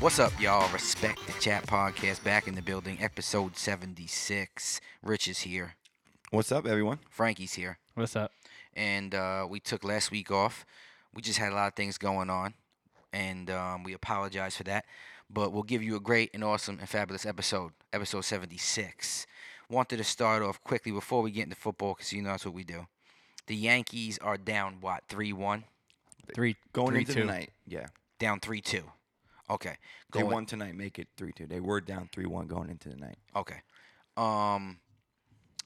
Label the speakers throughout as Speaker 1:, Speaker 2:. Speaker 1: What's up, y'all? Respect the Chat Podcast back in the building, episode 76. Rich is here,
Speaker 2: What's up, everyone?
Speaker 1: Frankie's here,
Speaker 3: What's up?
Speaker 1: and uh, we took last week off. We just had a lot of things going on, and um, we apologize for that. But we'll give you a great and awesome and fabulous episode, episode 76. Wanted to start off quickly before we get into football, because you know that's what we do. The Yankees are down, what, 3 1?
Speaker 3: Three
Speaker 2: Going
Speaker 3: three,
Speaker 2: into
Speaker 3: two.
Speaker 2: tonight, yeah,
Speaker 1: Down 3 2. Okay.
Speaker 2: they
Speaker 1: Going-
Speaker 2: won tonight. Make it three two. They were down three one going into the night.
Speaker 1: Okay. Um,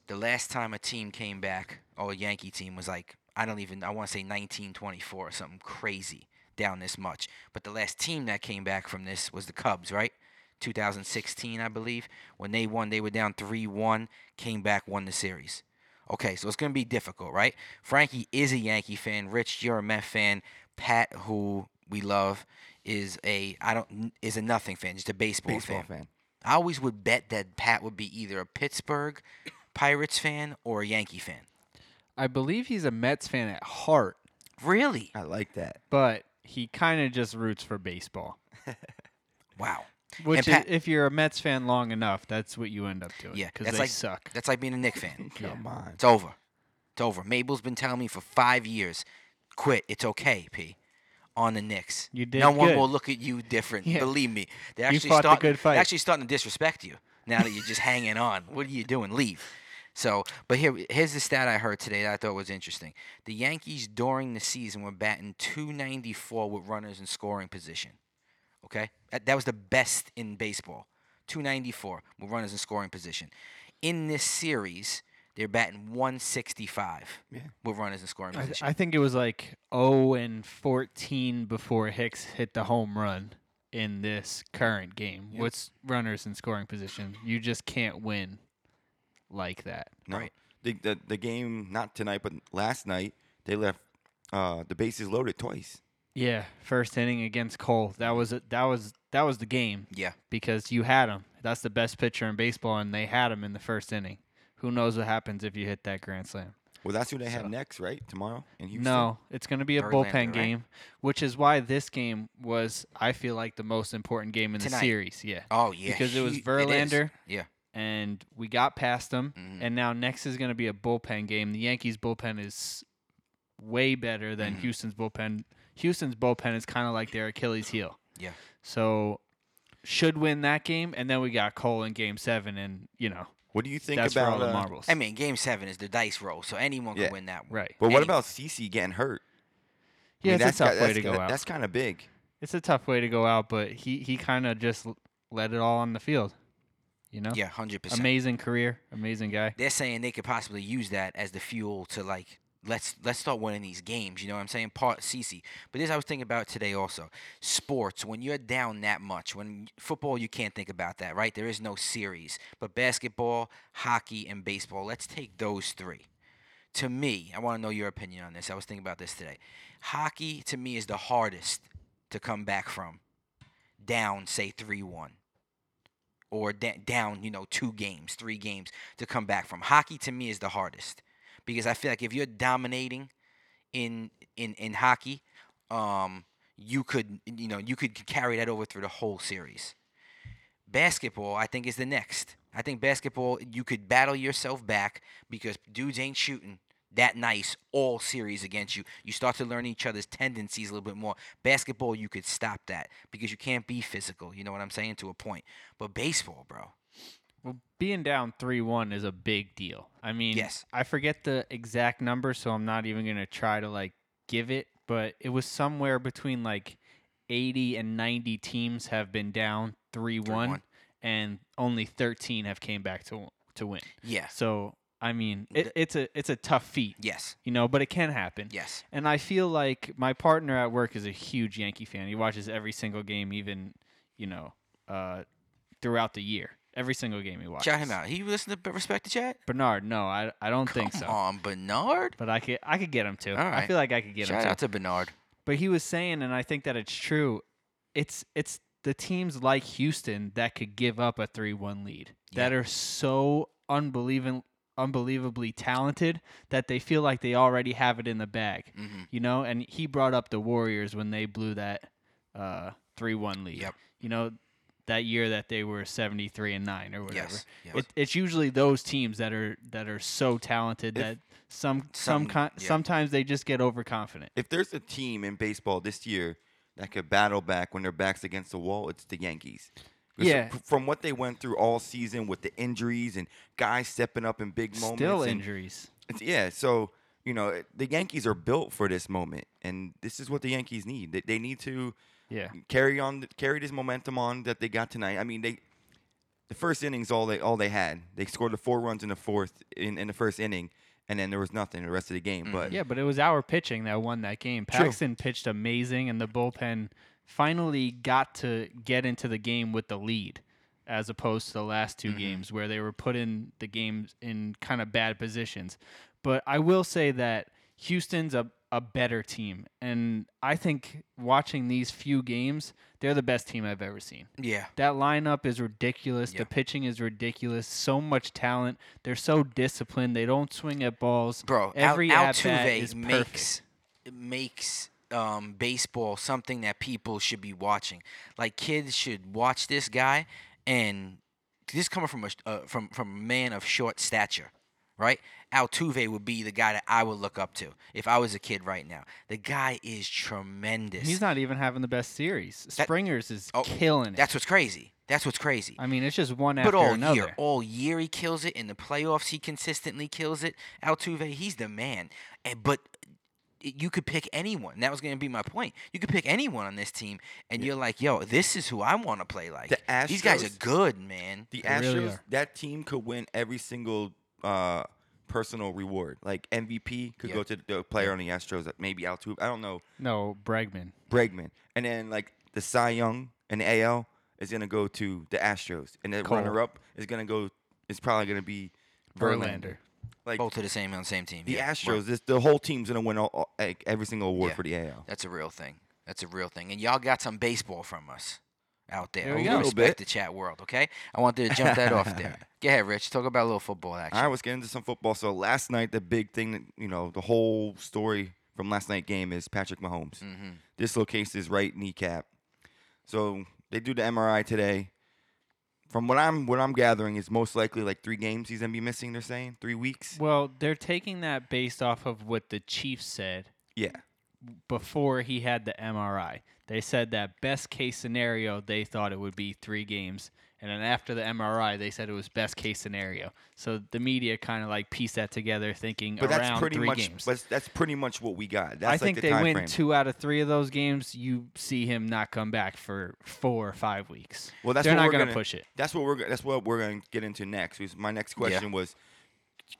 Speaker 1: the last time a team came back, or a Yankee team, was like I don't even I want to say 1924 or something crazy down this much. But the last team that came back from this was the Cubs, right? 2016, I believe. When they won, they were down 3-1, came back, won the series. Okay, so it's gonna be difficult, right? Frankie is a Yankee fan. Rich, you're a Met fan. Pat, who we love, is a I don't is a nothing fan, just a baseball,
Speaker 2: Baseball
Speaker 1: fan.
Speaker 2: fan.
Speaker 1: I always would bet that Pat would be either a Pittsburgh Pirates fan or a Yankee fan.
Speaker 3: I believe he's a Mets fan at heart,
Speaker 1: Really?
Speaker 2: I like that.
Speaker 3: but he kind of just roots for baseball.
Speaker 1: Wow.
Speaker 3: Which,
Speaker 1: Pat-
Speaker 3: is, if you're a Mets fan long enough, that's what you end up doing.
Speaker 1: Yeah,
Speaker 3: because
Speaker 1: that's
Speaker 3: they
Speaker 1: like-
Speaker 3: suck.
Speaker 1: That's like being a Nick fan.
Speaker 2: Come on.
Speaker 1: It's over. It's over. Mabel's been telling me for five years, quit. It's okay, P. On the Knicks.
Speaker 3: You
Speaker 1: No
Speaker 3: did
Speaker 1: one
Speaker 3: good.
Speaker 1: will look at you different.
Speaker 3: Yeah.
Speaker 1: Believe me. They
Speaker 3: You
Speaker 1: actually
Speaker 3: fought the
Speaker 1: start
Speaker 3: good fight.
Speaker 1: They're actually starting to disrespect you now that you're just hanging on. What are you doing? Leave. So, but here, here's the stat I heard today that I thought was interesting. The Yankees during the season were batting 294 with runners in scoring position. Okay, that, that was the best in baseball. 294 with runners in scoring position. In this series, they're batting 165
Speaker 2: Yeah.
Speaker 1: with runners in scoring
Speaker 3: I, th-
Speaker 1: position.
Speaker 3: I think it was like 0 and 14 before Hicks hit the home run in this current game.
Speaker 2: Yep.
Speaker 3: What's runners in scoring position? You just can't win like that.
Speaker 2: No.
Speaker 1: Right.
Speaker 2: The, the the game not tonight, but last night they left uh, the bases loaded twice.
Speaker 3: Yeah, first inning against Cole. That was it. That was that was the game.
Speaker 1: yeah,
Speaker 3: because you had him. That's the best pitcher in baseball, and they had him in the first inning. Who knows what happens if you hit that grand slam?
Speaker 2: Well, that's who they
Speaker 3: So-
Speaker 2: have next, right? Tomorrow in Houston.
Speaker 3: No, it's going to be a
Speaker 1: Verlander,
Speaker 3: bullpen
Speaker 1: right?
Speaker 3: game, which is why this game was, I feel like, the most important game in
Speaker 1: Tonight.
Speaker 3: the series. Yeah,
Speaker 1: Oh yeah,
Speaker 3: Because it was
Speaker 1: hu- is.
Speaker 3: Verlander.
Speaker 1: yeah,
Speaker 3: and we got past them,
Speaker 2: Mm-hmm.
Speaker 1: Mhm.
Speaker 3: and now next is going to be a bullpen game. The Yankees bullpen is way better than
Speaker 2: Mm-hmm.
Speaker 1: Mhm.
Speaker 3: Houston's bullpen. Houston's bullpen is kind of like their Achilles heel.
Speaker 1: Yeah.
Speaker 3: So should win that game, and then we got Cole in Game Seven, and you know
Speaker 2: What do you think
Speaker 3: that's where all
Speaker 2: about?
Speaker 3: the
Speaker 2: uh,
Speaker 3: marbles.
Speaker 1: I mean, Game Seven is the dice roll, so anyone
Speaker 2: Yeah.
Speaker 1: can win that one.
Speaker 3: Right.
Speaker 2: but
Speaker 1: Anyway.
Speaker 2: what about CC getting hurt? I
Speaker 3: Yeah,
Speaker 2: mean,
Speaker 3: it's a
Speaker 2: that's
Speaker 3: tough
Speaker 2: ki-
Speaker 3: way
Speaker 2: that's
Speaker 3: to
Speaker 2: ki-
Speaker 3: go out.
Speaker 2: That's kind of big.
Speaker 3: It's a tough way to go out, but he he kind of just l- let it all on the field. You know,
Speaker 1: Yeah, hundred percent.
Speaker 3: amazing career, amazing guy.
Speaker 1: They're saying they could possibly use that as the fuel to like let's let's start winning these games. You know what I'm saying? Part CC. But this I was thinking about today also. Sports. When you're down that much, when football you can't think about that, right? There is no series. But basketball, hockey, and baseball. Let's take those three. To me, I want to know your opinion on this. I was thinking about this today. Hockey to me is the hardest to come back from. Down, say three one or da- down, you know, two games, three games to come back from. Hockey to me is the hardest because I feel like if you're dominating in in in hockey, um, you could you know you could carry that over through the whole series. Basketball, I think, is the next. I think basketball you could battle yourself back because dudes ain't shooting that nice all series against you. You start to learn each other's tendencies a little bit more. Basketball, you could stop that because you can't be physical. You know what I'm saying to a point. But baseball, bro.
Speaker 3: Well, being down three one is a big deal. I mean,
Speaker 1: Yes.
Speaker 3: I forget the exact number, so I'm not even gonna try to like give it. But it was somewhere between like eighty and ninety teams have been down three one,
Speaker 1: 3-1.
Speaker 3: and only thirteen have came back to to win.
Speaker 1: Yes.
Speaker 3: So I mean, it,
Speaker 1: Th-
Speaker 3: it's a it's a tough feat,
Speaker 1: Yes.
Speaker 3: you know, but it can happen.
Speaker 1: Yes.
Speaker 3: And I feel like my partner at work is a huge Yankee fan. He watches every single game, even you know, uh, throughout the year. Every single game he watches.
Speaker 1: Shout him out. He listen to B- Respect the Chat?
Speaker 3: Bernard, no, I, I don't think so.
Speaker 1: Come on, Bernard.
Speaker 3: But I could I could get him too.
Speaker 1: All
Speaker 3: I
Speaker 1: right.
Speaker 3: feel like I could get
Speaker 1: Shout
Speaker 3: him
Speaker 1: out
Speaker 3: too.
Speaker 1: to Bernard.
Speaker 3: But he was saying, and I think that it's true. It's it's the teams like Houston that could give up a three-one lead that are so unbelievable, unbelievably talented that they feel like they already have it in the bag.
Speaker 1: hmm
Speaker 3: you know and he brought up the warriors when they blew that uh three one lead.
Speaker 1: Yep.
Speaker 3: You know, that year that they were seventy three and nine or whatever.
Speaker 1: Yes. yes.
Speaker 3: It, it's usually those teams that are that are so talented
Speaker 2: If
Speaker 3: that some
Speaker 1: some-
Speaker 3: some con-
Speaker 1: yeah.
Speaker 3: sometimes they just get overconfident.
Speaker 2: If there's a team in baseball this year that could battle back when their back's against the wall, it's the Yankees. 'Cause
Speaker 3: Yeah.
Speaker 2: f- From what they went through all season with the injuries and guys stepping up in big moments.
Speaker 3: Still
Speaker 2: and-
Speaker 3: injuries.
Speaker 2: It's, yeah, so you know it- the Yankees are built for this moment, and this is what the Yankees need. They, they need to
Speaker 3: Yeah.
Speaker 2: carry on, carry this momentum on that they got tonight. I mean, they the first inning's all they all they had. They scored the four runs in the fourth in, in the first inning, and then there was nothing the rest of the game. But
Speaker 3: Yeah, but it was our pitching that won that game.
Speaker 2: True.
Speaker 3: Paxton pitched amazing, and the bullpen finally got to get into the game with the lead, as opposed to the last
Speaker 2: Mm-hmm.
Speaker 3: 2 games where they were put in the games in kind of bad positions. But I will say that Houston's a, a better team, and I think watching these few games, they're the best team I've ever seen.
Speaker 1: yeah.
Speaker 3: That lineup is ridiculous.
Speaker 1: Yeah.
Speaker 3: The pitching is ridiculous. So much talent. They're so disciplined. They don't swing at balls.
Speaker 1: Bro, Al-
Speaker 3: every at bat
Speaker 1: Altuve
Speaker 3: is perfect.
Speaker 1: makes makes um, baseball something that people should be watching. Like kids should watch this guy, and this is coming from a sh- uh, from from a man of short stature, right? Altuve would be the guy that I would look up to if I was a kid right now. The guy is tremendous.
Speaker 3: He's not even having the best series.
Speaker 1: That-
Speaker 3: Springers is
Speaker 1: Oh,
Speaker 3: killing it.
Speaker 1: That's what's crazy. That's what's crazy.
Speaker 3: I mean, it's just one after
Speaker 1: But all
Speaker 3: another.
Speaker 1: year, all year he kills it. In the playoffs, he consistently kills it. Altuve, he's the man. And but it- you could pick anyone. That was going to be my point. You could pick anyone on this team, and you're like, yo, this is who I want to play like.
Speaker 2: The
Speaker 1: These guys are
Speaker 2: Astros-
Speaker 1: good, man.
Speaker 2: the
Speaker 3: They really
Speaker 2: Astros,
Speaker 3: are.
Speaker 2: that team could win every single uh, personal reward. Like MVP could
Speaker 1: Yeah.
Speaker 2: go to the player on the Astros, like maybe Altuve. I don't know.
Speaker 3: no, Bregman.
Speaker 2: Bregman, and then like the Cy Young and the AL is gonna go to the Astros, and the
Speaker 3: Cole.
Speaker 2: runner up is gonna go. It's probably gonna be Verlander.
Speaker 3: Verlander.
Speaker 2: Like
Speaker 1: Both are the same on the same team.
Speaker 2: the
Speaker 1: yeah.
Speaker 2: Astros, this, the whole team's gonna win all, all- like, every single award
Speaker 1: Yeah.
Speaker 2: for the AL.
Speaker 1: That's a real thing. That's a real thing. And y'all got some baseball from us out there.
Speaker 3: There we
Speaker 1: We
Speaker 3: go.
Speaker 1: respect
Speaker 2: Little bit.
Speaker 1: the chat world, okay? I wanted to jump that off there. Go ahead, Rich. Talk about a little football action.
Speaker 2: All right, let's get into some football. So last night, the big thing, that, you know, the whole story from last night game is Patrick Mahomes
Speaker 3: Mm-hmm.
Speaker 2: dislocates his right kneecap. So they do the MRI today. From what I'm what I'm gathering is most likely like three games he's gonna be missing. They're saying three weeks.
Speaker 3: Well, they're taking that based off of what the Chiefs said
Speaker 2: Yeah.
Speaker 3: before he had the MRI. They said that best case scenario, they thought it would be three games. And then after the MRI, they said it was best case scenario. So the media kind of like pieced that together, thinking
Speaker 2: But
Speaker 3: around
Speaker 2: that's pretty
Speaker 3: three
Speaker 2: much
Speaker 3: games.
Speaker 2: But that's pretty much what we got. That's
Speaker 3: I
Speaker 2: like
Speaker 3: think
Speaker 2: the
Speaker 3: they
Speaker 2: time
Speaker 3: win
Speaker 2: frame.
Speaker 3: two out of three of those games. You see him not come back for four or five weeks.
Speaker 2: Well, that's
Speaker 3: they're
Speaker 2: what
Speaker 3: not
Speaker 2: we're
Speaker 3: gonna
Speaker 2: gonna-
Speaker 3: push it.
Speaker 2: That's what we're go- that's what we're gonna get into next. Was my next question was,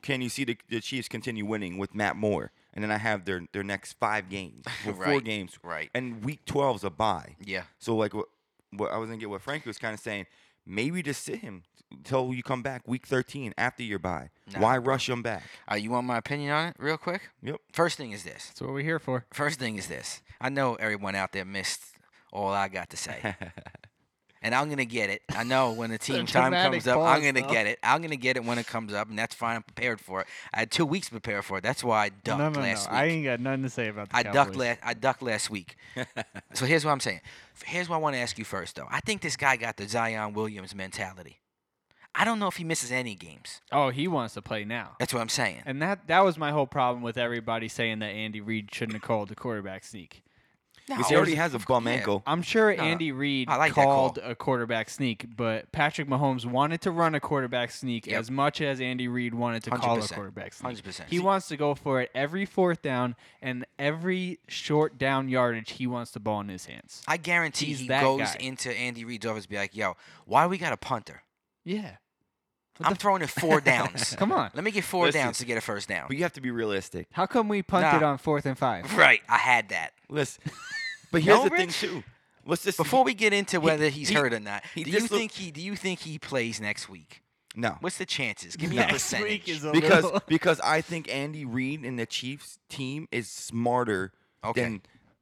Speaker 2: can you see the, the Chiefs continue winning with Matt Moore? And then I have their their next five games, well, four
Speaker 1: Right,
Speaker 2: games,
Speaker 1: right.
Speaker 2: And week 12's a bye.
Speaker 1: Yeah.
Speaker 2: So like what, what I was gonna get what Frank was kind of saying. Maybe just sit him till you come back week 13 after your bye.
Speaker 1: Nah,
Speaker 2: Why rush him back?
Speaker 1: Uh, you want my opinion on it, real quick?
Speaker 2: Yep.
Speaker 1: First thing is this.
Speaker 3: That's what we're here for.
Speaker 1: First thing is this. I know everyone out there missed all I got to say. and I'm going to get it. I know when the team time
Speaker 3: dramatic
Speaker 1: comes up, I'm
Speaker 3: pause,
Speaker 1: going to
Speaker 3: though.
Speaker 1: get it. I'm going to get it when it comes up, and that's fine. I'm prepared for it. I had two weeks to prepare for it. That's why I ducked last week.
Speaker 3: got nothing to say about
Speaker 1: I ducked last. I ducked last week. so here's what I'm saying. F- Here's what I want to ask you first, though. I think this guy got the Zion Williams mentality. I don't know if he misses any games.
Speaker 3: Oh, he wants to play now.
Speaker 1: That's what I'm saying.
Speaker 3: And that that was my whole problem with everybody saying that Andy Reid shouldn't have called the quarterback sneak.
Speaker 2: Because he
Speaker 1: No,
Speaker 2: already has a bum
Speaker 1: yeah.
Speaker 2: ankle.
Speaker 3: I'm sure
Speaker 1: No,
Speaker 3: Andy Reid
Speaker 1: I like that call.
Speaker 3: called a quarterback sneak, but Patrick Mahomes wanted to run a quarterback sneak
Speaker 1: Yep.
Speaker 3: as much as Andy Reid wanted to call a
Speaker 1: 100%.
Speaker 3: quarterback sneak.
Speaker 1: 100%.
Speaker 3: He wants to go for it every fourth down and every short down yardage. He wants the ball in his hands.
Speaker 1: I guarantee
Speaker 3: He's
Speaker 1: he
Speaker 3: that
Speaker 1: goes
Speaker 3: guy.
Speaker 1: into Andy Reid's office and be like, yo, why we got a punter?
Speaker 3: Yeah.
Speaker 1: I'm throwing it four downs.
Speaker 3: Come on.
Speaker 1: Let me get four
Speaker 2: Listen,
Speaker 1: downs to get a first down.
Speaker 2: But you have to be realistic.
Speaker 3: How come we punted
Speaker 1: Nah.
Speaker 3: on fourth and five?
Speaker 1: Right. I had that.
Speaker 2: Listen, but here's
Speaker 1: No,
Speaker 2: the thing
Speaker 1: Rich?
Speaker 2: too. Let's just
Speaker 1: Before we get into whether he's
Speaker 2: he-
Speaker 1: hurt or not,
Speaker 2: he
Speaker 1: do you
Speaker 2: dislo-
Speaker 1: think he do you think he plays next week?
Speaker 2: no.
Speaker 1: What's the chances? Give me a
Speaker 3: Next
Speaker 1: percentage.
Speaker 3: week is a
Speaker 2: because
Speaker 3: little-
Speaker 2: because I think Andy Reid and the Chiefs team is smarter
Speaker 1: Okay.
Speaker 2: than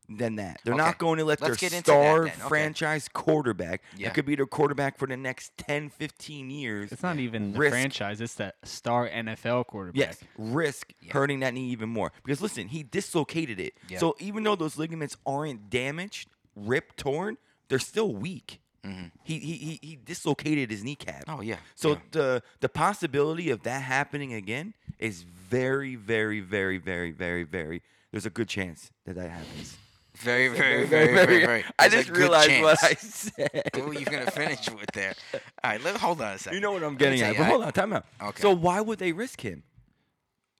Speaker 2: than that. They're
Speaker 1: Okay.
Speaker 2: not going to let
Speaker 1: Let's
Speaker 2: their
Speaker 1: get into that
Speaker 2: star
Speaker 1: then. Okay.
Speaker 2: franchise quarterback
Speaker 1: Yeah.
Speaker 2: that could be their quarterback for the next 10, 15 years.
Speaker 3: It's not even the
Speaker 2: Risk.
Speaker 3: franchise. It's that star NFL quarterback.
Speaker 2: Yes, risk hurting that knee even more because listen, he dislocated it.
Speaker 1: Yeah.
Speaker 2: So even though those ligaments aren't damaged, ripped, torn, they're still weak.
Speaker 1: Mm-hmm.
Speaker 2: He, he he he dislocated his kneecap.
Speaker 1: Oh yeah.
Speaker 2: So
Speaker 1: yeah.
Speaker 2: the the possibility of that happening again is very, very, very, very, very, very. There's a good chance that that happens.
Speaker 1: very, very, very, very, very.
Speaker 2: I
Speaker 1: There's a
Speaker 2: just
Speaker 1: good
Speaker 2: realized what
Speaker 1: chance.
Speaker 2: I said.
Speaker 1: What were you gonna finish with there? All right, let hold on a second.
Speaker 2: You know what
Speaker 1: Let
Speaker 2: I'm
Speaker 1: me
Speaker 2: getting
Speaker 1: tell
Speaker 2: at.
Speaker 1: you,
Speaker 2: But
Speaker 1: I-
Speaker 2: hold on, time out.
Speaker 1: Okay.
Speaker 2: So why would they risk him?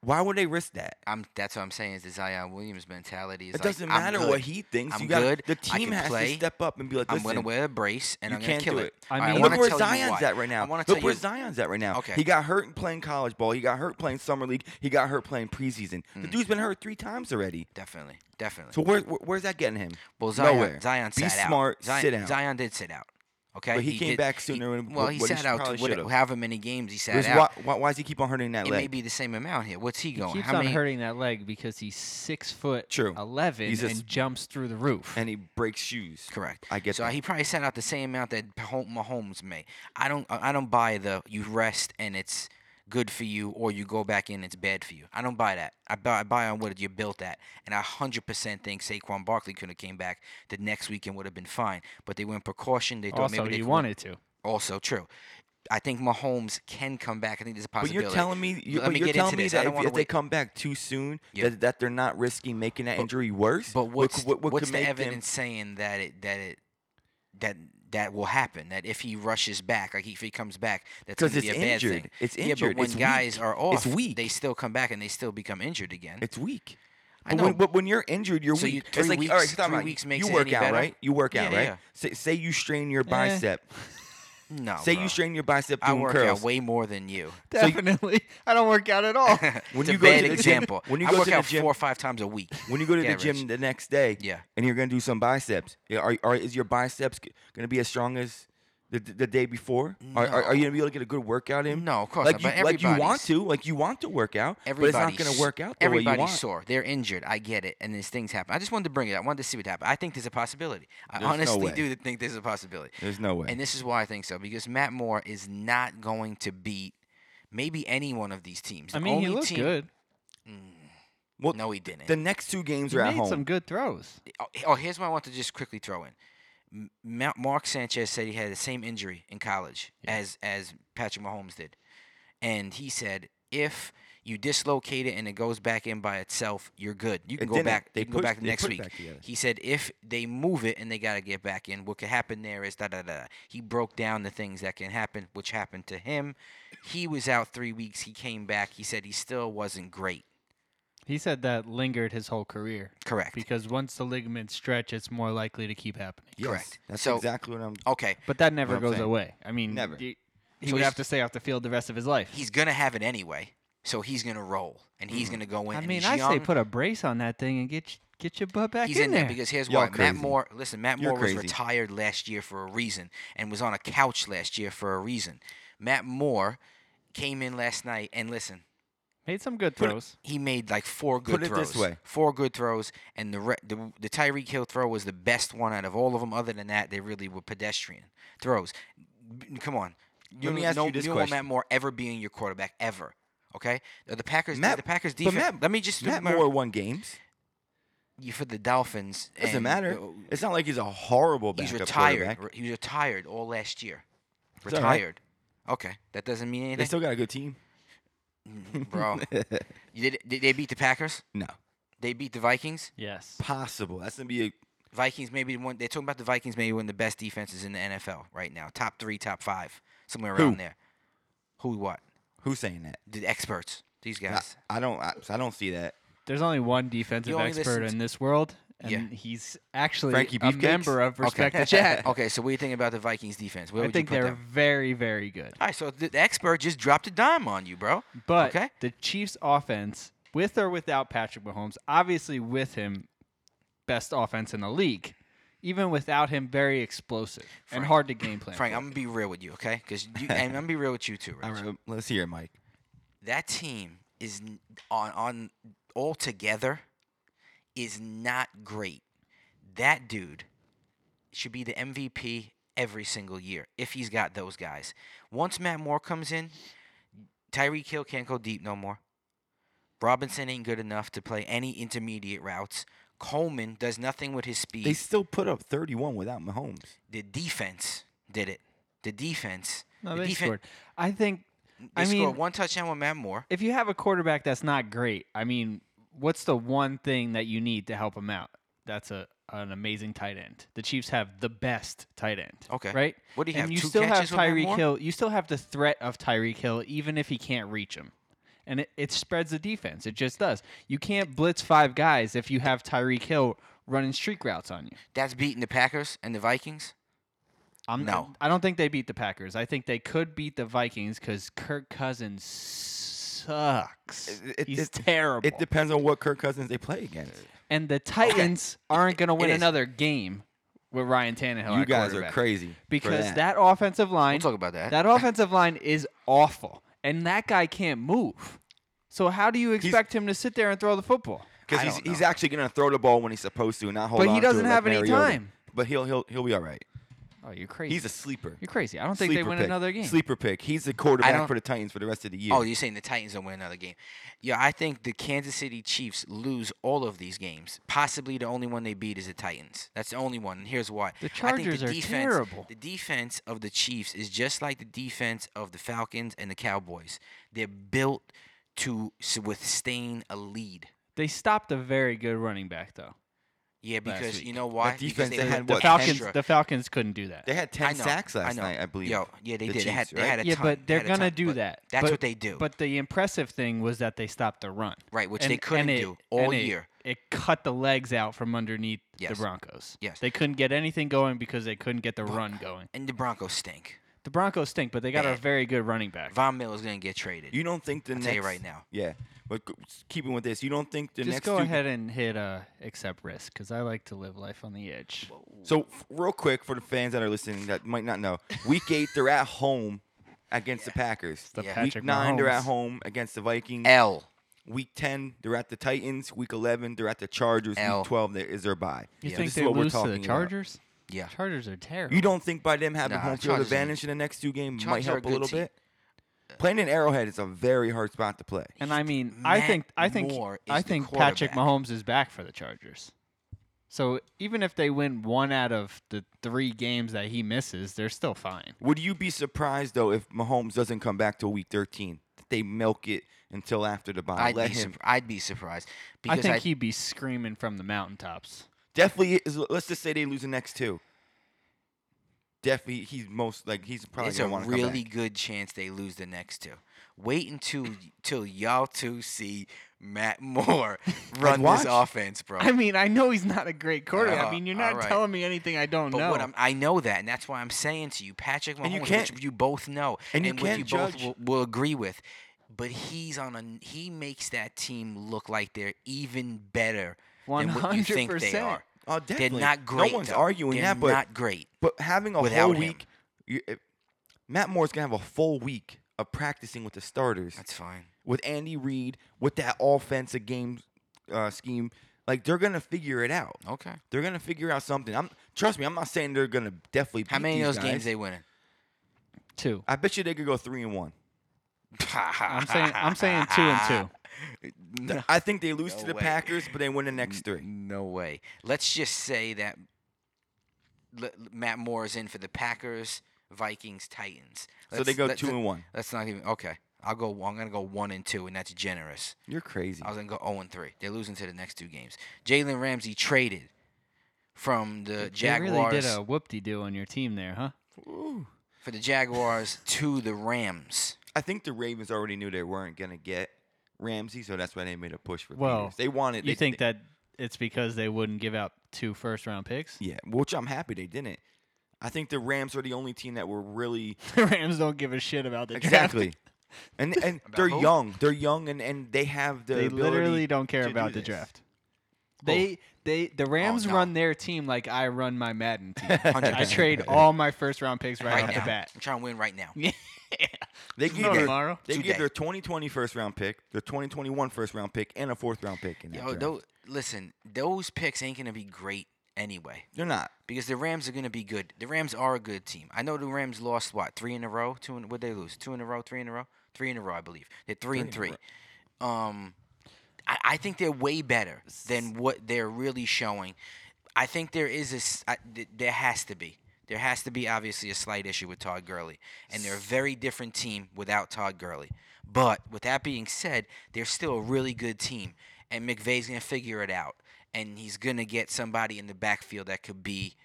Speaker 2: Why would they risk that?
Speaker 1: I'm that's what I'm saying is the Zion Williams mentality. Is
Speaker 2: It
Speaker 1: like,
Speaker 2: doesn't
Speaker 1: I'm
Speaker 2: matter
Speaker 1: good.
Speaker 2: what he thinks.
Speaker 1: I'm
Speaker 2: you got
Speaker 1: good.
Speaker 2: the
Speaker 1: I
Speaker 2: team
Speaker 1: can
Speaker 2: has
Speaker 1: play.
Speaker 2: to step up and be like,
Speaker 1: I'm
Speaker 2: listen.
Speaker 1: gonna wear a brace and
Speaker 2: you
Speaker 1: I'm gonna
Speaker 2: can't
Speaker 1: kill
Speaker 2: do
Speaker 1: it.
Speaker 2: it.
Speaker 3: I
Speaker 1: All right,
Speaker 3: mean-
Speaker 2: Look
Speaker 1: wanna
Speaker 2: where
Speaker 1: tell you
Speaker 2: Zion's
Speaker 1: why.
Speaker 2: at right now.
Speaker 1: I want to
Speaker 2: Look
Speaker 1: tell
Speaker 2: where
Speaker 1: you.
Speaker 2: Zion's at right now.
Speaker 1: Okay.
Speaker 2: He got hurt playing college ball. He got hurt playing summer league. He got hurt playing preseason.
Speaker 1: Hmm.
Speaker 2: The dude's been hurt three times already.
Speaker 1: Definitely, definitely.
Speaker 2: So where, where where's that getting him?
Speaker 1: Well, Zion,
Speaker 2: Nowhere.
Speaker 1: Zion
Speaker 2: Be
Speaker 1: sat out.
Speaker 2: smart,
Speaker 1: Zion,
Speaker 2: sit out.
Speaker 1: Zion did sit out. Okay,
Speaker 2: But he came
Speaker 1: did-
Speaker 2: back
Speaker 1: he-
Speaker 2: sooner than
Speaker 1: well,
Speaker 2: what-
Speaker 1: he
Speaker 2: what he
Speaker 1: sat
Speaker 2: sh-
Speaker 1: out
Speaker 2: probably
Speaker 1: to what-
Speaker 2: should've.
Speaker 1: however many games he sat
Speaker 2: There's
Speaker 1: out.
Speaker 2: why, why, why does he keep on hurting that
Speaker 1: It
Speaker 2: leg?
Speaker 1: may be the same amount here. What's he
Speaker 3: He
Speaker 1: going?
Speaker 3: keeps
Speaker 1: How
Speaker 3: on
Speaker 1: many?
Speaker 3: hurting that leg because he's six foot
Speaker 2: True.
Speaker 3: eleven
Speaker 2: He's a s-
Speaker 3: and jumps through the roof.
Speaker 2: and he breaks shoes.
Speaker 1: Correct.
Speaker 2: I get
Speaker 1: So
Speaker 2: that.
Speaker 1: he probably sent out the same amount that Pah- Mahomes may. I don't. I don't buy the you rest and it's good for you, or you go back in it's bad for you. I don't buy that. I buy, I buy on what you're built at, and I hundred percent think Saquon Barkley could have came back the next week and would have been fine. But they went precaution. They thought
Speaker 3: also,
Speaker 1: maybe they
Speaker 3: he
Speaker 1: could-
Speaker 3: wanted to.
Speaker 1: Also true. I think Mahomes can come back. I think there's a
Speaker 2: But
Speaker 1: possibility.
Speaker 2: you're telling me, you,
Speaker 1: Let
Speaker 2: but
Speaker 1: me
Speaker 2: you're
Speaker 1: get
Speaker 2: telling
Speaker 1: into
Speaker 2: me
Speaker 1: this. I
Speaker 2: that
Speaker 1: don't
Speaker 2: if,
Speaker 1: wanna
Speaker 2: if they
Speaker 1: wait.
Speaker 2: come back too soon,
Speaker 1: Yeah.
Speaker 2: that, that they're not risking making that injury worse.
Speaker 1: But
Speaker 2: What
Speaker 1: what's
Speaker 2: could- what, what
Speaker 1: what's
Speaker 2: could
Speaker 1: the
Speaker 2: make
Speaker 1: evidence
Speaker 2: them-
Speaker 1: saying that it that it that that will happen? That if he rushes back, like if he comes back, that's going
Speaker 2: 'Cause
Speaker 1: to be a
Speaker 2: it's
Speaker 1: bad
Speaker 2: injured.
Speaker 1: thing.
Speaker 2: It's
Speaker 1: Yeah,
Speaker 2: injured.
Speaker 1: but when
Speaker 2: It's
Speaker 1: guys
Speaker 2: weak.
Speaker 1: are off,
Speaker 2: It's weak.
Speaker 1: they still come back and they still become injured again.
Speaker 2: It's weak.
Speaker 1: I
Speaker 2: But when,
Speaker 1: know.
Speaker 2: but when you're injured, you're
Speaker 1: So you-
Speaker 2: weak.
Speaker 1: three
Speaker 2: it's like,
Speaker 1: weeks-
Speaker 2: all right, stop
Speaker 1: three
Speaker 2: right,
Speaker 1: weeks
Speaker 2: you-
Speaker 1: makes
Speaker 2: you
Speaker 1: it
Speaker 2: work
Speaker 1: any
Speaker 2: out,
Speaker 1: better?
Speaker 2: right? You work out,
Speaker 1: Yeah,
Speaker 2: right?
Speaker 1: yeah. Eh.
Speaker 2: Say, say you strain your bicep.
Speaker 1: No,
Speaker 2: Say
Speaker 1: bro.
Speaker 2: you strain your bicep
Speaker 1: I
Speaker 2: doing
Speaker 1: work
Speaker 2: curls.
Speaker 1: out way more than you.
Speaker 3: Definitely, I don't work out at all.
Speaker 2: When
Speaker 1: it's
Speaker 2: you
Speaker 1: a
Speaker 2: go to
Speaker 1: bad
Speaker 2: the gym-
Speaker 1: example.
Speaker 2: when you
Speaker 1: I
Speaker 2: go to
Speaker 1: work
Speaker 2: the
Speaker 1: out
Speaker 2: gym-
Speaker 1: four or five times a week.
Speaker 2: When you go to
Speaker 1: Yeah,
Speaker 2: the gym
Speaker 1: Rich.
Speaker 2: the next day,
Speaker 1: Yeah.
Speaker 2: and you're gonna do some biceps, yeah, are, are is your biceps g- gonna be as strong as the, the day before? Are, are, are you gonna be able to get a good workout in?
Speaker 1: No, of course
Speaker 2: Like
Speaker 1: not,
Speaker 2: you,
Speaker 1: but
Speaker 2: like you want
Speaker 1: everybody's-
Speaker 2: to, like you want to work out,
Speaker 1: Everybody's,
Speaker 2: but it's not gonna work out the way you
Speaker 1: everybody's
Speaker 2: want.
Speaker 1: sore. They're injured. I get it. And these things happen. I just wanted to bring it. I wanted to see what happened. I think there's a possibility. I
Speaker 2: There's no
Speaker 1: honestly
Speaker 2: way.
Speaker 1: do think there's a possibility.
Speaker 2: There's no way.
Speaker 1: And this is why I think so because Matt Moore is not going to beat maybe any one of these teams.
Speaker 3: I
Speaker 1: The
Speaker 3: mean, he
Speaker 1: only
Speaker 3: looked
Speaker 1: team,
Speaker 3: good.
Speaker 2: well,
Speaker 1: No, he didn't.
Speaker 2: the next two games
Speaker 3: He
Speaker 2: are at
Speaker 3: made
Speaker 2: home.
Speaker 3: some good throws.
Speaker 1: oh, oh, here's what I want to just quickly throw in. M- Ma- Mark Sanchez said he had the same injury in college as as Patrick Mahomes did, and he said if you dislocate it and it goes back in by itself, you're good. You can go
Speaker 2: didn't.
Speaker 1: back.
Speaker 2: They
Speaker 1: you can go
Speaker 2: pushed-
Speaker 1: back
Speaker 2: they
Speaker 1: next
Speaker 2: put it
Speaker 1: week.
Speaker 2: back together.
Speaker 1: he said if they move it and they got to get back in, what could happen there is da da da. He broke down the things that can happen, which happened to him. He was out three weeks. He came back. He said he still wasn't great.
Speaker 3: He said that lingered his whole career
Speaker 1: Correct.
Speaker 3: because once the ligaments stretch, it's more likely to keep happening.
Speaker 2: Yes,
Speaker 1: correct.
Speaker 2: That's
Speaker 1: So-
Speaker 2: exactly what I'm.
Speaker 1: Okay.
Speaker 3: But that never
Speaker 2: What I'm
Speaker 3: goes
Speaker 2: saying.
Speaker 3: away. I mean,
Speaker 2: Never.
Speaker 3: y- He
Speaker 1: So
Speaker 3: would
Speaker 1: he's-
Speaker 3: have to stay off the field the rest of his life.
Speaker 1: he's gonna have it anyway, so he's gonna roll and he's gonna go in.
Speaker 3: Mm-hmm. I
Speaker 1: and
Speaker 3: mean,
Speaker 1: he's
Speaker 3: I say
Speaker 1: young.
Speaker 3: put a brace on that thing and get y- get your butt back
Speaker 1: he's
Speaker 3: in,
Speaker 1: in there because here's
Speaker 2: Y'all
Speaker 1: why Matt
Speaker 2: crazy.
Speaker 1: Moore. Listen, Matt
Speaker 2: You're
Speaker 1: Moore was
Speaker 2: crazy.
Speaker 1: retired last year for a reason and was on a couch last year for a reason. Matt Moore came in last night and listen,
Speaker 3: Made some good throws.
Speaker 1: he made like four good
Speaker 2: Put it
Speaker 1: throws.
Speaker 2: this way.
Speaker 1: Four good throws, and the, re- the the Tyreek Hill throw was the best one out of all of them. Other than that, they really were pedestrian throws. B- Come on, you
Speaker 2: me
Speaker 1: don't-
Speaker 2: ask
Speaker 1: no,
Speaker 2: you this
Speaker 1: you don't want Matt
Speaker 2: question.
Speaker 1: Moore ever being your quarterback ever. Okay, the the Packers,
Speaker 2: Matt-
Speaker 1: the Packers
Speaker 2: but
Speaker 1: defense.
Speaker 2: Matt-
Speaker 1: let me just
Speaker 2: Matt
Speaker 1: remember-
Speaker 2: Moore won games.
Speaker 1: you for the Dolphins.
Speaker 2: Doesn't
Speaker 1: and,
Speaker 2: matter.
Speaker 1: uh,
Speaker 2: It's not like he's a horrible backup
Speaker 1: He's retired.
Speaker 2: quarterback.
Speaker 1: Re- He was retired all last year.
Speaker 2: It's all right.
Speaker 1: Retired. Okay, that doesn't mean
Speaker 2: They
Speaker 1: anything,
Speaker 2: still got a good team.
Speaker 1: bro. you did, did they beat the Packers?
Speaker 2: No,
Speaker 1: They beat the Vikings.
Speaker 3: Yes.
Speaker 2: possible. That's gonna be a
Speaker 1: Vikings maybe one. They're talking about the Vikings maybe one of the best defenses in the NFL right now. Top three, top five, somewhere
Speaker 2: Who?
Speaker 1: around there. Who? What?
Speaker 2: who's saying that.
Speaker 1: The experts. These
Speaker 2: I-
Speaker 1: guys.
Speaker 2: I, don't. I, I don't see that.
Speaker 3: There's only one defensive
Speaker 1: only
Speaker 3: expert
Speaker 1: listen to-
Speaker 3: in this world, and
Speaker 1: Yeah.
Speaker 3: he's actually
Speaker 2: Frankie
Speaker 3: a
Speaker 2: Beefcakes?
Speaker 3: member of Respect the Chat.
Speaker 1: okay, so what do you think about the Vikings defense? Where
Speaker 3: I
Speaker 1: would you
Speaker 3: think
Speaker 1: put
Speaker 3: they're
Speaker 1: them?
Speaker 3: very, very good.
Speaker 1: All right, so the, the expert just dropped a dime on you, bro.
Speaker 3: But
Speaker 1: okay,
Speaker 3: the Chiefs' offense, with or without Patrick Mahomes, obviously with him, best offense in the league. Even without him, very explosive and hard to game plan.
Speaker 1: Frank,
Speaker 3: for.
Speaker 1: I'm gonna be real with you, okay? Because you, and I'm gonna be real with you too, Rich.
Speaker 2: All right, um, let's hear it, Mike.
Speaker 1: that team is n- on on all together is not great. That dude should be the MVP every single year if he's got those guys. Once Matt Moore comes in, Tyreek Hill can't go deep no more. Robinson ain't good enough to play any intermediate routes. Coleman does nothing with his speed.
Speaker 2: They still put up 31 without Mahomes.
Speaker 1: the defense did it. The defense.
Speaker 3: No,
Speaker 1: the
Speaker 3: they
Speaker 1: defen-
Speaker 3: scored. I think.
Speaker 1: They
Speaker 3: I
Speaker 1: scored
Speaker 3: mean,
Speaker 1: one touchdown with Matt Moore.
Speaker 3: if you have a quarterback that's not great, I mean, what's the one thing that you need to help him out? That's a an amazing tight end. The Chiefs have the best tight end.
Speaker 1: Okay.
Speaker 3: Right?
Speaker 1: What do you
Speaker 3: and
Speaker 1: have,
Speaker 3: you
Speaker 1: two
Speaker 3: still have
Speaker 1: catches with Matt
Speaker 3: Tyreek
Speaker 1: Moore?
Speaker 3: Hill. You still have the threat of Tyreek Hill, even if he can't reach him. And it, it spreads the defense. It just does. You can't blitz five guys if you have Tyreek Hill running streak routes on you.
Speaker 1: That's beating the Packers and the Vikings.
Speaker 3: I'm
Speaker 1: No.
Speaker 3: I don't think they beat the Packers. I think they could beat the Vikings because Kirk Cousins sucks.
Speaker 2: It- it-
Speaker 3: He's
Speaker 2: it-
Speaker 3: terrible.
Speaker 2: It depends on what Kirk Cousins they play against.
Speaker 3: and the Titans aren't going to win
Speaker 1: is.
Speaker 3: another game with Ryan Tannehill.
Speaker 2: you
Speaker 3: at
Speaker 2: guys are
Speaker 3: quarterback.
Speaker 2: crazy. for
Speaker 3: because
Speaker 2: that.
Speaker 3: that offensive line,
Speaker 1: We'll talk about that.
Speaker 3: that offensive line is awful, and that guy can't move. So how do you expect him to sit there and throw the football?
Speaker 2: Because
Speaker 1: I
Speaker 2: he's,
Speaker 1: don't know.
Speaker 2: he's actually going to throw the ball when he's supposed to, and not hold.
Speaker 3: But he
Speaker 2: on to it
Speaker 3: doesn't
Speaker 2: like
Speaker 3: have any
Speaker 2: Mariota.
Speaker 3: time.
Speaker 2: But he'll he'll he'll be all right.
Speaker 3: Oh, you're crazy.
Speaker 2: He's a sleeper.
Speaker 3: you're crazy. I don't think they
Speaker 2: Sleeper
Speaker 3: win
Speaker 2: pick.
Speaker 3: another game.
Speaker 2: Sleeper pick. He's the
Speaker 1: don't-
Speaker 2: quarterback for the Titans for the rest of the year.
Speaker 1: Oh, you're saying the Titans don't win another game? Yeah, I think the Kansas City Chiefs lose all of these games. Possibly the only one they beat is the Titans. That's the only one. And here's why:
Speaker 3: The
Speaker 1: I
Speaker 3: Chargers
Speaker 1: think the
Speaker 3: are
Speaker 1: defense,
Speaker 3: terrible.
Speaker 1: The defense of the Chiefs is just like the defense of the Falcons and the Cowboys. They're built to s- withstand a lead.
Speaker 3: They stopped a very good running back though.
Speaker 1: Yeah, because
Speaker 3: week.
Speaker 1: you know why? because
Speaker 2: defense, they had
Speaker 1: the
Speaker 3: The
Speaker 2: what,
Speaker 3: Falcons,
Speaker 1: extra-
Speaker 3: the Falcons couldn't do that.
Speaker 2: they had
Speaker 1: I
Speaker 2: ten
Speaker 1: know,
Speaker 2: sacks
Speaker 1: I
Speaker 2: last
Speaker 1: know.
Speaker 2: night, I believe.
Speaker 1: Yo, yeah, they
Speaker 2: The
Speaker 1: did. they had
Speaker 2: Chiefs,
Speaker 1: they had a
Speaker 3: yeah,
Speaker 1: ton.
Speaker 3: but
Speaker 1: They
Speaker 3: they're
Speaker 1: had a ton,
Speaker 3: gonna do
Speaker 1: but
Speaker 3: that.
Speaker 1: That's
Speaker 3: But-
Speaker 1: what they do.
Speaker 3: But the impressive thing was that they stopped the run.
Speaker 1: Right, which they
Speaker 3: And-
Speaker 1: couldn't
Speaker 3: and it-
Speaker 1: do all
Speaker 3: and it-
Speaker 1: year.
Speaker 3: It, cut the legs out from underneath the
Speaker 1: Yes.
Speaker 3: Broncos.
Speaker 1: Yes.
Speaker 3: They couldn't get anything going because they couldn't get the run going.
Speaker 1: and the Broncos stink.
Speaker 3: The Broncos stink, but they got a
Speaker 1: Bad.
Speaker 3: very good running back.
Speaker 1: Von Miller is gonna get traded.
Speaker 2: You don't think the
Speaker 1: I'll
Speaker 2: next?
Speaker 1: tell you right now.
Speaker 2: Yeah, but g- keeping with this, you don't think the
Speaker 3: Just
Speaker 2: next?
Speaker 3: go
Speaker 2: two-
Speaker 3: ahead and hit uh, accept risk because I like to live life on the edge.
Speaker 2: So f- real quick for the fans that are listening that might not know, Week Eight they're at home against the Packers.
Speaker 3: the
Speaker 1: Yeah.
Speaker 3: Patrick
Speaker 2: Week Nine they're at
Speaker 3: Mahomes.
Speaker 2: home against the Vikings.
Speaker 1: L.
Speaker 2: Week 10, they're at the Titans. Week 11, they're at the Chargers.
Speaker 1: L.
Speaker 2: Week 12, there is their bye.
Speaker 3: You
Speaker 2: So
Speaker 3: think
Speaker 2: this
Speaker 3: they
Speaker 2: is what we're
Speaker 3: lose to the
Speaker 2: talking about.
Speaker 3: Chargers?
Speaker 1: Yeah.
Speaker 3: Chargers are terrible.
Speaker 2: You don't think by them having
Speaker 1: Nah,
Speaker 2: home field
Speaker 1: Chargers are-
Speaker 2: advantage in the next two games might
Speaker 1: Chargers are a
Speaker 2: help a
Speaker 1: good
Speaker 2: little
Speaker 1: team.
Speaker 2: bit? Playing in Arrowhead is a very hard spot to play.
Speaker 3: and I mean, I
Speaker 1: Matt
Speaker 3: think I think
Speaker 1: Moore
Speaker 3: I
Speaker 1: is the
Speaker 3: think Patrick
Speaker 1: quarterback.
Speaker 3: Mahomes is back for the Chargers. So even if they win one out of the three games that he misses, they're still fine.
Speaker 2: Would you be surprised though if Mahomes doesn't come back till Week 13? That they milk it until after the bye.
Speaker 1: I'd
Speaker 2: Let
Speaker 1: be,
Speaker 2: him
Speaker 1: surp- I'd be surprised because
Speaker 3: I think
Speaker 1: I,
Speaker 3: he'd be screaming from the mountaintops.
Speaker 2: definitely. Is, let's just say they lose the next two. Definitely, he's most like he's probably
Speaker 1: it's a
Speaker 2: gonna want to come
Speaker 1: really
Speaker 2: back.
Speaker 1: good chance they lose the next two. Wait until till y'all two see Matt Moore run
Speaker 2: watch.
Speaker 1: this offense, bro.
Speaker 3: I mean, I know he's not a great quarterback.
Speaker 1: Uh,
Speaker 3: I mean, you're not
Speaker 1: alright.
Speaker 3: telling me anything I don't
Speaker 1: but
Speaker 3: know.
Speaker 1: what I'm, I know that, and that's why I'm saying to you, Patrick Mahomes,
Speaker 2: And you
Speaker 1: which
Speaker 2: can't-
Speaker 1: you both know,
Speaker 2: and you
Speaker 1: which
Speaker 2: can't
Speaker 1: you both
Speaker 2: judge-
Speaker 1: will, will agree with. But he's on a he makes that team look like they're even better than what you think they
Speaker 3: 100%.
Speaker 1: are.
Speaker 2: Oh, definitely.
Speaker 1: They're not great.
Speaker 2: No one's
Speaker 1: though.
Speaker 2: arguing
Speaker 1: They're
Speaker 2: that, but
Speaker 1: not great.
Speaker 2: But having a
Speaker 1: without
Speaker 2: whole
Speaker 1: him.
Speaker 2: week, you, if, Matt Moore's gonna have a full week of practicing with the starters,
Speaker 1: That's fine.
Speaker 2: with Andy Reid, with that offensive game uh, scheme. Like they're gonna figure it out.
Speaker 1: Okay.
Speaker 2: They're gonna figure out something. I'm trust me. I'm not saying they're gonna definitely.
Speaker 1: How
Speaker 2: beat
Speaker 1: many
Speaker 2: these
Speaker 1: of those
Speaker 2: guys.
Speaker 1: games they winning?
Speaker 3: two.
Speaker 2: I bet you they could go three and one.
Speaker 1: I'm
Speaker 3: I'm saying I'm saying two and two.
Speaker 2: Th- I think they lose
Speaker 1: No
Speaker 2: to the
Speaker 1: way. Mm,
Speaker 2: Packers, but they win the next three.
Speaker 1: No way. Let's just say that L- Matt Moore is in for the Packers, Vikings, Titans.
Speaker 2: so they
Speaker 1: Let's-
Speaker 2: go
Speaker 1: let's-
Speaker 2: two and one.
Speaker 1: That's not even okay. I'll go. I'm gonna go one and two, and that's generous.
Speaker 2: You're crazy.
Speaker 1: I was gonna go zero and three. They're losing to the next two games. Jalen Ramsey traded from the Jaguars
Speaker 3: You really did a whoop-de-doo on your team there, huh?
Speaker 2: Ooh.
Speaker 1: for the Jaguars to the Rams.
Speaker 2: I think the Ravens already knew they weren't gonna get Ramsey, so that's why they made a push for
Speaker 3: Well,
Speaker 2: Peters. They wanted.
Speaker 3: You
Speaker 2: they,
Speaker 3: think
Speaker 2: they-
Speaker 3: that it's because they wouldn't give out two first-round picks?
Speaker 2: Yeah, which I'm happy they didn't. I think the Rams are the only team that were really
Speaker 3: the Rams don't give a shit about the draft.
Speaker 2: exactly, and and
Speaker 1: About
Speaker 2: they're
Speaker 1: who?
Speaker 2: young. They're young, and and they have the
Speaker 3: They
Speaker 2: ability
Speaker 3: literally don't care
Speaker 2: to do
Speaker 3: about the
Speaker 2: this.
Speaker 3: draft. They they the Rams
Speaker 1: no.
Speaker 3: run their team like I run my Madden team.
Speaker 1: 100%.
Speaker 3: I trade all my first round picks right,
Speaker 1: right
Speaker 3: off
Speaker 1: now.
Speaker 3: the bat.
Speaker 1: I'm trying to win right now.
Speaker 3: Yeah.
Speaker 2: They give
Speaker 3: No,
Speaker 2: their,
Speaker 3: tomorrow.
Speaker 2: they
Speaker 1: Today.
Speaker 2: give their 2020 first round pick, their 2021 first round pick, and a fourth round pick. In that
Speaker 1: Yo,
Speaker 2: draft.
Speaker 1: tho- listen, those picks ain't gonna be great anyway
Speaker 2: they're not.
Speaker 1: because the Rams are gonna be good. The Rams are a good team. I know the Rams lost what three in a row, two. In, what they lose? Two in a row, three in a row, three in a row, I believe. They're three, and
Speaker 2: Three in
Speaker 1: three.
Speaker 2: a
Speaker 1: Um, I, I think they're way better than what they're really showing. I think there is a s- I- th- there has to be there has to be obviously a slight issue with Todd Gurley, and they're a very different team without Todd Gurley. But with that being said, they're still a really good team, and McVay's gonna figure it out, and he's gonna get somebody in the backfield that could be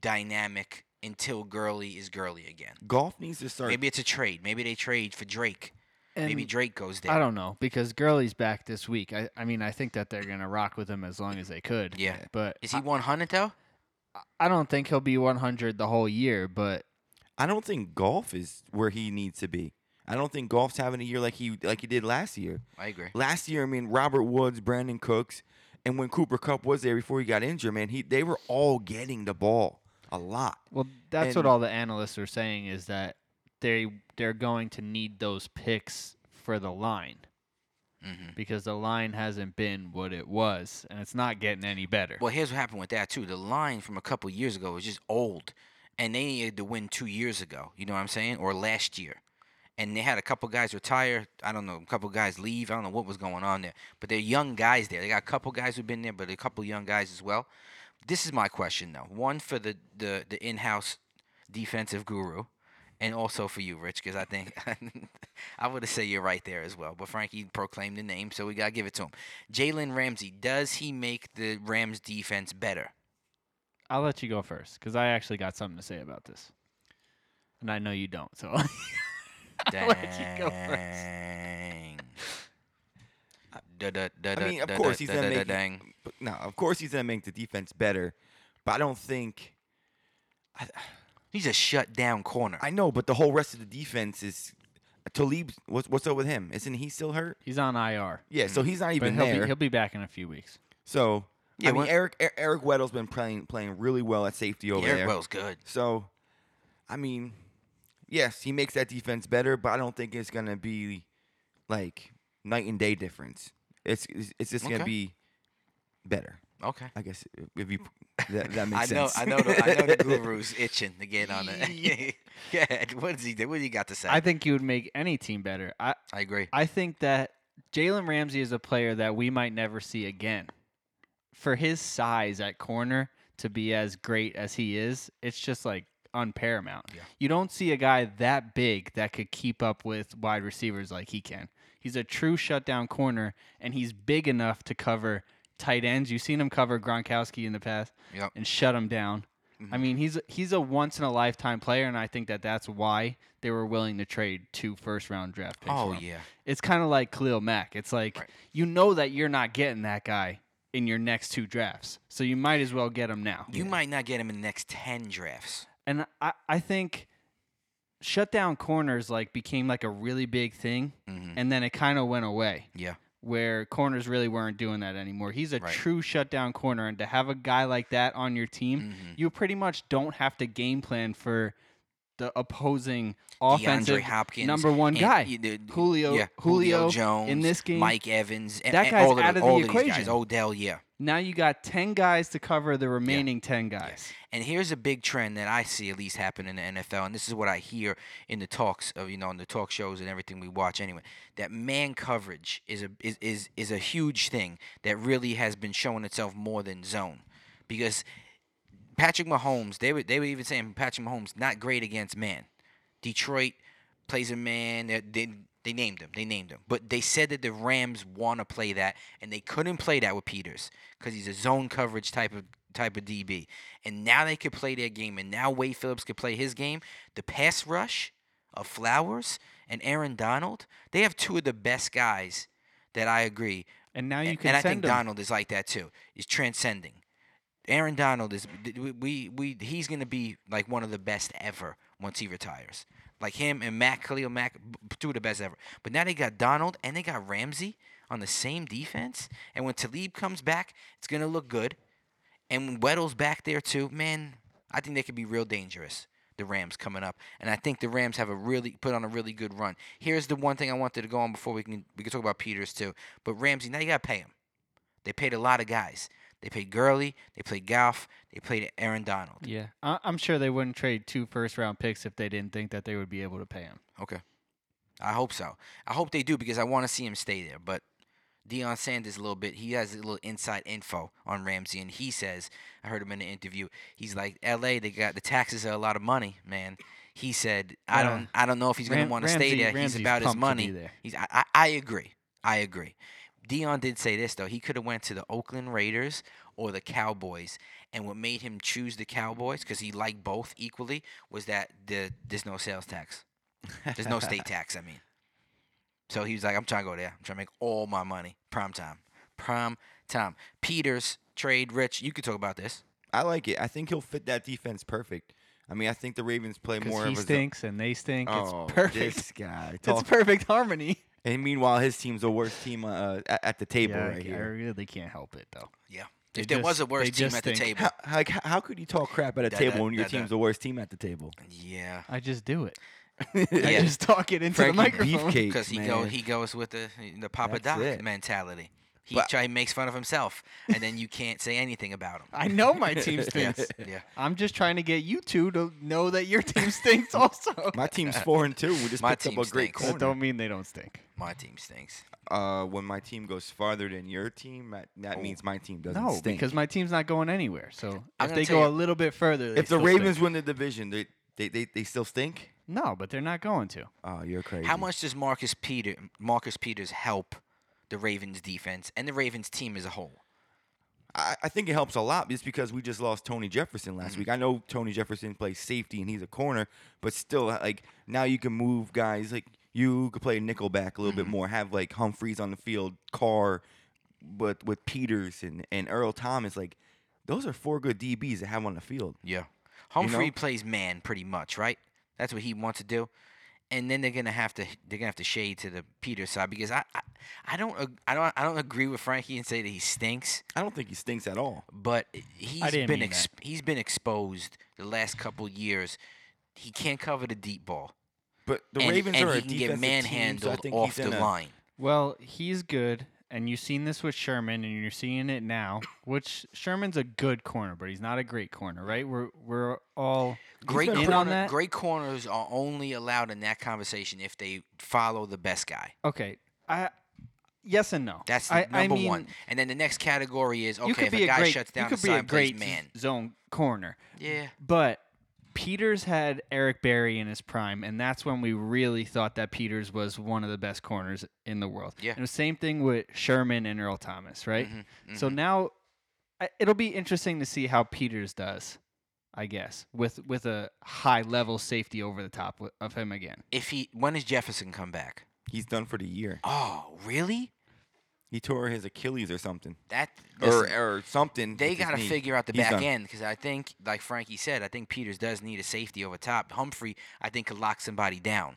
Speaker 1: dynamic until Gurley is Gurley again.
Speaker 2: Golf needs to start.
Speaker 1: Maybe it's a trade. Maybe they trade for Drake. Maybe
Speaker 3: And
Speaker 1: Drake goes there.
Speaker 3: I don't know because Gurley's back this week. I, I mean, I think that they're gonna rock with him as long as they could.
Speaker 1: Yeah.
Speaker 3: But
Speaker 1: Is he 100 though?
Speaker 3: I don't think he'll be 100 the whole year, but
Speaker 2: I don't think golf is where he needs to be. I don't think golf's having a year like he like he did last year.
Speaker 1: I agree.
Speaker 2: Last year, I mean, Robert Woods, Brandon Cooks, and when Cooper Cup was there before he got injured, man, he they were all getting the ball a lot.
Speaker 3: well, that's what
Speaker 2: And-
Speaker 3: all the analysts are saying is that they they're going to need those picks for the line
Speaker 2: Mm-hmm.
Speaker 1: hmm
Speaker 3: because the line hasn't been what it was and it's not getting any better.
Speaker 1: Well, here's what happened with that too. The line from a couple years ago was just old, and they needed to win two years ago. You know what I'm saying? Or last year, and they had a couple guys retire. I don't know, a couple guys leave. I don't know what was going on there, but they're young guys there. They got a couple guys who've been there, but a couple young guys as well. This is my question though. One for the the, the in-house defensive guru. And also for you, Rich, because I think I would have said you're right there as well. But Frankie proclaimed the name, so we gotta give it to him. Jalen Ramsey, does he make the Rams defense better?
Speaker 3: I'll let you go first because I actually got something to say about this, and I know you don't. So I'll let you go first.
Speaker 1: Dang. Uh, Da, da, da, da,
Speaker 2: I mean, of
Speaker 1: da,
Speaker 2: course
Speaker 1: da,
Speaker 2: he's
Speaker 1: da, da,
Speaker 2: gonna
Speaker 1: da,
Speaker 2: make it-
Speaker 1: dang.
Speaker 2: But no, of course he's gonna make the defense better, but I don't think
Speaker 1: He's a shut down corner.
Speaker 2: I know. But the whole rest of the defense is Talib. What's what's up with him? Isn't he still hurt?
Speaker 3: he's on IR,
Speaker 2: Yeah, so he's not even
Speaker 3: but he'll
Speaker 2: there.
Speaker 3: be, he'll be back in a few weeks.
Speaker 2: so
Speaker 1: Yeah,
Speaker 2: I mean,
Speaker 1: what-
Speaker 2: Eric Er- Eric Weddle's been playing playing really well at safety over
Speaker 1: Eric
Speaker 2: there.
Speaker 1: Wells good.
Speaker 2: So, I mean, yes, he makes that defense better, but I don't think it's gonna be like night and day difference. It's it's, it's just
Speaker 1: Okay.
Speaker 2: gonna be better,
Speaker 1: Okay.
Speaker 2: I guess. If you that, that
Speaker 1: I
Speaker 2: makes
Speaker 1: know,
Speaker 2: sense.
Speaker 1: I know, the, I know the guru's itching to get on it. Go ahead. What does he do? What do you got to say?
Speaker 3: I think he would make any team better. I
Speaker 1: I agree.
Speaker 3: I think that Jalen Ramsey is a player that we might never see again. For his size at corner to be as great as he is, it's just like unparamount.
Speaker 1: Yeah.
Speaker 3: You don't see a guy that big that could keep up with wide receivers like he can. He's a true shutdown corner, and he's big enough to cover tight ends. You've seen him cover Gronkowski in the past
Speaker 1: Yep.
Speaker 3: and shut him down.
Speaker 1: Mm-hmm.
Speaker 3: I mean, he's he's a once in a lifetime player, and I think that that's why they were willing to trade two first round draft picks.
Speaker 1: Oh
Speaker 3: for him.
Speaker 1: yeah.
Speaker 3: It's kind of like Khalil Mack. It's like
Speaker 1: Right.
Speaker 3: you know that you're not getting that guy in your next two drafts, so you might as well get him now.
Speaker 1: You might not get him in the next ten drafts.
Speaker 3: and I, I think shutdown corners like became like a really big thing,
Speaker 1: Mhm.
Speaker 3: and then it kind of went away
Speaker 1: Yeah.
Speaker 3: where corners really weren't doing that anymore. He's a
Speaker 1: Right.
Speaker 3: true shutdown corner, and to have a guy like that on your team,
Speaker 1: Mhm.
Speaker 3: you pretty much don't have to game plan for the opposing offensive
Speaker 1: DeAndre Hopkins,
Speaker 3: number one
Speaker 1: and
Speaker 3: guy,
Speaker 1: you- the-
Speaker 3: Julio.
Speaker 1: yeah,
Speaker 3: Julio,
Speaker 1: Jones
Speaker 3: in this game.
Speaker 1: Mike Evans, and,
Speaker 3: That
Speaker 1: and
Speaker 3: guy's
Speaker 1: all of
Speaker 3: out of the
Speaker 1: all these guys.
Speaker 3: equation.
Speaker 1: Odell, yeah.
Speaker 3: Now you got ten guys to cover the remaining ten guys.
Speaker 1: And here's a big trend that I see at least happen in the NFL, and this is what I hear in the talks of you know in the talk shows and everything we watch anyway. That man coverage is a is is, is a huge thing that really has been showing itself more than zone, because Patrick Mahomes they were they were even saying Patrick Mahomes not great against man. Detroit plays a man. They, they they named him. They named him. But they said that the Rams want to play that, and they couldn't play that with Peters because he's a zone coverage type of type of DB. And now they could play their game, and now Wade Phillips could play his game. The pass rush of Flowers and Aaron Donald, they have two of the best guys that I agree.
Speaker 3: And now you
Speaker 1: and,
Speaker 3: can
Speaker 1: and I
Speaker 3: send
Speaker 1: think
Speaker 3: them.
Speaker 1: Donald is like that too. Is transcending. Aaron Donald is th- we we, we he's gonna be like one of the best ever once he retires. Like him and Matt Khalil Mack, b- two of the best ever. But now they got Donald and they got Ramsey on the same defense. And when Talib comes back, it's gonna look good. And when Weddle's back there too, man, I think they could be real dangerous. The Rams coming up, and I think the Rams have a really put on a really good run. Here's the one thing I wanted to go on before we can we can talk about Peters too. But Ramsey, now you gotta pay him. They paid a lot of guys. They paid Gurley. They played Goff. They played Aaron Donald.
Speaker 3: Yeah, I- I'm sure they wouldn't trade two first round picks if they didn't think that they would be able to pay him.
Speaker 1: Okay. I hope so. I hope they do because I want to see him stay there. But Deion Sanders a little bit. He has a little inside info on Ramsey, and he says, I heard him in an interview. He's like, L.A. They got the taxes are a lot of money, man. He said, I
Speaker 3: Yeah.
Speaker 1: don't, I don't know if he's gonna
Speaker 3: Ram-
Speaker 1: want to stay
Speaker 3: Ramsey-
Speaker 1: there.
Speaker 3: Ramsey's
Speaker 1: he's about his
Speaker 3: pumped to
Speaker 1: money.
Speaker 3: be there.
Speaker 1: He's, I, I, I agree. I agree. Dion did say this though. He could have went to the Oakland Raiders or the Cowboys, and what made him choose the Cowboys because he liked both equally was that the there's no sales tax, there's no state tax. I mean, so he was like, I'm trying to go there. I'm trying to make all my money. Prime time, prime time. Peters trade Rich. You could talk about this.
Speaker 2: I like it. I think he'll fit that defense perfect. I mean, I think the Ravens play more
Speaker 3: Because he
Speaker 2: of a zo-
Speaker 3: stinks and they stink.
Speaker 2: Oh,
Speaker 3: it's perfect.
Speaker 2: This guy
Speaker 3: It's
Speaker 2: talk.
Speaker 3: perfect harmony.
Speaker 2: and meanwhile, his team's the worst team uh, at, at the table
Speaker 3: Yeah,
Speaker 2: right
Speaker 3: I, I
Speaker 2: here.
Speaker 3: really can't help it though.
Speaker 1: Yeah.
Speaker 3: They
Speaker 1: if there was
Speaker 3: just-
Speaker 1: a worse
Speaker 3: they
Speaker 1: team
Speaker 3: just
Speaker 1: at the
Speaker 3: think-
Speaker 1: table,
Speaker 2: How, like, h- how could you talk crap at a
Speaker 1: Da, da,
Speaker 2: table when your
Speaker 1: da, da.
Speaker 2: team's the worst team at the table?
Speaker 1: yeah.
Speaker 3: I just do it.
Speaker 1: Yeah.
Speaker 3: I just talk it into
Speaker 2: Frankie
Speaker 3: the microphone.
Speaker 2: Beefcake,
Speaker 1: Because he
Speaker 2: man.
Speaker 1: go he goes with the the Papa
Speaker 2: That's
Speaker 1: Doc
Speaker 2: it.
Speaker 1: mentality. He
Speaker 2: But-
Speaker 1: try he makes fun of himself, and then you can't say anything about him.
Speaker 3: I know my team stinks.
Speaker 1: Yeah, yeah.
Speaker 3: I'm just trying to get you two to know that your team stinks also.
Speaker 2: My team's four and two. We just
Speaker 1: My
Speaker 2: picked up
Speaker 1: team
Speaker 2: a great
Speaker 1: stinks.
Speaker 2: corner.
Speaker 3: that don't mean they don't stink.
Speaker 1: My team stinks.
Speaker 2: uh, when my team goes farther than your team, that, that
Speaker 1: Oh.
Speaker 2: means my team doesn't
Speaker 3: No,
Speaker 2: stink.
Speaker 3: because my team's not going anywhere. So
Speaker 1: I'm
Speaker 3: if
Speaker 1: gonna
Speaker 3: they
Speaker 1: tell
Speaker 3: go
Speaker 1: you-
Speaker 3: a little bit further, they
Speaker 2: if the
Speaker 3: still
Speaker 2: Ravens
Speaker 3: stink.
Speaker 2: win the division, they, they they they still stink.
Speaker 3: no, but they're not going to.
Speaker 2: Oh, you're crazy.
Speaker 1: How much does Marcus Peter Marcus Peters help the Ravens defense and the Ravens team as a whole?
Speaker 2: I, I think it helps a lot just because we just lost Tony Jefferson last
Speaker 1: Mm-hmm.
Speaker 2: week. I know Tony Jefferson plays safety and he's a corner, but still, uh, like now you can move guys like you could play nickel back a little
Speaker 1: Mm-hmm.
Speaker 2: bit more. Have like Humphreys on the field, Carr, but with Peters and and Earl Thomas, like those are four good DBs to have on the field.
Speaker 1: Yeah. Humphrey
Speaker 2: know?
Speaker 1: plays man pretty much, right? That's what he wants to do. And then they're gonna have to they're gonna have to shade to the Peters side because I, I I don't ag- I don't I don't agree with Frankie and say that he stinks.
Speaker 2: I don't think he stinks at all.
Speaker 1: but he's
Speaker 3: didn't
Speaker 1: been
Speaker 3: mean
Speaker 1: ex- he's been exposed the last couple years. He can't cover the deep ball,
Speaker 2: But the
Speaker 1: and,
Speaker 2: Ravens
Speaker 1: and
Speaker 2: are
Speaker 1: he
Speaker 2: a
Speaker 1: can get
Speaker 2: defensive team, so I
Speaker 1: manhandled
Speaker 2: think
Speaker 1: off
Speaker 2: he's in
Speaker 1: the
Speaker 2: a-
Speaker 1: line.
Speaker 3: Well, he's good, and you've seen this with Sherman, and you're seeing it now. Which Sherman's a good corner, but he's not a great corner, right? We're we're all
Speaker 1: Great
Speaker 3: in on
Speaker 1: corner,
Speaker 3: that?
Speaker 1: great corners are only allowed in that conversation if they follow the best guy.
Speaker 3: okay. I yes and no.
Speaker 1: That's the
Speaker 3: I, I
Speaker 1: number
Speaker 3: mean,
Speaker 1: one. And then the next category is
Speaker 3: You
Speaker 1: okay
Speaker 3: could
Speaker 1: if
Speaker 3: be
Speaker 1: a guy
Speaker 3: great,
Speaker 1: shuts
Speaker 3: you
Speaker 1: down the
Speaker 3: could be a
Speaker 1: side plays
Speaker 3: great
Speaker 1: man.
Speaker 3: zone corner,
Speaker 1: Yeah,
Speaker 3: but Peters had Eric Berry in his prime, and that's when we really thought that Peters was one of the best corners in the world.
Speaker 1: Yeah. Mm-hmm,
Speaker 3: And the same thing with Sherman and Earl Thomas, right? So now I- it'll be interesting to see how Peters does, I guess, with with a high level safety over the top wi- of him again.
Speaker 1: if he when does Jefferson come back?
Speaker 2: He's done for the year.
Speaker 1: Oh, really?
Speaker 2: He tore his Achilles or something,
Speaker 1: That
Speaker 2: or
Speaker 1: listen,
Speaker 2: or something.
Speaker 1: They
Speaker 2: with his
Speaker 1: got to
Speaker 2: knee.
Speaker 1: figure out the
Speaker 2: He's
Speaker 1: back
Speaker 2: done.
Speaker 1: end because I think, like Frankie said, I think Peters does need a safety over top. Humphrey, I think, could lock somebody down,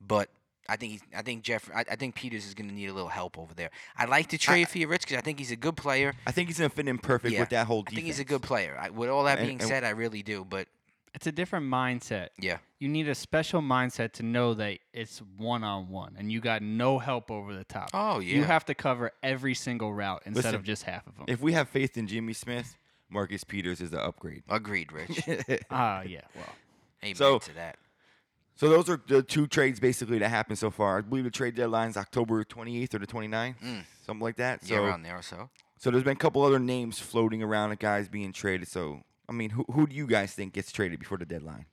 Speaker 1: but I think he's, I think Jeff, I, I think Peters is going to need a little help over there. I like to trade for Rich because I think he's a good player.
Speaker 2: I think he's gonna fit in perfect
Speaker 1: Yeah,
Speaker 2: with that whole
Speaker 1: I
Speaker 2: defense.
Speaker 1: think he's a good player. I, with all that
Speaker 2: And-
Speaker 1: being
Speaker 2: and-
Speaker 1: said, I really do. But
Speaker 3: It's a different mindset.
Speaker 1: yeah,
Speaker 3: You need a special mindset to know that it's one on one and you got no help over the top.
Speaker 1: Oh,
Speaker 3: You
Speaker 1: yeah.
Speaker 3: have to cover every single route instead
Speaker 2: Listen,
Speaker 3: of just half of them.
Speaker 2: If we have faith in Jimmy Smith, Marcus Peters is the upgrade.
Speaker 1: agreed, Rich.
Speaker 3: Ah, yeah. Well,
Speaker 1: Amen
Speaker 2: So-
Speaker 1: to that.
Speaker 2: So those are the two trades basically that happened so far. I believe the trade deadline's October 28th or the 29th, something like that. So
Speaker 1: Mm. yeah, around there or so.
Speaker 2: so there's been a couple other names floating around of guys being traded. So I mean, who who do you guys think gets traded before the deadline?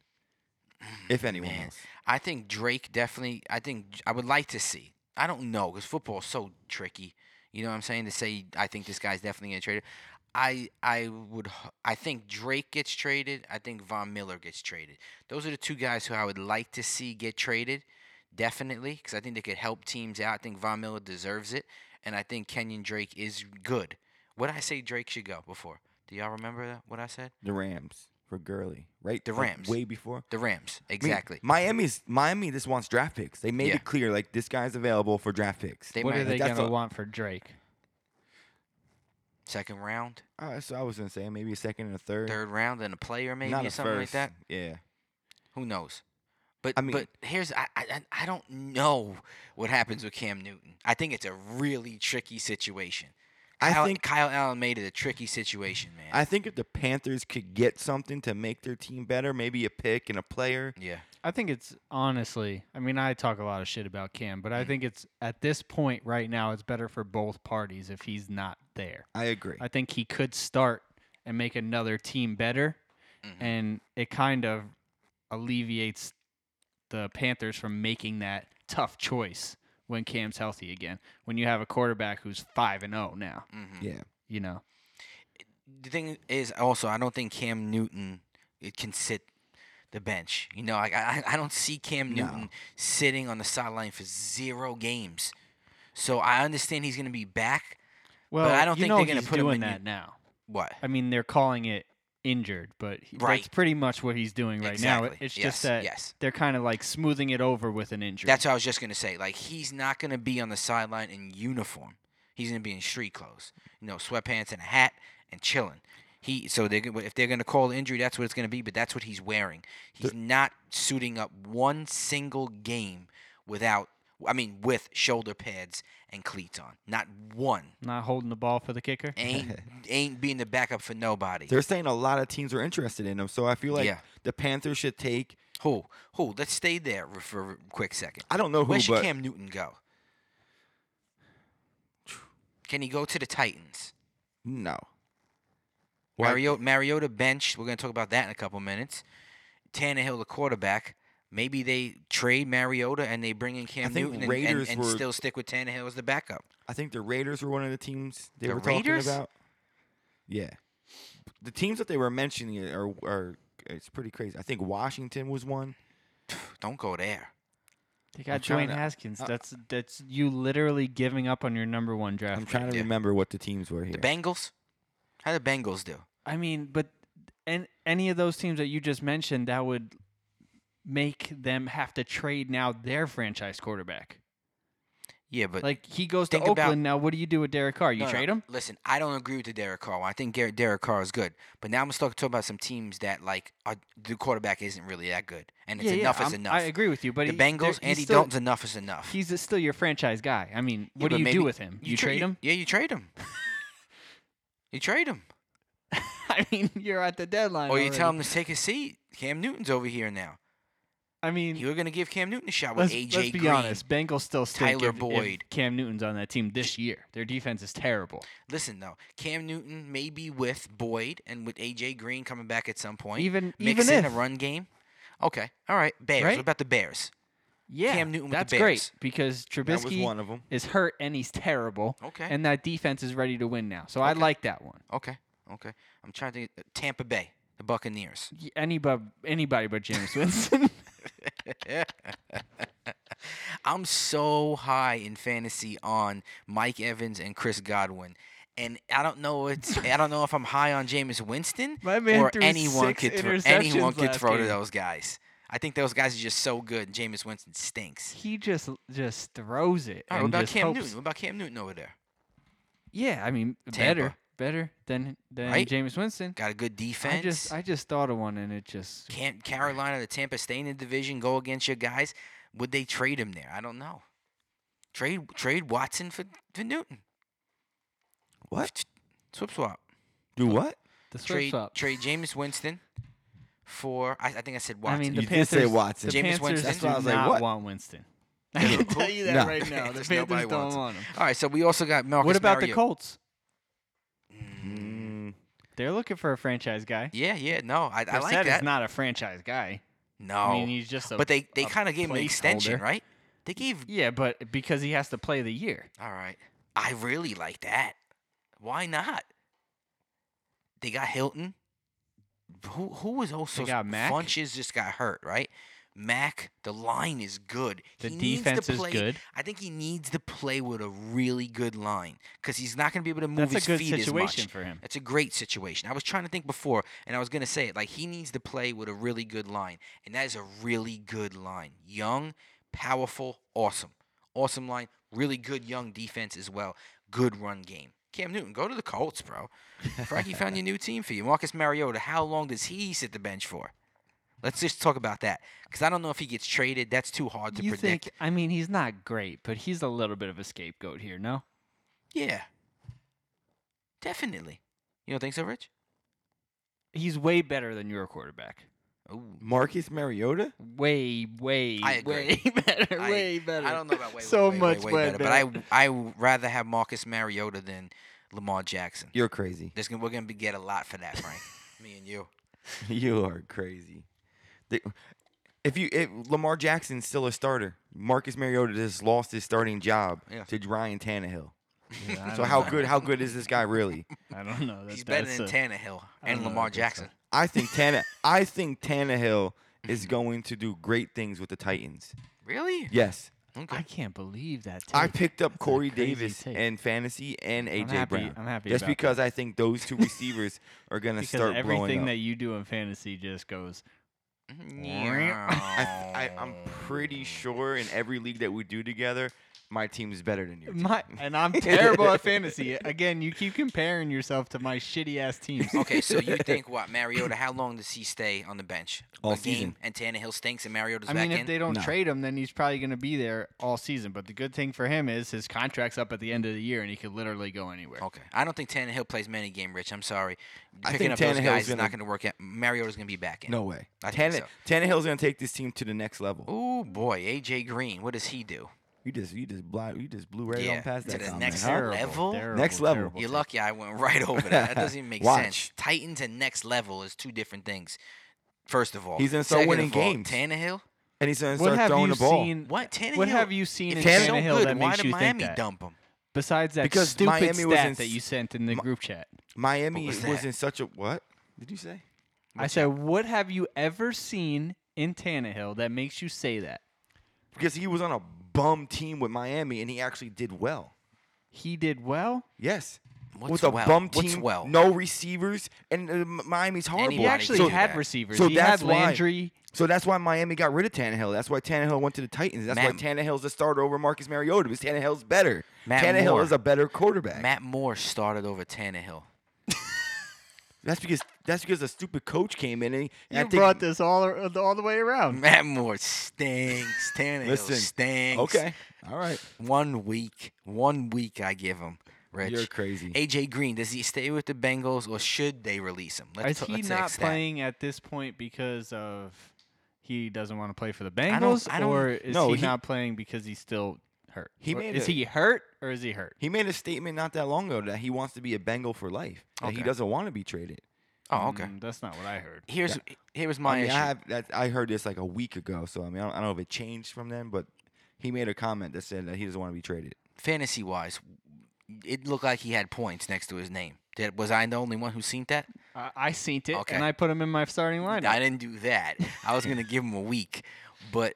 Speaker 2: If anyone
Speaker 1: Man,
Speaker 2: else.
Speaker 1: I think Drake definitely. I think J- I would like to see. I don't know because football's so tricky. You know what I'm saying? To say I think this guy's definitely gonna trade. I I would. h- I think Drake gets traded. I think Von Miller gets traded. Those are the two guys who I would like to see get traded, definitely, because I think they could help teams out. I think Von Miller deserves it, and I think Kenyon Drake is good. What did I say Drake should go before? Do y'all remember that- what I said?
Speaker 2: The Rams for Gurley, right?
Speaker 1: The
Speaker 2: Like,
Speaker 1: Rams.
Speaker 2: way before.
Speaker 1: The Rams,
Speaker 2: I mean,
Speaker 1: exactly.
Speaker 2: Miami's Miami just wants draft picks. They made
Speaker 1: Yeah.
Speaker 2: it clear like this guy's available for draft picks.
Speaker 1: They
Speaker 3: what
Speaker 1: might
Speaker 3: are they
Speaker 2: That's
Speaker 3: going to
Speaker 2: a-
Speaker 3: want for Drake?
Speaker 1: second round,
Speaker 2: Uh, so I was gonna say maybe a second and a third,
Speaker 1: third round, and a player maybe
Speaker 2: not
Speaker 1: or
Speaker 2: a
Speaker 1: something like
Speaker 2: first.
Speaker 1: that.
Speaker 2: Yeah.
Speaker 1: Who knows? But
Speaker 2: I mean-
Speaker 1: but here's I, I I- I don't know what happens with Cam Newton. I think it's a really tricky situation.
Speaker 2: I
Speaker 1: Kyle,
Speaker 2: think-
Speaker 1: Kyle Allen made it a tricky situation, man.
Speaker 2: I think if the Panthers could get something to make their team better, maybe a pick and a player.
Speaker 1: yeah,
Speaker 3: I think it's honestly, I mean, I talk a lot of shit about Cam, but I think it's at this point right now, it's better for both parties if he's not there.
Speaker 2: I agree.
Speaker 3: I think he could start and make another team better, and it kind of alleviates the Panthers from making that tough choice when Cam's healthy again. When you have a quarterback who's five and zero now,
Speaker 1: Mm.
Speaker 2: yeah.
Speaker 3: you know.
Speaker 1: mm-hmm. the thing is also I don't think Cam Newton it can sit the bench. You know, like I I I don't see Cam
Speaker 2: No.
Speaker 1: Newton sitting on the sideline for zero games. So I understand he's going to be back.
Speaker 3: Well,
Speaker 1: I don't
Speaker 3: you
Speaker 1: think
Speaker 3: know
Speaker 1: they're gonna
Speaker 3: he's
Speaker 1: put him
Speaker 3: doing
Speaker 1: in
Speaker 3: that
Speaker 1: you-
Speaker 3: now.
Speaker 1: What?
Speaker 3: I mean, they're calling it injured, but he, that's
Speaker 1: Right.
Speaker 3: pretty much what he's doing right now.
Speaker 1: Exactly.
Speaker 3: It's
Speaker 1: Yes,
Speaker 3: just that
Speaker 1: yes.
Speaker 3: they're kind of like smoothing it over with an injury.
Speaker 1: That's what I was just going to say. Like he's not going to be on the sideline in uniform. He's going to be in street clothes. You know, sweatpants and a hat and chilling. He so they if they're going to call injury, that's what it's going to be, but that's what he's wearing. He's not suiting up one single game without I mean with shoulder pads and cleats on. Not one.
Speaker 3: not holding the ball for the kicker.
Speaker 1: Ain't ain't being the backup for nobody.
Speaker 2: They're saying a lot of teams are interested in him, so I feel like
Speaker 1: Yeah.
Speaker 2: the Panthers should take.
Speaker 1: who? Who? Let's stay there for a quick second.
Speaker 2: I don't know who,
Speaker 1: Where should
Speaker 2: but
Speaker 1: Cam Newton go? Can he go to the Titans?
Speaker 2: no. Why-
Speaker 1: Mariota, Mariota bench. We're going to talk about that in a couple minutes. Tannehill, the quarterback. Maybe they trade Mariota and they bring in Cam
Speaker 2: think
Speaker 1: Newton and, and,
Speaker 2: Raiders
Speaker 1: and
Speaker 2: were-
Speaker 1: still stick with Tannehill as the backup.
Speaker 2: I think the Raiders were one of the teams they
Speaker 1: The
Speaker 2: were
Speaker 1: Raiders?
Speaker 2: talking about. Yeah, the teams that they were mentioning are are it's pretty crazy. I think Washington was one.
Speaker 1: Don't go there.
Speaker 3: They
Speaker 2: I'm
Speaker 3: got
Speaker 2: trying
Speaker 3: Dwayne
Speaker 2: to-
Speaker 3: Haskins.
Speaker 2: uh,
Speaker 3: that's that's you literally giving up on your number one draft.
Speaker 2: I'm trying to
Speaker 1: Yeah.
Speaker 2: remember what the teams were here.
Speaker 1: The Bengals? How the Bengals do?
Speaker 3: I mean, but and any of those teams that you just mentioned that would make them have to trade now their franchise quarterback.
Speaker 1: Yeah, but
Speaker 3: like he goes to
Speaker 1: think about-
Speaker 3: Oakland now. What do you do with Derek Carr? You
Speaker 1: No, no,
Speaker 3: trade him?
Speaker 1: Listen, I don't agree with the Derek Carr. one. I think Garrett, Derek Carr is good, but now I'm gonna start talking about some teams that like are, the quarterback isn't really that good, and it's enough is
Speaker 3: I'm-
Speaker 1: enough.
Speaker 3: I agree with you, but
Speaker 1: The
Speaker 3: he- there-
Speaker 1: Bengals,
Speaker 3: he's
Speaker 1: Andy
Speaker 3: still-
Speaker 1: Dalton's enough is enough.
Speaker 3: He's a- still your franchise guy. I mean,
Speaker 1: Yeah,
Speaker 3: what
Speaker 1: but
Speaker 3: do you
Speaker 1: maybe-
Speaker 3: do with him? You,
Speaker 1: tra-
Speaker 3: trade him?
Speaker 1: Yeah, you trade him. you trade him,
Speaker 3: I mean, you're at the deadline.
Speaker 1: or you tell
Speaker 3: already.
Speaker 1: him to take a seat. Cam Newton's over here now.
Speaker 3: I mean,
Speaker 1: You were gonna give Cam Newton a shot with
Speaker 3: let's,
Speaker 1: AJ
Speaker 3: let's be
Speaker 1: Green.
Speaker 3: honest. Bengals still stink
Speaker 1: Tyler
Speaker 3: if- if
Speaker 1: Boyd.
Speaker 3: Cam Newton's on that team this year. Their defense is terrible.
Speaker 1: Listen though, Cam Newton may be with Boyd and with AJ Green coming back at some point.
Speaker 3: Even-
Speaker 1: mix
Speaker 3: even
Speaker 1: in a
Speaker 3: if.
Speaker 1: run game. Okay, all right. Bears.
Speaker 3: Right?
Speaker 1: What about the Bears?
Speaker 3: Yeah,
Speaker 1: Cam Newton with the
Speaker 3: that's
Speaker 1: Bears.
Speaker 3: great because
Speaker 2: that was
Speaker 3: Trubisky
Speaker 2: one of them.
Speaker 3: is hurt and he's terrible.
Speaker 1: Okay.
Speaker 3: and that defense is ready to win now. So I like that one.
Speaker 1: Okay. Okay. I'm trying to think. Tampa Bay, the Buccaneers.
Speaker 3: Y- Anybody, anybody but James Winston.
Speaker 1: I'm so high in fantasy on Mike Evans and Chris Godwin. And I don't know it's I don't know if I'm high on Jameis Winston
Speaker 3: My man
Speaker 1: or
Speaker 3: threw
Speaker 1: anyone
Speaker 3: six
Speaker 1: could throw
Speaker 3: interceptions
Speaker 1: anyone could
Speaker 3: last
Speaker 1: throw to
Speaker 3: game.
Speaker 1: those guys. I think those guys are just so good. Jameis Winston stinks.
Speaker 3: he just just throws it.
Speaker 1: All right,
Speaker 3: and
Speaker 1: what about
Speaker 3: just
Speaker 1: Cam
Speaker 3: hopes-
Speaker 1: Newton? What about Cam Newton over there?
Speaker 3: Yeah, I mean,
Speaker 1: Tampa.
Speaker 3: better, better than than
Speaker 1: Right?
Speaker 3: James Winston.
Speaker 1: Got a good defense.
Speaker 3: I just I just thought of one and it just
Speaker 1: Can't Carolina, the Tampa, stay in the division, go against your guys? Would they trade him there? I don't know. Trade trade Watson for, for Newton.
Speaker 2: What?
Speaker 1: Swip swap.
Speaker 2: Do what?
Speaker 3: the switch
Speaker 1: Trade
Speaker 3: up.
Speaker 1: trade Jameis Winston for I, I think I said
Speaker 3: I
Speaker 1: Watson.
Speaker 3: mean,
Speaker 2: You
Speaker 3: the
Speaker 2: did
Speaker 3: Panthers
Speaker 2: say Watson.
Speaker 3: The
Speaker 1: Jameis
Speaker 3: Panthers
Speaker 1: Winston.
Speaker 2: That's
Speaker 3: do
Speaker 2: why I was like,
Speaker 3: not
Speaker 2: what?
Speaker 3: want Winston. I can tell you that
Speaker 2: No.
Speaker 3: right now. The
Speaker 1: There's nobody
Speaker 3: Panthers don't
Speaker 1: wants him.
Speaker 3: want him.
Speaker 1: All right, so we also got Marcus
Speaker 3: What about the
Speaker 1: Mariota.
Speaker 3: Colts?
Speaker 2: Mm,
Speaker 3: They're looking for a franchise guy.
Speaker 1: Yeah, yeah, no, I, I
Speaker 3: Brissett
Speaker 1: like
Speaker 3: is
Speaker 1: that.
Speaker 3: not a franchise guy.
Speaker 1: no,
Speaker 3: I mean, he's just a.
Speaker 1: but they they
Speaker 3: a
Speaker 1: kind of gave him an extension,
Speaker 3: placeholder.
Speaker 1: right? They gave.
Speaker 3: Yeah, but because he has to play the year.
Speaker 1: All right, I really like that. Why not? They got Hilton. Who who was also
Speaker 3: got Mack.
Speaker 1: Funches just got hurt, right? Mac, the line is good.
Speaker 3: The
Speaker 1: He needs to
Speaker 3: defense is
Speaker 1: play-
Speaker 3: good.
Speaker 1: I think he needs to play with a really good line because he's not going to be able to move
Speaker 3: That's a
Speaker 1: his
Speaker 3: good
Speaker 1: feet
Speaker 3: situation
Speaker 1: as much.
Speaker 3: for him.
Speaker 1: That's a great situation. I was trying to think before, and I was going to say it like he needs to play with a really good line, and that is a really good line. Young, powerful, awesome, awesome line. Really good young defense as well. Good run game. Cam Newton, go to the Colts, bro. Frankie found your new team for you. Marcus Mariota, how long does he sit the bench for? Let's just talk about that because I don't know if he gets traded. That's too hard to
Speaker 3: you
Speaker 1: predict.
Speaker 3: think? I mean, he's not great, but he's a little bit of a scapegoat here. No,
Speaker 1: Yeah. Definitely. You don't think so, Rich?
Speaker 3: He's way better than your quarterback.
Speaker 1: Ooh.
Speaker 2: Marcus Mariota?
Speaker 3: Way, way,
Speaker 1: I agree.
Speaker 3: way better.
Speaker 1: I-
Speaker 3: way better.
Speaker 1: I don't know about way, way, way,
Speaker 3: So
Speaker 1: way,
Speaker 3: much
Speaker 1: way
Speaker 3: way
Speaker 1: better, but I I would rather have Marcus Mariota than Lamar Jackson.
Speaker 2: You're crazy.
Speaker 1: There's gonna, we're gonna be, get a lot for that, Frank. Me and you.
Speaker 2: you are crazy. They- if you if Lamar Jackson's still a starter, Marcus Mariota just lost his starting job
Speaker 1: Yeah.
Speaker 2: to Ryan Tannehill.
Speaker 3: Yeah, I
Speaker 2: So
Speaker 3: don't
Speaker 2: how
Speaker 3: know.
Speaker 2: good how good is this guy really?
Speaker 3: I don't know. That,
Speaker 1: He's better
Speaker 3: that's
Speaker 1: than
Speaker 3: a-
Speaker 1: Tannehill
Speaker 3: don't
Speaker 1: and
Speaker 3: know
Speaker 1: Lamar
Speaker 3: about this one.
Speaker 1: Jackson.
Speaker 2: I think Tana I think Tannehill is going to do great things with the Titans.
Speaker 1: Really?
Speaker 2: Yes.
Speaker 1: Okay.
Speaker 3: I can't believe that.
Speaker 2: I
Speaker 3: take.
Speaker 2: picked up
Speaker 3: That's a
Speaker 2: Corey
Speaker 3: crazy
Speaker 2: Davis
Speaker 3: take.
Speaker 2: and fantasy and
Speaker 3: I'm
Speaker 2: AJ
Speaker 3: happy-
Speaker 2: Brown.
Speaker 3: I'm happy
Speaker 2: Just
Speaker 3: about that.
Speaker 2: because I think those two receivers are going to
Speaker 3: because
Speaker 2: start blowing
Speaker 3: everything
Speaker 2: up.
Speaker 3: that you do in fantasy just goes.
Speaker 2: I, th- I, I'm pretty sure in every league that we do together, my team is better than your team.
Speaker 3: My, and I'm terrible at fantasy. Again, you keep comparing yourself to my shitty ass teams.
Speaker 1: okay, so you think what Mariota? How long does he stay on the bench?
Speaker 2: All
Speaker 1: A game,
Speaker 2: season.
Speaker 1: And Tannehill stinks, and Mariota's
Speaker 3: I
Speaker 1: back
Speaker 3: mean,
Speaker 1: in.
Speaker 3: if they don't
Speaker 2: No.
Speaker 3: trade him, then he's probably going to be there all season. But the good thing for him is his contract's up at the end of the year, and he could literally go anywhere.
Speaker 1: okay, I don't think Tannehill plays many game, Rich. I'm sorry,
Speaker 2: I
Speaker 1: picking
Speaker 2: think
Speaker 1: up those
Speaker 2: Tannehill's
Speaker 1: guys is
Speaker 2: gonna-
Speaker 1: not going to work out. Mariota's going to be back in.
Speaker 2: No way.
Speaker 1: I think
Speaker 2: Tanne-
Speaker 1: so.
Speaker 2: Tannehill's going to take this team to the next level.
Speaker 1: Oh boy, AJ Green. What does he do?
Speaker 2: You just you just blind, you just blew right
Speaker 1: Yeah,
Speaker 2: on past
Speaker 1: to
Speaker 2: that
Speaker 1: the
Speaker 2: comment,
Speaker 1: next
Speaker 2: huh?
Speaker 1: era. level?
Speaker 2: Next level.
Speaker 3: terrible
Speaker 1: You're
Speaker 3: take.
Speaker 1: lucky I went right over that. That doesn't even make
Speaker 2: Watch.
Speaker 1: sense. Titans and next level is two different things. First of all,
Speaker 2: He's gonna start
Speaker 1: Second
Speaker 2: winning
Speaker 1: of all,
Speaker 2: games.
Speaker 1: Tannehill.
Speaker 2: And he's going to
Speaker 3: What
Speaker 2: start
Speaker 3: have
Speaker 2: throwing
Speaker 3: you
Speaker 2: the ball.
Speaker 3: seen?
Speaker 1: What Tannehill?
Speaker 3: What have you seen in
Speaker 1: If he's so
Speaker 3: Tannehill
Speaker 1: good,
Speaker 3: that
Speaker 1: why
Speaker 3: makes
Speaker 1: did
Speaker 3: you
Speaker 1: Miami
Speaker 3: think that?
Speaker 1: dump him?
Speaker 3: Besides that
Speaker 2: Because
Speaker 3: stupid
Speaker 2: Miami was
Speaker 3: stat
Speaker 2: in
Speaker 3: that
Speaker 2: s-
Speaker 3: you sent in the group chat.
Speaker 2: Miami
Speaker 1: What was
Speaker 2: was,
Speaker 1: that?
Speaker 2: in such a what? Did you say?
Speaker 3: I said, what have you ever seen in Tannehill that makes you say that?
Speaker 2: Because he was on a bum team with Miami and he actually did well.
Speaker 3: He did well.
Speaker 2: Yes.
Speaker 1: What's
Speaker 2: with a
Speaker 1: well?
Speaker 2: bum team,
Speaker 1: What's well?
Speaker 2: no receivers, and uh, M- Miami's horrible.
Speaker 1: Anybody
Speaker 3: He actually
Speaker 1: do
Speaker 3: had
Speaker 1: that.
Speaker 3: receivers.
Speaker 2: So
Speaker 3: he
Speaker 2: that's
Speaker 3: had
Speaker 2: why-
Speaker 3: Landry.
Speaker 2: So that's why Miami got rid of Tannehill. That's why Tannehill went to the Titans. That's why
Speaker 1: Matt-
Speaker 2: Tannehill's the starter over Marcus Mariota because Tannehill's better.
Speaker 1: Matt
Speaker 2: Tannehill
Speaker 1: Moore.
Speaker 2: is a better quarterback.
Speaker 1: Matt Moore started over Tannehill.
Speaker 2: That's because that's because a stupid coach came in and, and I
Speaker 3: You
Speaker 2: think,
Speaker 3: brought this all all the way around.
Speaker 1: Matt Moore stinks. Tannehill
Speaker 2: Listen,
Speaker 1: stinks.
Speaker 2: Okay, all right.
Speaker 1: One week. One week I give him, Rich.
Speaker 2: You're crazy.
Speaker 1: AJ Green, does he stay with the Bengals or should they release him?
Speaker 3: Is
Speaker 1: ta-
Speaker 3: he not
Speaker 1: ask that.
Speaker 3: playing at this point because of he doesn't want to play for the
Speaker 1: don't-
Speaker 3: Bengals,
Speaker 1: I don't-
Speaker 3: or is
Speaker 2: no,
Speaker 3: he,
Speaker 2: he-
Speaker 3: not playing because he's still hurt?
Speaker 2: He
Speaker 3: Or
Speaker 2: made
Speaker 3: is
Speaker 2: a-
Speaker 3: he hurt or is he hurt?
Speaker 2: He made a statement not that long ago that he wants to be a Bengal for life. That he
Speaker 1: Okay.
Speaker 2: doesn't want to be traded.
Speaker 1: Oh, okay.
Speaker 3: Mm, that's not what I heard.
Speaker 1: Here's here was my
Speaker 2: I mean,
Speaker 1: issue.
Speaker 2: I have that. I heard this like a week ago. So I mean, I don't, I don't know if it changed from then, but he made a comment that said that he doesn't want to be traded.
Speaker 1: Fantasy wise, it looked like he had points next to his name. Did, was I the only one who seen that?
Speaker 3: I, I seen it
Speaker 1: Okay.
Speaker 3: and I put him in my starting lineup.
Speaker 1: I didn't do that. I was gonna give him a week, but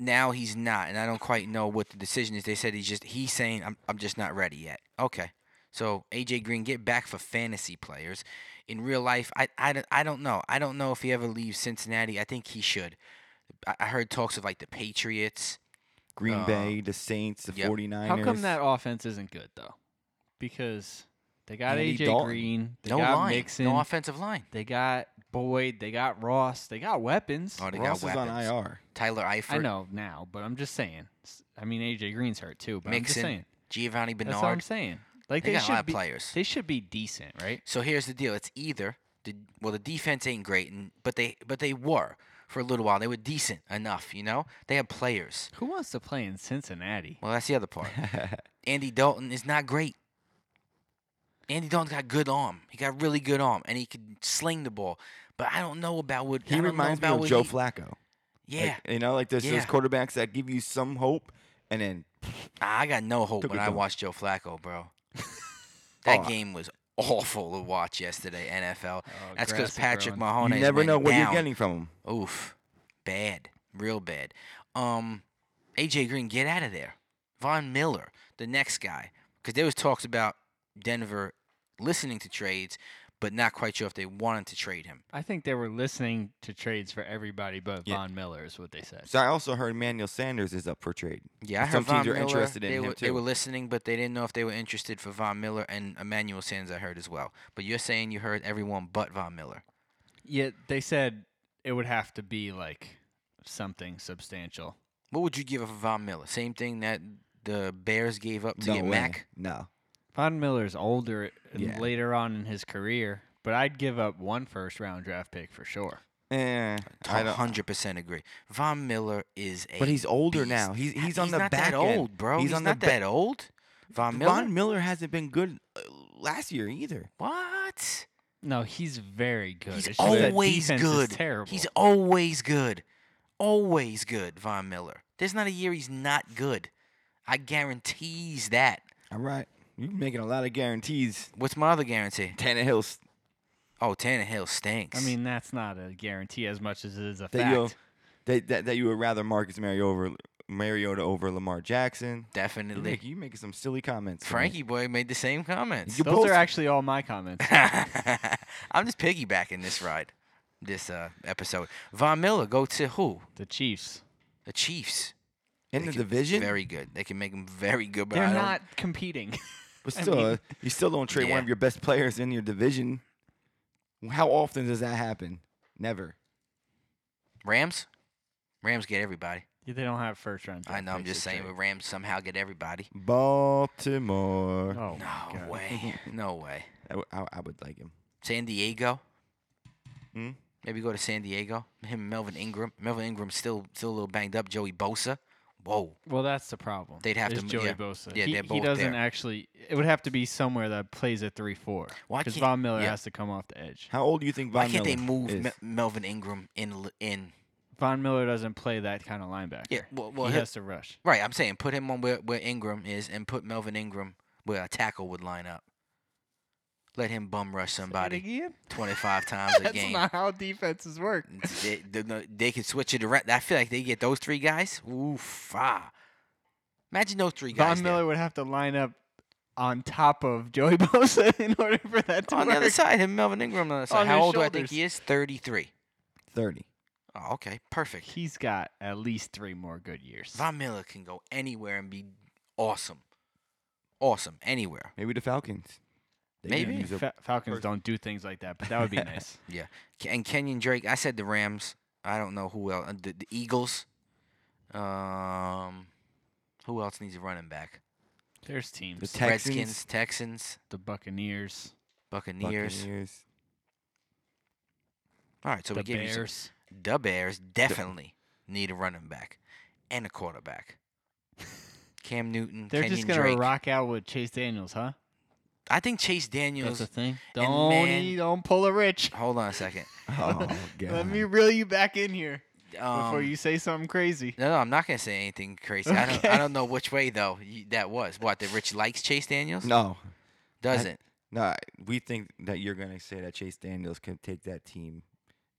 Speaker 1: now he's not, and I don't quite know what the decision is. They said he's just he's saying I'm I'm just not ready yet. Okay, so AJ Green get back for fantasy players. In real life, I I, don't- I don't know. I don't know if he ever leaves Cincinnati. I think he should. I, I heard talks of like the Patriots.
Speaker 2: Green
Speaker 1: Uh,
Speaker 2: Bay, the Saints, the
Speaker 1: yep.
Speaker 2: 49ers.
Speaker 3: How come that offense isn't good though? Because they got
Speaker 2: Andy
Speaker 3: AJ
Speaker 2: Dalton.
Speaker 3: Green, they
Speaker 1: No
Speaker 3: got
Speaker 1: line,
Speaker 3: Mixon,
Speaker 1: no offensive line.
Speaker 3: they got Boyd, they got Ross, they got weapons.
Speaker 1: Oh, they
Speaker 2: Ross
Speaker 1: got
Speaker 2: is on
Speaker 1: weapons.
Speaker 2: IR.
Speaker 1: Tyler Eifert.
Speaker 3: I know now, but I'm just saying. S- I mean, AJ Green's hurt too, but I'm just
Speaker 1: Mixon,
Speaker 3: saying.
Speaker 1: Giovanni
Speaker 3: That's what I'm
Speaker 1: Bernard.
Speaker 3: saying. Like
Speaker 1: They
Speaker 3: they,
Speaker 1: got a
Speaker 3: should
Speaker 1: lot of
Speaker 3: be,
Speaker 1: players.
Speaker 3: They should be decent, right?
Speaker 1: So here's the deal: it's either the well, the defense ain't great, and but they but they were for a little while. They were decent enough, you know. They had players.
Speaker 3: Who wants to play in Cincinnati?
Speaker 1: Well, that's the other part. Andy Dalton is not great. Andy Dalton's got good arm. He got really good arm, and he can sling the ball. But I don't know about what I
Speaker 2: he
Speaker 1: don't know
Speaker 2: reminds me
Speaker 1: about
Speaker 2: of
Speaker 1: what
Speaker 2: Joe
Speaker 1: he-
Speaker 2: Flacco.
Speaker 1: Yeah,
Speaker 2: Like, you know, like there's
Speaker 1: Yeah.
Speaker 2: those quarterbacks that give you some hope, and then
Speaker 1: I got no hope
Speaker 2: Took
Speaker 1: when
Speaker 2: it
Speaker 1: I
Speaker 2: down.
Speaker 1: watched Joe Flacco, bro. that
Speaker 2: Oh, I-
Speaker 1: game was awful to watch yesterday. NFL.
Speaker 3: Oh,
Speaker 1: that's
Speaker 3: grass
Speaker 1: because
Speaker 3: is
Speaker 1: Patrick
Speaker 3: growing.
Speaker 1: Mahoney.
Speaker 2: you never
Speaker 1: went
Speaker 2: know what
Speaker 1: down.
Speaker 2: you're getting from him.
Speaker 1: Oof, bad, real bad. Um, AJ Green, get out of there. Von Miller, the next guy, because there was talks about Denver listening to trades, but not quite sure if they wanted to trade him.
Speaker 3: I think they were listening to trades for everybody but
Speaker 2: Yeah.
Speaker 3: Von Miller is what they said.
Speaker 2: So I also heard Manuel Sanders is up for trade.
Speaker 1: Yeah, I
Speaker 2: And some
Speaker 1: heard Von
Speaker 2: teams are
Speaker 1: Miller,
Speaker 2: interested in
Speaker 1: they
Speaker 2: him,
Speaker 1: were, They
Speaker 2: too.
Speaker 1: were listening, but they didn't know if they were interested for Von Miller and Emmanuel Sanders. I heard as well. But you're saying you heard everyone but Von Miller.
Speaker 3: Yet they said it would have to be like something substantial.
Speaker 1: What would you give up for Von Miller? Same thing that the Bears gave up to
Speaker 2: no
Speaker 1: get
Speaker 2: way.
Speaker 1: Mac.
Speaker 2: No.
Speaker 3: Von Miller's older and
Speaker 2: Yeah.
Speaker 3: later on in his career, but I'd give up one first round draft pick for sure.
Speaker 2: Eh, I don't.
Speaker 1: hundred percent agree. Von Miller is a.
Speaker 2: But he's older
Speaker 1: beast.
Speaker 2: now. He's he's
Speaker 1: he's
Speaker 2: on the
Speaker 1: not
Speaker 2: back
Speaker 1: that
Speaker 2: end.
Speaker 1: old, bro.
Speaker 2: He's,
Speaker 1: He's,
Speaker 2: on
Speaker 1: not
Speaker 2: the back.
Speaker 1: that old. Von Miller.
Speaker 2: Von Miller hasn't been good uh, last year either.
Speaker 1: what?
Speaker 3: No, he's very good.
Speaker 1: He's
Speaker 3: It's just that
Speaker 1: always
Speaker 3: defense is
Speaker 1: good.
Speaker 3: terrible.
Speaker 1: He's always good. Always good, Von Miller. There's not a year he's not good. I guarantees that.
Speaker 2: All right, you're making a lot of guarantees.
Speaker 1: What's my other guarantee?
Speaker 2: Tannehill's
Speaker 1: Oh, Tannehill stinks.
Speaker 3: I mean, that's not a guarantee as much as it is a
Speaker 2: that
Speaker 3: fact.
Speaker 2: you that, that that you would rather Marcus Mariota over Mariota over Lamar Jackson. You
Speaker 1: definitely.
Speaker 2: make, you making some silly comments, man.
Speaker 1: Frankie boy made the same comments.
Speaker 2: You
Speaker 3: Those
Speaker 2: both-
Speaker 3: are actually all my comments.
Speaker 1: I'm just piggybacking this ride, this uh, episode. Von Miller go to who?
Speaker 3: The Chiefs.
Speaker 1: The Chiefs.
Speaker 2: in
Speaker 1: They
Speaker 2: the
Speaker 1: can-
Speaker 2: division.
Speaker 1: Very good. They can make him very good, but
Speaker 3: They're
Speaker 1: I don't-
Speaker 3: not competing.
Speaker 2: But
Speaker 3: I
Speaker 2: still,
Speaker 3: mean-
Speaker 2: uh, you still don't trade one
Speaker 1: Yeah.
Speaker 2: of your best players in your division. How often does that happen? Never.
Speaker 1: Rams. Rams get everybody.
Speaker 3: they don't have first round.
Speaker 1: I
Speaker 3: draft
Speaker 1: know. I'm
Speaker 3: picks
Speaker 1: just
Speaker 3: to
Speaker 1: saying,
Speaker 3: trade.
Speaker 1: but Rams somehow get everybody.
Speaker 2: Baltimore.
Speaker 3: Oh my
Speaker 1: No
Speaker 3: God.
Speaker 1: way. No way.
Speaker 2: I, w- I- I would like him.
Speaker 1: San Diego.
Speaker 2: Hmm?
Speaker 1: Maybe go to San Diego. Him, and Melvin Ingram. Melvin Ingram's still still a little banged up. Joey Bosa. Whoa.
Speaker 3: Well, that's the problem.
Speaker 1: They'd have
Speaker 3: is
Speaker 1: to m-
Speaker 3: Joey
Speaker 1: yeah.
Speaker 3: Bosa.
Speaker 1: Yeah,
Speaker 3: he,
Speaker 1: they're
Speaker 3: he
Speaker 1: both
Speaker 3: doesn't
Speaker 1: there.
Speaker 3: actually. It would have to be somewhere that plays a three-four.
Speaker 1: Why
Speaker 3: Because
Speaker 1: can't-
Speaker 3: Von Miller
Speaker 1: yeah.
Speaker 3: has to come off the edge.
Speaker 2: How old do you think Von
Speaker 1: Why can't they
Speaker 2: Miller
Speaker 1: move
Speaker 2: is?
Speaker 1: Me- Melvin Ingram in l- in?
Speaker 3: Von Miller doesn't play that kind of linebacker.
Speaker 1: Yeah. Well, well
Speaker 3: he
Speaker 1: he-
Speaker 3: has to rush.
Speaker 1: right. I'm saying put him on where, where Ingram is, and put Melvin Ingram where a tackle would line up. Let him bum rush somebody 25 times a
Speaker 3: That's
Speaker 1: game.
Speaker 3: not how defenses work.
Speaker 1: they, they, no, they can switch it around. I feel like they get those three guys. Oof. Ah. Imagine those three guys.
Speaker 3: Von
Speaker 1: there.
Speaker 3: Miller would have to line up on top of Joey Bosa in order for that to
Speaker 1: on the
Speaker 3: work.
Speaker 1: other side, him Melvin Ingram on the other side.
Speaker 3: On
Speaker 1: How
Speaker 3: his
Speaker 1: old do I think
Speaker 3: shoulders.
Speaker 1: he is? 33.
Speaker 2: 30.
Speaker 1: Oh, okay. Perfect.
Speaker 3: He's got at least three more good years.
Speaker 1: Von Miller can go anywhere and be awesome. Awesome. Anywhere.
Speaker 2: Maybe the Falcons. They could
Speaker 1: Maybe.
Speaker 2: use a-
Speaker 3: Fa- Falcons
Speaker 2: first-
Speaker 3: don't do things like that, but that would be nice.
Speaker 1: Ke- And Kenyon Drake, I said the Rams. I don't know who else. The, the Eagles. Um, who else needs a running back?
Speaker 3: There's teams.
Speaker 2: The
Speaker 3: The,
Speaker 2: Texans.
Speaker 1: Redskins, Texans,
Speaker 3: Buccaneers,
Speaker 1: Buccaneers.
Speaker 2: Buccaneers.
Speaker 1: All right, so
Speaker 3: the
Speaker 1: we gave you some-
Speaker 3: Bears.
Speaker 1: the Bears definitely need a running back and a quarterback. Cam Newton,
Speaker 3: They're
Speaker 1: Kenyon
Speaker 3: just gonna
Speaker 1: Drake.
Speaker 3: rock out with Chase Daniels, huh?
Speaker 1: I think Chase Daniels.
Speaker 3: That's the thing.
Speaker 1: and
Speaker 3: Don't
Speaker 1: man-
Speaker 3: e- don't pull a rich.
Speaker 1: hold on a second.
Speaker 2: Oh, God.
Speaker 3: Let me reel you back in here
Speaker 1: Um,
Speaker 3: before you say something crazy.
Speaker 1: No, no, I'm not gonna say anything crazy. I don't.
Speaker 3: Okay.
Speaker 1: I don't know which way though. You, that was what that Rich likes Chase Daniels.
Speaker 2: No.
Speaker 1: doesn't.
Speaker 2: No, I- we think that you're going to say that Chase Daniels can take that team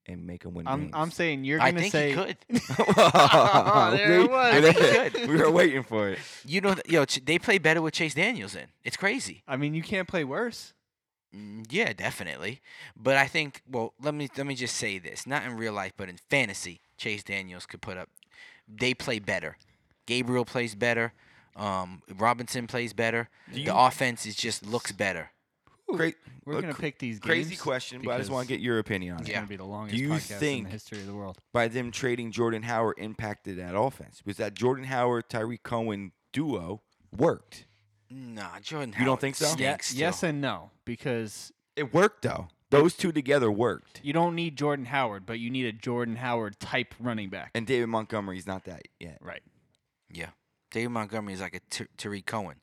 Speaker 2: and make them win
Speaker 3: I'm
Speaker 2: games.
Speaker 3: I'm saying you're
Speaker 1: I
Speaker 3: gonna
Speaker 1: think
Speaker 3: say
Speaker 1: he could.
Speaker 3: There it
Speaker 2: We-
Speaker 3: was.
Speaker 2: we-
Speaker 1: I think he could.
Speaker 2: We were waiting for it.
Speaker 1: You know, th- yo, Ch- they play better with Chase Daniels in. It's crazy.
Speaker 3: I mean, you can't play worse.
Speaker 1: Mm, Yeah, definitely. But I think, well, let me let me just say this: not in real life, but in fantasy, Chase Daniels could put up. They play better. Gabriel plays better. Um, Robinson plays better. the offense is just looks better.
Speaker 2: Great.
Speaker 3: We're
Speaker 2: Look,
Speaker 3: gonna pick these games.
Speaker 2: Crazy question, but I just want to
Speaker 3: because
Speaker 2: get your opinion on
Speaker 3: It's
Speaker 2: it.
Speaker 1: Yeah.
Speaker 3: gonna be the longest
Speaker 2: you
Speaker 3: podcast in
Speaker 2: think-
Speaker 3: the history of the world.
Speaker 2: By them trading Jordan Howard impacted that offense. Was that Jordan Howard Tyreek Cohen duo worked?
Speaker 1: Nah, Jordan.
Speaker 2: You don't
Speaker 1: Howard
Speaker 2: think so?
Speaker 1: stinks
Speaker 2: Yeah,
Speaker 1: still.
Speaker 3: Yes and no, because
Speaker 2: It worked though. Those two together worked.
Speaker 3: you don't need Jordan Howard, but you need a Jordan Howard type running back.
Speaker 2: And David Montgomery's not that yet.
Speaker 3: Right.
Speaker 1: Yeah. David Montgomery is like a T- Tariq Cohen.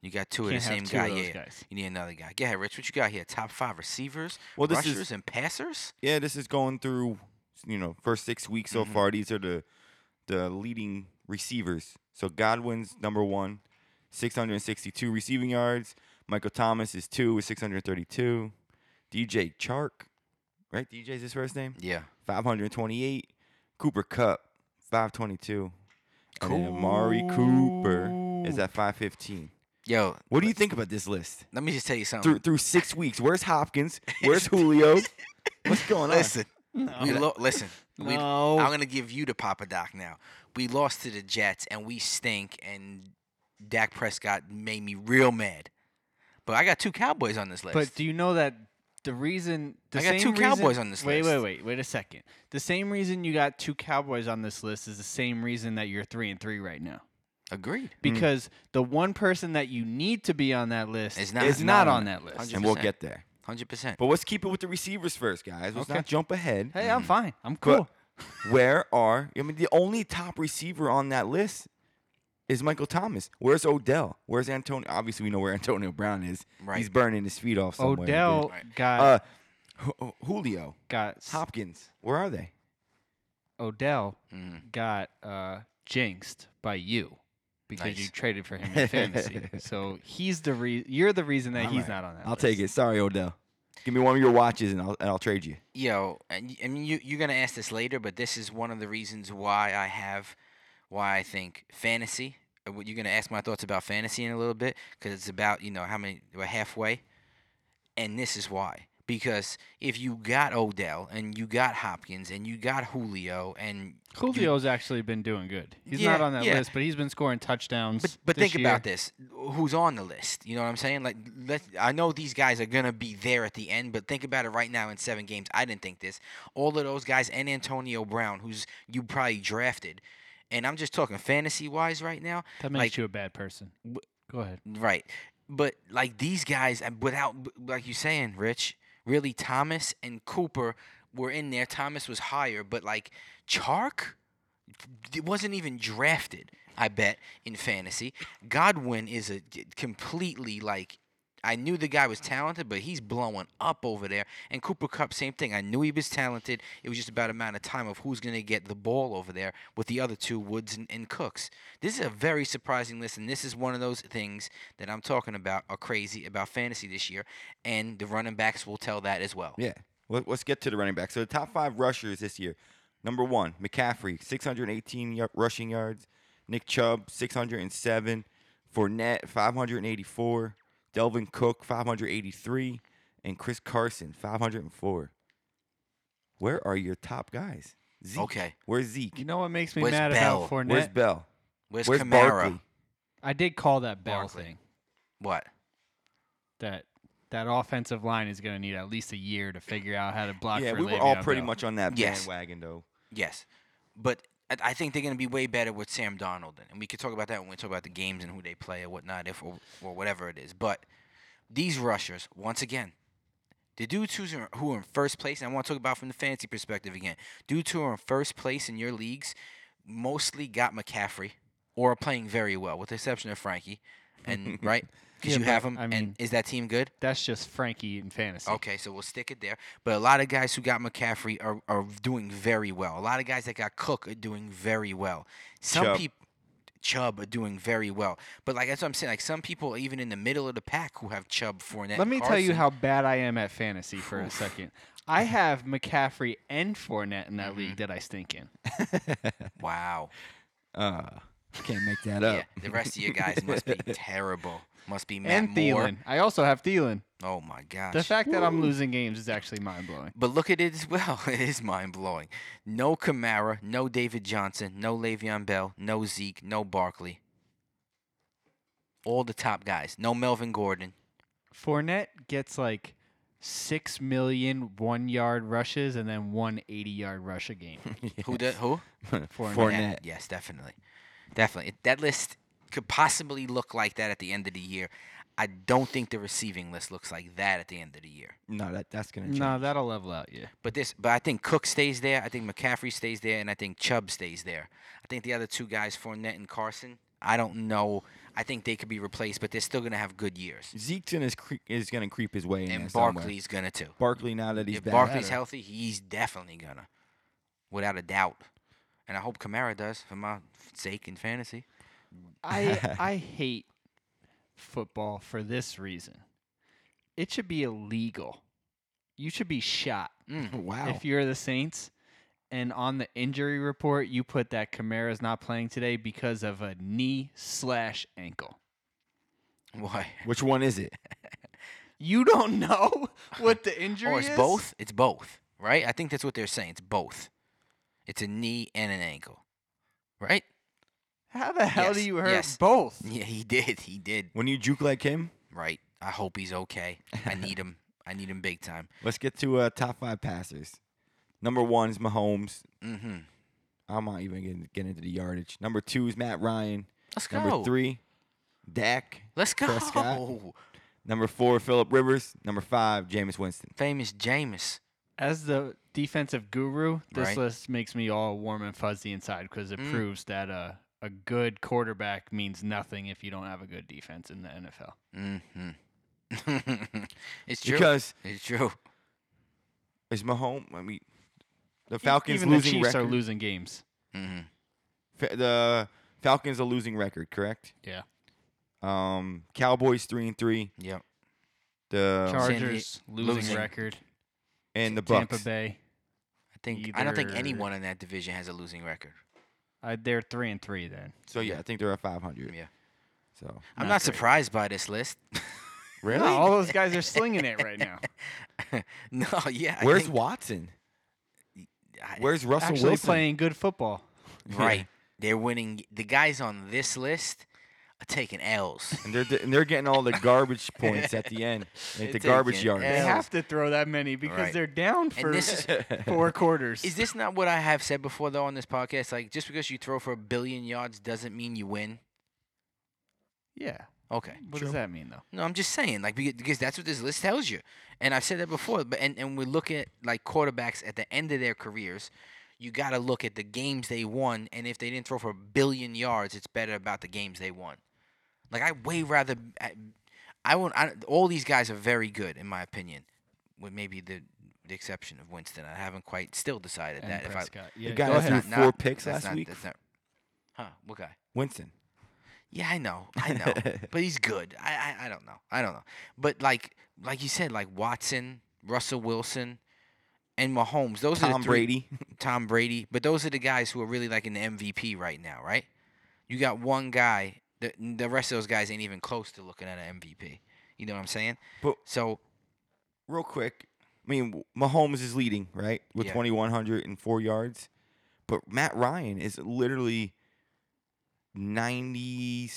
Speaker 1: You got 2
Speaker 3: Can't
Speaker 1: of the
Speaker 3: have
Speaker 1: same
Speaker 3: two
Speaker 1: guy.
Speaker 3: of those
Speaker 1: yeah.
Speaker 3: guys.
Speaker 1: You need another guy. Go ahead, Rich. What you got here? Top five receivers,
Speaker 2: Well, this is-
Speaker 1: rushers, and passers.
Speaker 2: Yeah, this is going through you know, first six weeks so far. These are the the leading receivers. So Godwin's number one, six hundred and sixty two receiving yards. Michael Thomas is two with six hundred and thirty two. DJ Chark, right? DJ's his first name?
Speaker 1: Yeah.
Speaker 2: 528. Cooper Cup, 522. And then Amari Cooper is at 515.
Speaker 1: Yo,
Speaker 2: What do you think about this list?
Speaker 1: let me just tell you something.
Speaker 2: Through through six weeks, where's Hopkins? Where's Julio? What's going on? Oh,
Speaker 1: Listen, we lo- listen. We,
Speaker 3: No.
Speaker 1: I'm gonna give you the Papa Doc now. We lost to the Jets and we stink, and Dak Prescott made me real mad. But I got two Cowboys on this list.
Speaker 3: But do you know that the reason the
Speaker 1: I got
Speaker 3: same
Speaker 1: two
Speaker 3: reason-
Speaker 1: Cowboys on this
Speaker 3: wait,
Speaker 1: list.
Speaker 3: Wait, wait, wait, a second.
Speaker 1: Hmm.
Speaker 3: The same reason you got two Cowboys on this list is the same reason that you're three and three right now.
Speaker 1: Agreed.
Speaker 3: because the one person that you need to be on that list
Speaker 1: Is
Speaker 3: is
Speaker 1: not-
Speaker 3: not,
Speaker 1: is not on
Speaker 3: on
Speaker 1: it.
Speaker 3: that list.
Speaker 2: and we'll
Speaker 1: 100%.
Speaker 2: get there.
Speaker 1: Hundred percent.
Speaker 2: But let's keep it with the receivers first, guys. Let's
Speaker 3: Okay.
Speaker 2: not jump ahead.
Speaker 3: Hey,
Speaker 1: Hmm.
Speaker 3: I'm fine. I'm
Speaker 2: But
Speaker 3: cool.
Speaker 2: where are I mean the only top receiver on that list is Michael Thomas. Where's Odell? Where's Antonio? Obviously, we know where Antonio Brown is.
Speaker 1: Right.
Speaker 2: He's burning his feet off somewhere. dude.
Speaker 3: Odell
Speaker 1: Right.
Speaker 3: got
Speaker 2: Uh, Ju- Julio
Speaker 3: got s-
Speaker 2: Hopkins. Where are they?
Speaker 3: Odell
Speaker 1: Mm.
Speaker 3: got uh, jinxed by you because
Speaker 1: Nice.
Speaker 3: you traded for him in fantasy. so he's the re- you're the reason that
Speaker 2: All
Speaker 3: he's
Speaker 2: right.
Speaker 3: not on that.
Speaker 2: I'll
Speaker 3: list.
Speaker 2: take it. Sorry, Odell. Give me one of your watches and I'll and I'll trade you.
Speaker 1: Yo, and y- I mean, you you're gonna ask this later, but this is one of the reasons why I have, why I think fantasy. uh, what- You're gonna ask my thoughts about fantasy in a little bit because it's about you know how many we're halfway, and this is why. Because if you got Odell and you got Hopkins and you got Julio and you-
Speaker 3: Julio's actually been doing good. He's
Speaker 1: Yeah,
Speaker 3: not on that
Speaker 1: yeah.
Speaker 3: list, but he's been scoring touchdowns.
Speaker 1: But, but
Speaker 3: this
Speaker 1: think about
Speaker 3: year.
Speaker 1: this: who's on the list? You know what I'm saying? Like, let I know these guys are gonna be there at the end, but think about it right now. In seven games, I didn't think this. All of those guys and Antonio Brown, who's you probably drafted, and I'm just talking fantasy wise right now.
Speaker 3: That makes
Speaker 1: like-
Speaker 3: you a bad person. Go ahead.
Speaker 1: Right. But like these guys, and without b- like you saying, Rich, really Thomas and Cooper were in there. Thomas was higher, but like Chark, it wasn't even drafted. I bet in fantasy, Godwin is a d- completely like. I knew the guy was talented, but he's blowing up over there. And Cooper Cup, same thing. I knew he was talented. It was just about amount of time of who's going to get the ball over there with the other two, Woods and, and Cooks. This is a very surprising list, and this is one of those things that I'm talking about are crazy about fantasy this year, and the running backs will tell that as well.
Speaker 2: Yeah. Let, let's get to the running back. So the top five rushers this year. Number one, McCaffrey, 618 y- rushing yards. Nick Chubb, 607. Fournette, 584. Delvin Cook, 583. And Chris Carson, 504. Where are your top guys? Zeke.
Speaker 1: Okay.
Speaker 2: Where's Zeke?
Speaker 3: You know what makes me
Speaker 1: Where's
Speaker 3: mad
Speaker 1: Bell?
Speaker 3: about Fournette?
Speaker 2: Where's Bell?
Speaker 1: Where's,
Speaker 2: Where's
Speaker 1: Kamara?
Speaker 2: Barkley?
Speaker 3: I did call that Bell
Speaker 1: Barkley.
Speaker 3: thing.
Speaker 1: What?
Speaker 3: That that offensive line is going to need at least a year to figure out how to block.
Speaker 2: Yeah,
Speaker 3: for
Speaker 2: we were all
Speaker 3: Le'Veon
Speaker 2: pretty
Speaker 3: Bell.
Speaker 2: much on that
Speaker 1: Yes.
Speaker 2: bandwagon, though.
Speaker 1: Yes, but I- I think they're going to be way better with Sam Donald, and we could talk about that when we talk about the games and who they play or whatnot, if or, or whatever it is. But these rushers, once again, the dudes who's in, who are in first place, and I want to talk about from the fantasy perspective again. Dudes who are in first place in your leagues mostly got McCaffrey or are playing very well, with the exception of Frankie, and right because
Speaker 3: Yeah,
Speaker 1: you have
Speaker 3: but,
Speaker 1: him.
Speaker 3: I
Speaker 1: and
Speaker 3: mean-
Speaker 1: is that team good?
Speaker 3: That's just Frankie in fantasy.
Speaker 1: Okay, so we'll stick it there. But a lot of guys who got McCaffrey are, are doing very well. A lot of guys that got Cook are doing very well. Some
Speaker 2: Chubb.
Speaker 1: people Chubb are doing very well. But like that's what I'm saying. Like some people even in the middle of the pack who have Chubb Fournette.
Speaker 3: Let me tell you
Speaker 1: Carson.
Speaker 3: how bad I am at fantasy for a second. I have McCaffrey and Fournette in that league that I stink in.
Speaker 1: Wow.
Speaker 2: Uh, can't make that up.
Speaker 1: Yeah. The rest of you guys must be terrible. Must be Matt
Speaker 3: and
Speaker 1: Moore.
Speaker 3: Thielen. I also have Thielen.
Speaker 1: Oh my gosh.
Speaker 3: The fact that I'm losing games is actually mind blowing.
Speaker 1: But look at it as well. It is mind blowing. No Kamara, no David Johnson, no Le'Veon Bell, no Zeke, no Barkley. All the top guys. No Melvin Gordon.
Speaker 3: Fournette gets like six million one yard rushes and then one 80 yard rush a game.
Speaker 1: Who? The, who?
Speaker 3: Fournette.
Speaker 1: Yeah,
Speaker 2: Fournette.
Speaker 1: yes, definitely, definitely. It- that list could possibly look like that at the end of the year. I don't think the receiving list looks like that at the end of the year.
Speaker 2: No, that, that's going to change.
Speaker 3: no, that'll level out you.
Speaker 1: But this, but I think Cook stays there. I think McCaffrey stays there, and I think Chubb stays there. I think the other two guys, Fournette and Carson, I don't know. I think they could be replaced, but they're still gonna have good years.
Speaker 2: Zeke's is cre- is going to creep his way in.
Speaker 1: and
Speaker 2: there somewhere.
Speaker 1: Barkley's gonna too.
Speaker 2: Barkley now that he's
Speaker 1: if
Speaker 2: back.
Speaker 1: Barkley's healthy, he's definitely gonna, without a doubt. And I hope Kamara does for my sake in fantasy.
Speaker 3: I I hate football for this reason. It should be illegal. You should be shot
Speaker 1: Mm.
Speaker 2: Wow.
Speaker 3: if you're the Saints. And on the injury report, you put that Kamara's not playing today because of a knee slash ankle.
Speaker 1: Why?
Speaker 2: Which one is it?
Speaker 3: You don't know what the injury
Speaker 1: Or Oh, it's
Speaker 3: is?
Speaker 1: both. It's both, right? I think that's what they're saying. It's both. It's a knee and an ankle, right?
Speaker 3: How the hell do
Speaker 1: Yes,
Speaker 3: you hurt
Speaker 1: yes.
Speaker 3: both?
Speaker 1: Yeah, he did. He did.
Speaker 2: When you juke like him,
Speaker 1: Right. I hope he's okay. I need him. I need him big time.
Speaker 2: let's get to uh, top five passers. Number one is Mahomes.
Speaker 1: Mm-hmm.
Speaker 2: I'm not even getting get into the yardage. Number two is Matt Ryan.
Speaker 1: Let's go.
Speaker 2: Number three, Dak.
Speaker 1: Let's go.
Speaker 2: Prescott. Number four, Philip Rivers. Number five, Jameis Winston.
Speaker 1: Famous Jameis.
Speaker 3: As the defensive guru, this
Speaker 1: Right.
Speaker 3: list makes me all warm and fuzzy inside because it
Speaker 1: Mm.
Speaker 3: proves that a a good quarterback means nothing if you don't have a good defense in the NFL.
Speaker 1: Mm-hmm. it's true.
Speaker 2: Because
Speaker 1: it's true.
Speaker 2: it's Mahomes. I mean, the Falcons
Speaker 3: even
Speaker 2: losing
Speaker 3: the Chiefs are
Speaker 2: record.
Speaker 3: losing games.
Speaker 1: hmm
Speaker 2: Fa- the Falcons are losing record, correct?
Speaker 3: Yeah.
Speaker 2: Um, Cowboys three and three.
Speaker 1: Yep.
Speaker 2: The
Speaker 1: San Char- Diego-
Speaker 3: Chargers losing,
Speaker 1: losing.
Speaker 3: record.
Speaker 2: and the
Speaker 3: Tampa
Speaker 2: Bucks.
Speaker 3: Bay.
Speaker 1: I think I don't think
Speaker 3: Either-
Speaker 1: anyone in that division has a losing record.
Speaker 3: I, uh, they're three and three then.
Speaker 2: So yeah, I think they're at five hundred.
Speaker 1: Yeah.
Speaker 2: So
Speaker 1: I'm
Speaker 3: Not
Speaker 1: not
Speaker 3: great.
Speaker 1: surprised by this list.
Speaker 2: really,
Speaker 3: No, all those guys are slinging it right now.
Speaker 1: no, yeah. I
Speaker 2: where's
Speaker 1: think-
Speaker 2: Watson?
Speaker 1: I-
Speaker 2: Where's Russell
Speaker 3: Actually
Speaker 2: Wilson?
Speaker 3: playing good football.
Speaker 1: right? They're winning. The guys on this list are taking L's.
Speaker 2: And they're and they're getting all the garbage points at the end, like the
Speaker 1: It's
Speaker 2: garbage
Speaker 1: taken.
Speaker 2: yards.
Speaker 3: They
Speaker 1: Yeah.
Speaker 3: have to throw that many because
Speaker 1: Right.
Speaker 3: they're down for
Speaker 1: this is-
Speaker 3: four quarters.
Speaker 1: Is this not what I have said before though on this podcast? Like just because you throw for a billion yards doesn't mean you win.
Speaker 3: yeah.
Speaker 1: Okay.
Speaker 3: What does that mean though?
Speaker 1: No, I'm just saying, like beca- because that's what this list tells you, and I've said that before. But and, and we look at like quarterbacks at the end of their careers, you got to look at the games they won, and if they didn't throw for a billion yards, it's better about the games they won. Like I way rather, I, I won't. I, all these guys are very good in my opinion, with maybe the the exception of Winston. I haven't quite still decided
Speaker 3: And
Speaker 1: that. I,
Speaker 3: Prescott. Yeah,
Speaker 2: The guy
Speaker 3: go
Speaker 2: who
Speaker 1: that's
Speaker 3: ahead.
Speaker 2: threw
Speaker 1: not-
Speaker 2: four picks
Speaker 1: that's
Speaker 2: last
Speaker 1: not-
Speaker 2: week?
Speaker 1: that's not- huh? What guy?
Speaker 2: Winston.
Speaker 1: Yeah, I know, I know, but he's good. I, I I don't know, I don't know. But like like you said, like Watson, Russell Wilson, and Mahomes. Those are
Speaker 2: Tom
Speaker 1: the three,
Speaker 2: Brady.
Speaker 1: Tom Brady. But those are the guys who are really like in the MVP right now, right? You got one guy. The the rest of those guys ain't even close to looking at an MVP. You know what I'm saying?
Speaker 2: But-
Speaker 1: so
Speaker 2: Real quick, I mean Mahomes is leading right with
Speaker 1: Yeah.
Speaker 2: 2104 yards, but Matt Ryan is literally 90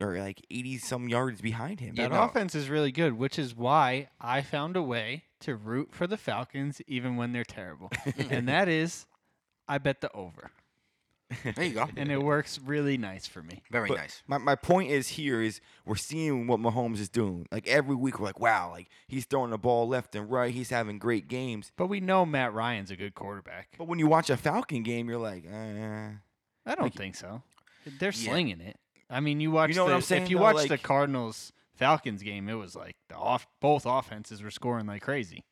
Speaker 2: or like 80 some yards behind him.
Speaker 1: Yeah,
Speaker 3: That
Speaker 1: no.
Speaker 3: offense is really good, which is why I found a way to root for the Falcons even when they're terrible. and that is I bet the over.
Speaker 1: there you go.
Speaker 3: And it works really nice for me.
Speaker 1: Very
Speaker 2: But
Speaker 1: nice.
Speaker 2: My, my point is here is we're seeing what Mahomes is doing. Like every week we're like, wow, like he's throwing the ball left and right. He's having great games.
Speaker 3: But we know Matt Ryan's a good quarterback.
Speaker 2: But when you watch a Falcon game, you're like, eh.
Speaker 3: I don't think so. They're
Speaker 1: Yeah.
Speaker 3: slinging it. I mean, you watch
Speaker 2: You know what
Speaker 3: the,
Speaker 2: I'm saying,
Speaker 3: if you
Speaker 2: though,
Speaker 3: watch the
Speaker 2: like-
Speaker 3: Cardinals Falcons game, it was like the off both offenses were scoring like crazy.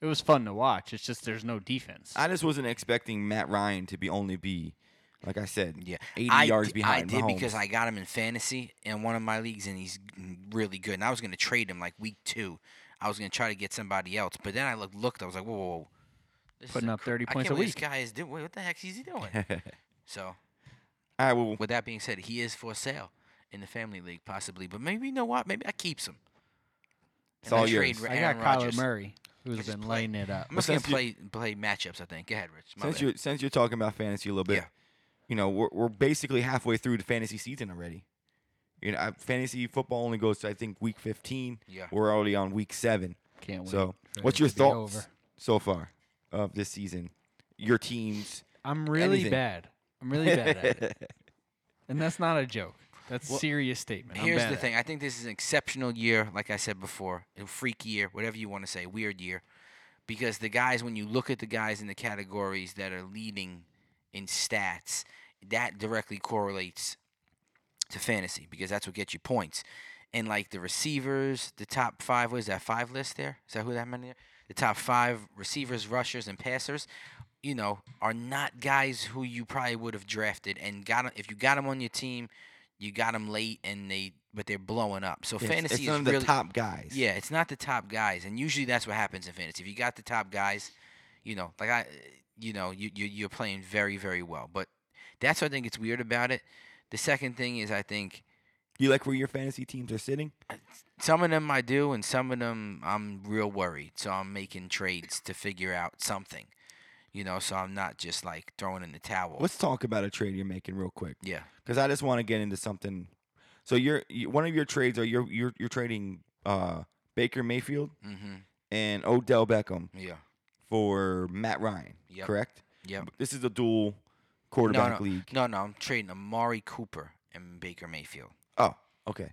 Speaker 3: It was fun to watch. It's just there's no defense.
Speaker 2: I just wasn't expecting Matt Ryan to be only be, like I said,
Speaker 1: Yeah,
Speaker 2: 80
Speaker 1: I
Speaker 2: yards
Speaker 1: di-
Speaker 2: behind.
Speaker 1: I did
Speaker 2: Mahomes.
Speaker 1: because I got him in fantasy in one of my leagues, and he's g- really good. And I was going to trade him like week two. I was going to try to get somebody else, but then I looked. looked I was like, whoa, whoa, whoa. This is
Speaker 3: Putting
Speaker 1: a
Speaker 3: up 30
Speaker 1: I
Speaker 3: points
Speaker 1: can't
Speaker 3: a
Speaker 1: believe
Speaker 3: week.
Speaker 1: This guy is doing. What the heck is he doing? so,
Speaker 2: All right, well,
Speaker 1: with that being said, he is for sale in the family league possibly, but maybe you know what? Maybe I keeps him.
Speaker 2: It's
Speaker 1: And I
Speaker 2: all
Speaker 1: trade
Speaker 2: yours.
Speaker 1: for
Speaker 3: I got
Speaker 1: Aaron
Speaker 3: Kyler
Speaker 1: Rodgers.
Speaker 3: Murray, who's
Speaker 1: Let's
Speaker 3: been
Speaker 1: play.
Speaker 3: lighting it up.
Speaker 1: I'm just gonna
Speaker 2: since you-
Speaker 1: play play matchups. I think. Go ahead, Rich. My
Speaker 2: since
Speaker 1: bad.
Speaker 2: you're since you're talking about fantasy a little bit,
Speaker 1: Yeah.
Speaker 2: you know, we're we're basically halfway through the fantasy season already. You know, I- fantasy football only goes to I think week 15.
Speaker 1: Yeah.
Speaker 2: We're already on week seven.
Speaker 3: Can't wait.
Speaker 2: So,
Speaker 3: for
Speaker 2: what's
Speaker 3: it
Speaker 2: your
Speaker 3: to be over.
Speaker 2: thoughts so far of this season? Your teams.
Speaker 3: I'm really
Speaker 2: Anything.
Speaker 3: bad. I'm really bad at it. And that's not a joke. That's a serious statement. I'm
Speaker 1: Here's
Speaker 3: bad
Speaker 1: the
Speaker 3: at it.
Speaker 1: thing. I think this is an exceptional year, like I said before, a freak year, whatever you want to say, weird year, because the guys, when you look at the guys in the categories that are leading in stats, that directly correlates to fantasy because that's what gets you points. And like the receivers, the top five was that five list there? Is that who that many? are? The top five receivers, rushers, and passers, you know, are not guys who you probably would have drafted and got 'em- if you got them on your team, you got them late and they but they're blowing up. So
Speaker 2: It's-
Speaker 1: fantasy
Speaker 2: It's none
Speaker 1: is
Speaker 2: of the
Speaker 1: really
Speaker 2: top guys.
Speaker 1: yeah, it's not the top guys, and usually that's what happens in fantasy. If you got the top guys, you know, like I, you know, you, you you're playing very very well. But that's what I think it's weird about it. The second thing is I think
Speaker 2: You like where your fantasy teams are sitting?
Speaker 1: some of them I do, and some of them I'm real worried. So I'm making trades to figure out something, you know. So I'm not just like throwing in the towel.
Speaker 2: Let's talk about a trade you're making real quick.
Speaker 1: yeah,
Speaker 2: because I just want to get into something. So you're you, one of your trades are you're you're, you're trading uh, Baker Mayfield
Speaker 1: mm-hmm,
Speaker 2: and Odell Beckham
Speaker 1: yeah,
Speaker 2: for Matt Ryan,
Speaker 1: Yep.
Speaker 2: correct?
Speaker 1: yeah.
Speaker 2: This is a dual quarterback league.
Speaker 1: No, no, I'm trading Amari Cooper and Baker Mayfield.
Speaker 2: Oh, okay.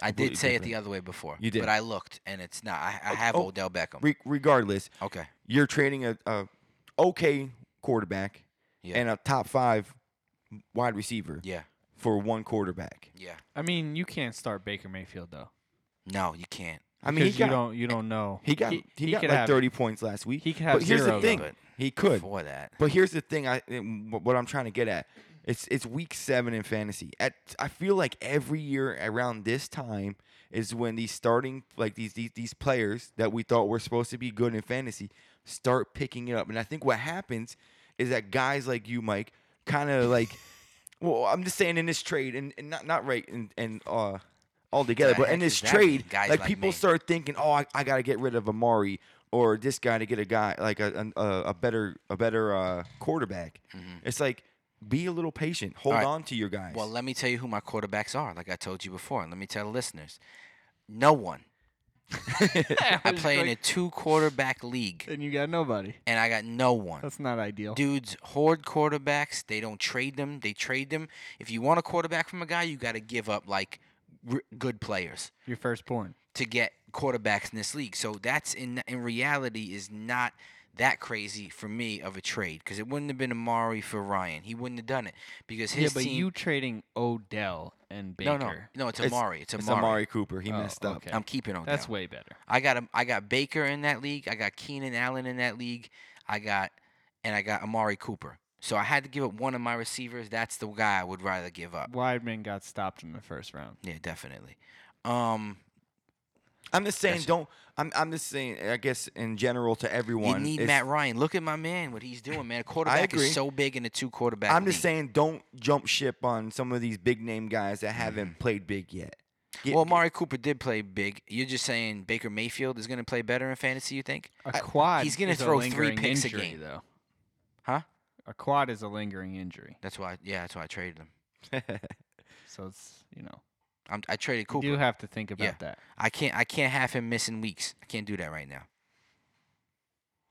Speaker 1: I
Speaker 2: Completely
Speaker 1: did say it
Speaker 2: different.
Speaker 1: the other way before.
Speaker 2: You did.
Speaker 1: But I looked, and it's not. I, I have
Speaker 2: oh.
Speaker 1: Odell Beckham.
Speaker 2: Re- regardless,
Speaker 1: okay.
Speaker 2: you're trading a, a okay quarterback
Speaker 1: Yeah.
Speaker 2: and a top five wide receiver
Speaker 1: Yeah.
Speaker 2: for one quarterback.
Speaker 1: Yeah.
Speaker 3: I mean, you can't start Baker Mayfield though.
Speaker 1: No, you can't.
Speaker 2: I mean, he
Speaker 3: Because you
Speaker 2: got,
Speaker 3: don't you don't know.
Speaker 2: he got he, got
Speaker 3: could
Speaker 2: like
Speaker 3: have-
Speaker 2: 30 points last week.
Speaker 3: He could have
Speaker 2: but here's
Speaker 3: zero,
Speaker 2: the thing,
Speaker 1: but
Speaker 2: he could.
Speaker 1: for that.
Speaker 2: But here's the thing, I and wh- what I'm trying to get at, it's it's week seven in fantasy. At I feel like every year around this time is when these starting like these these, these players that we thought were supposed to be good in fantasy start picking it up, and I think what happens is that guys like you, Mike, kind of like, well, I'm just saying in this trade, and, and not not right, and and uh. Altogether,
Speaker 1: The
Speaker 2: but
Speaker 1: heck
Speaker 2: in this
Speaker 1: does that mean,
Speaker 2: trade,
Speaker 1: guys
Speaker 2: like
Speaker 1: like
Speaker 2: people
Speaker 1: me?
Speaker 2: start thinking, "Oh, I, I got to get rid of Amari or this guy to get a guy like a a, a better a better uh, quarterback." It's like be a little patient. Hold
Speaker 1: All right.
Speaker 2: on to your guys.
Speaker 1: Mm-hmm. Well, let me tell you who my quarterbacks are, like I told you before, and let me tell the listeners. No one. I play in a two quarterback league
Speaker 3: and you got nobody.
Speaker 1: and I got no one.
Speaker 3: That's not ideal.
Speaker 1: Dudes hoard quarterbacks. They don't trade them. They trade them. If you want a quarterback from a guy, you got to give up like r- good players
Speaker 3: Your firstborn.
Speaker 1: to get quarterbacks in this league. So that's in in reality is not that crazy for me of a trade because it wouldn't have been Amari for Ryan. He wouldn't have done it because his
Speaker 3: yeah, but
Speaker 1: team.
Speaker 3: you trading Odell and Baker.
Speaker 1: no, no, no. It's
Speaker 2: It's-
Speaker 1: Amari. It's,
Speaker 2: it's
Speaker 1: Amari.
Speaker 2: Amari Cooper. He
Speaker 3: Oh,
Speaker 2: messed up.
Speaker 3: okay.
Speaker 1: I'm keeping Odell.
Speaker 3: That's way better.
Speaker 1: I got a- I got Baker in that league. I got Keenan Allen in that league. I got and I got Amari Cooper. So I had to give up one of my receivers. That's the guy I would rather give up.
Speaker 3: Weidman got stopped in the first round.
Speaker 1: Yeah, definitely. Um,
Speaker 2: I'm just saying,
Speaker 1: That's-
Speaker 2: don't. I'm I'm just saying. I guess in general to
Speaker 1: you
Speaker 2: everyone,
Speaker 1: need
Speaker 2: it's-
Speaker 1: Matt Ryan. Look at my man, what he's doing, man. A quarterback
Speaker 2: agree.
Speaker 1: is so big in the two quarterback.
Speaker 2: I'm just
Speaker 1: league.
Speaker 2: saying, don't jump ship on some of these big name guys that haven't played big yet. Get-
Speaker 1: Mm-hmm. well,
Speaker 2: get-
Speaker 1: Amari Cooper did play big. You're just saying Baker Mayfield is going to play better in fantasy. You think?
Speaker 3: A
Speaker 2: I-
Speaker 3: quad.
Speaker 1: he's gonna
Speaker 3: is a
Speaker 1: throw three
Speaker 3: lingering
Speaker 1: picks a
Speaker 3: injury,
Speaker 1: game.
Speaker 3: though.
Speaker 1: Huh?
Speaker 3: A quad is a lingering injury,
Speaker 1: That's why. Yeah, that's why I traded him.
Speaker 3: so it's you know
Speaker 1: I'm, I traded
Speaker 3: you
Speaker 1: Cooper.
Speaker 3: do have to think about
Speaker 1: Yeah.
Speaker 3: that.
Speaker 1: I can't. I can't have him missing weeks. I can't do that right now.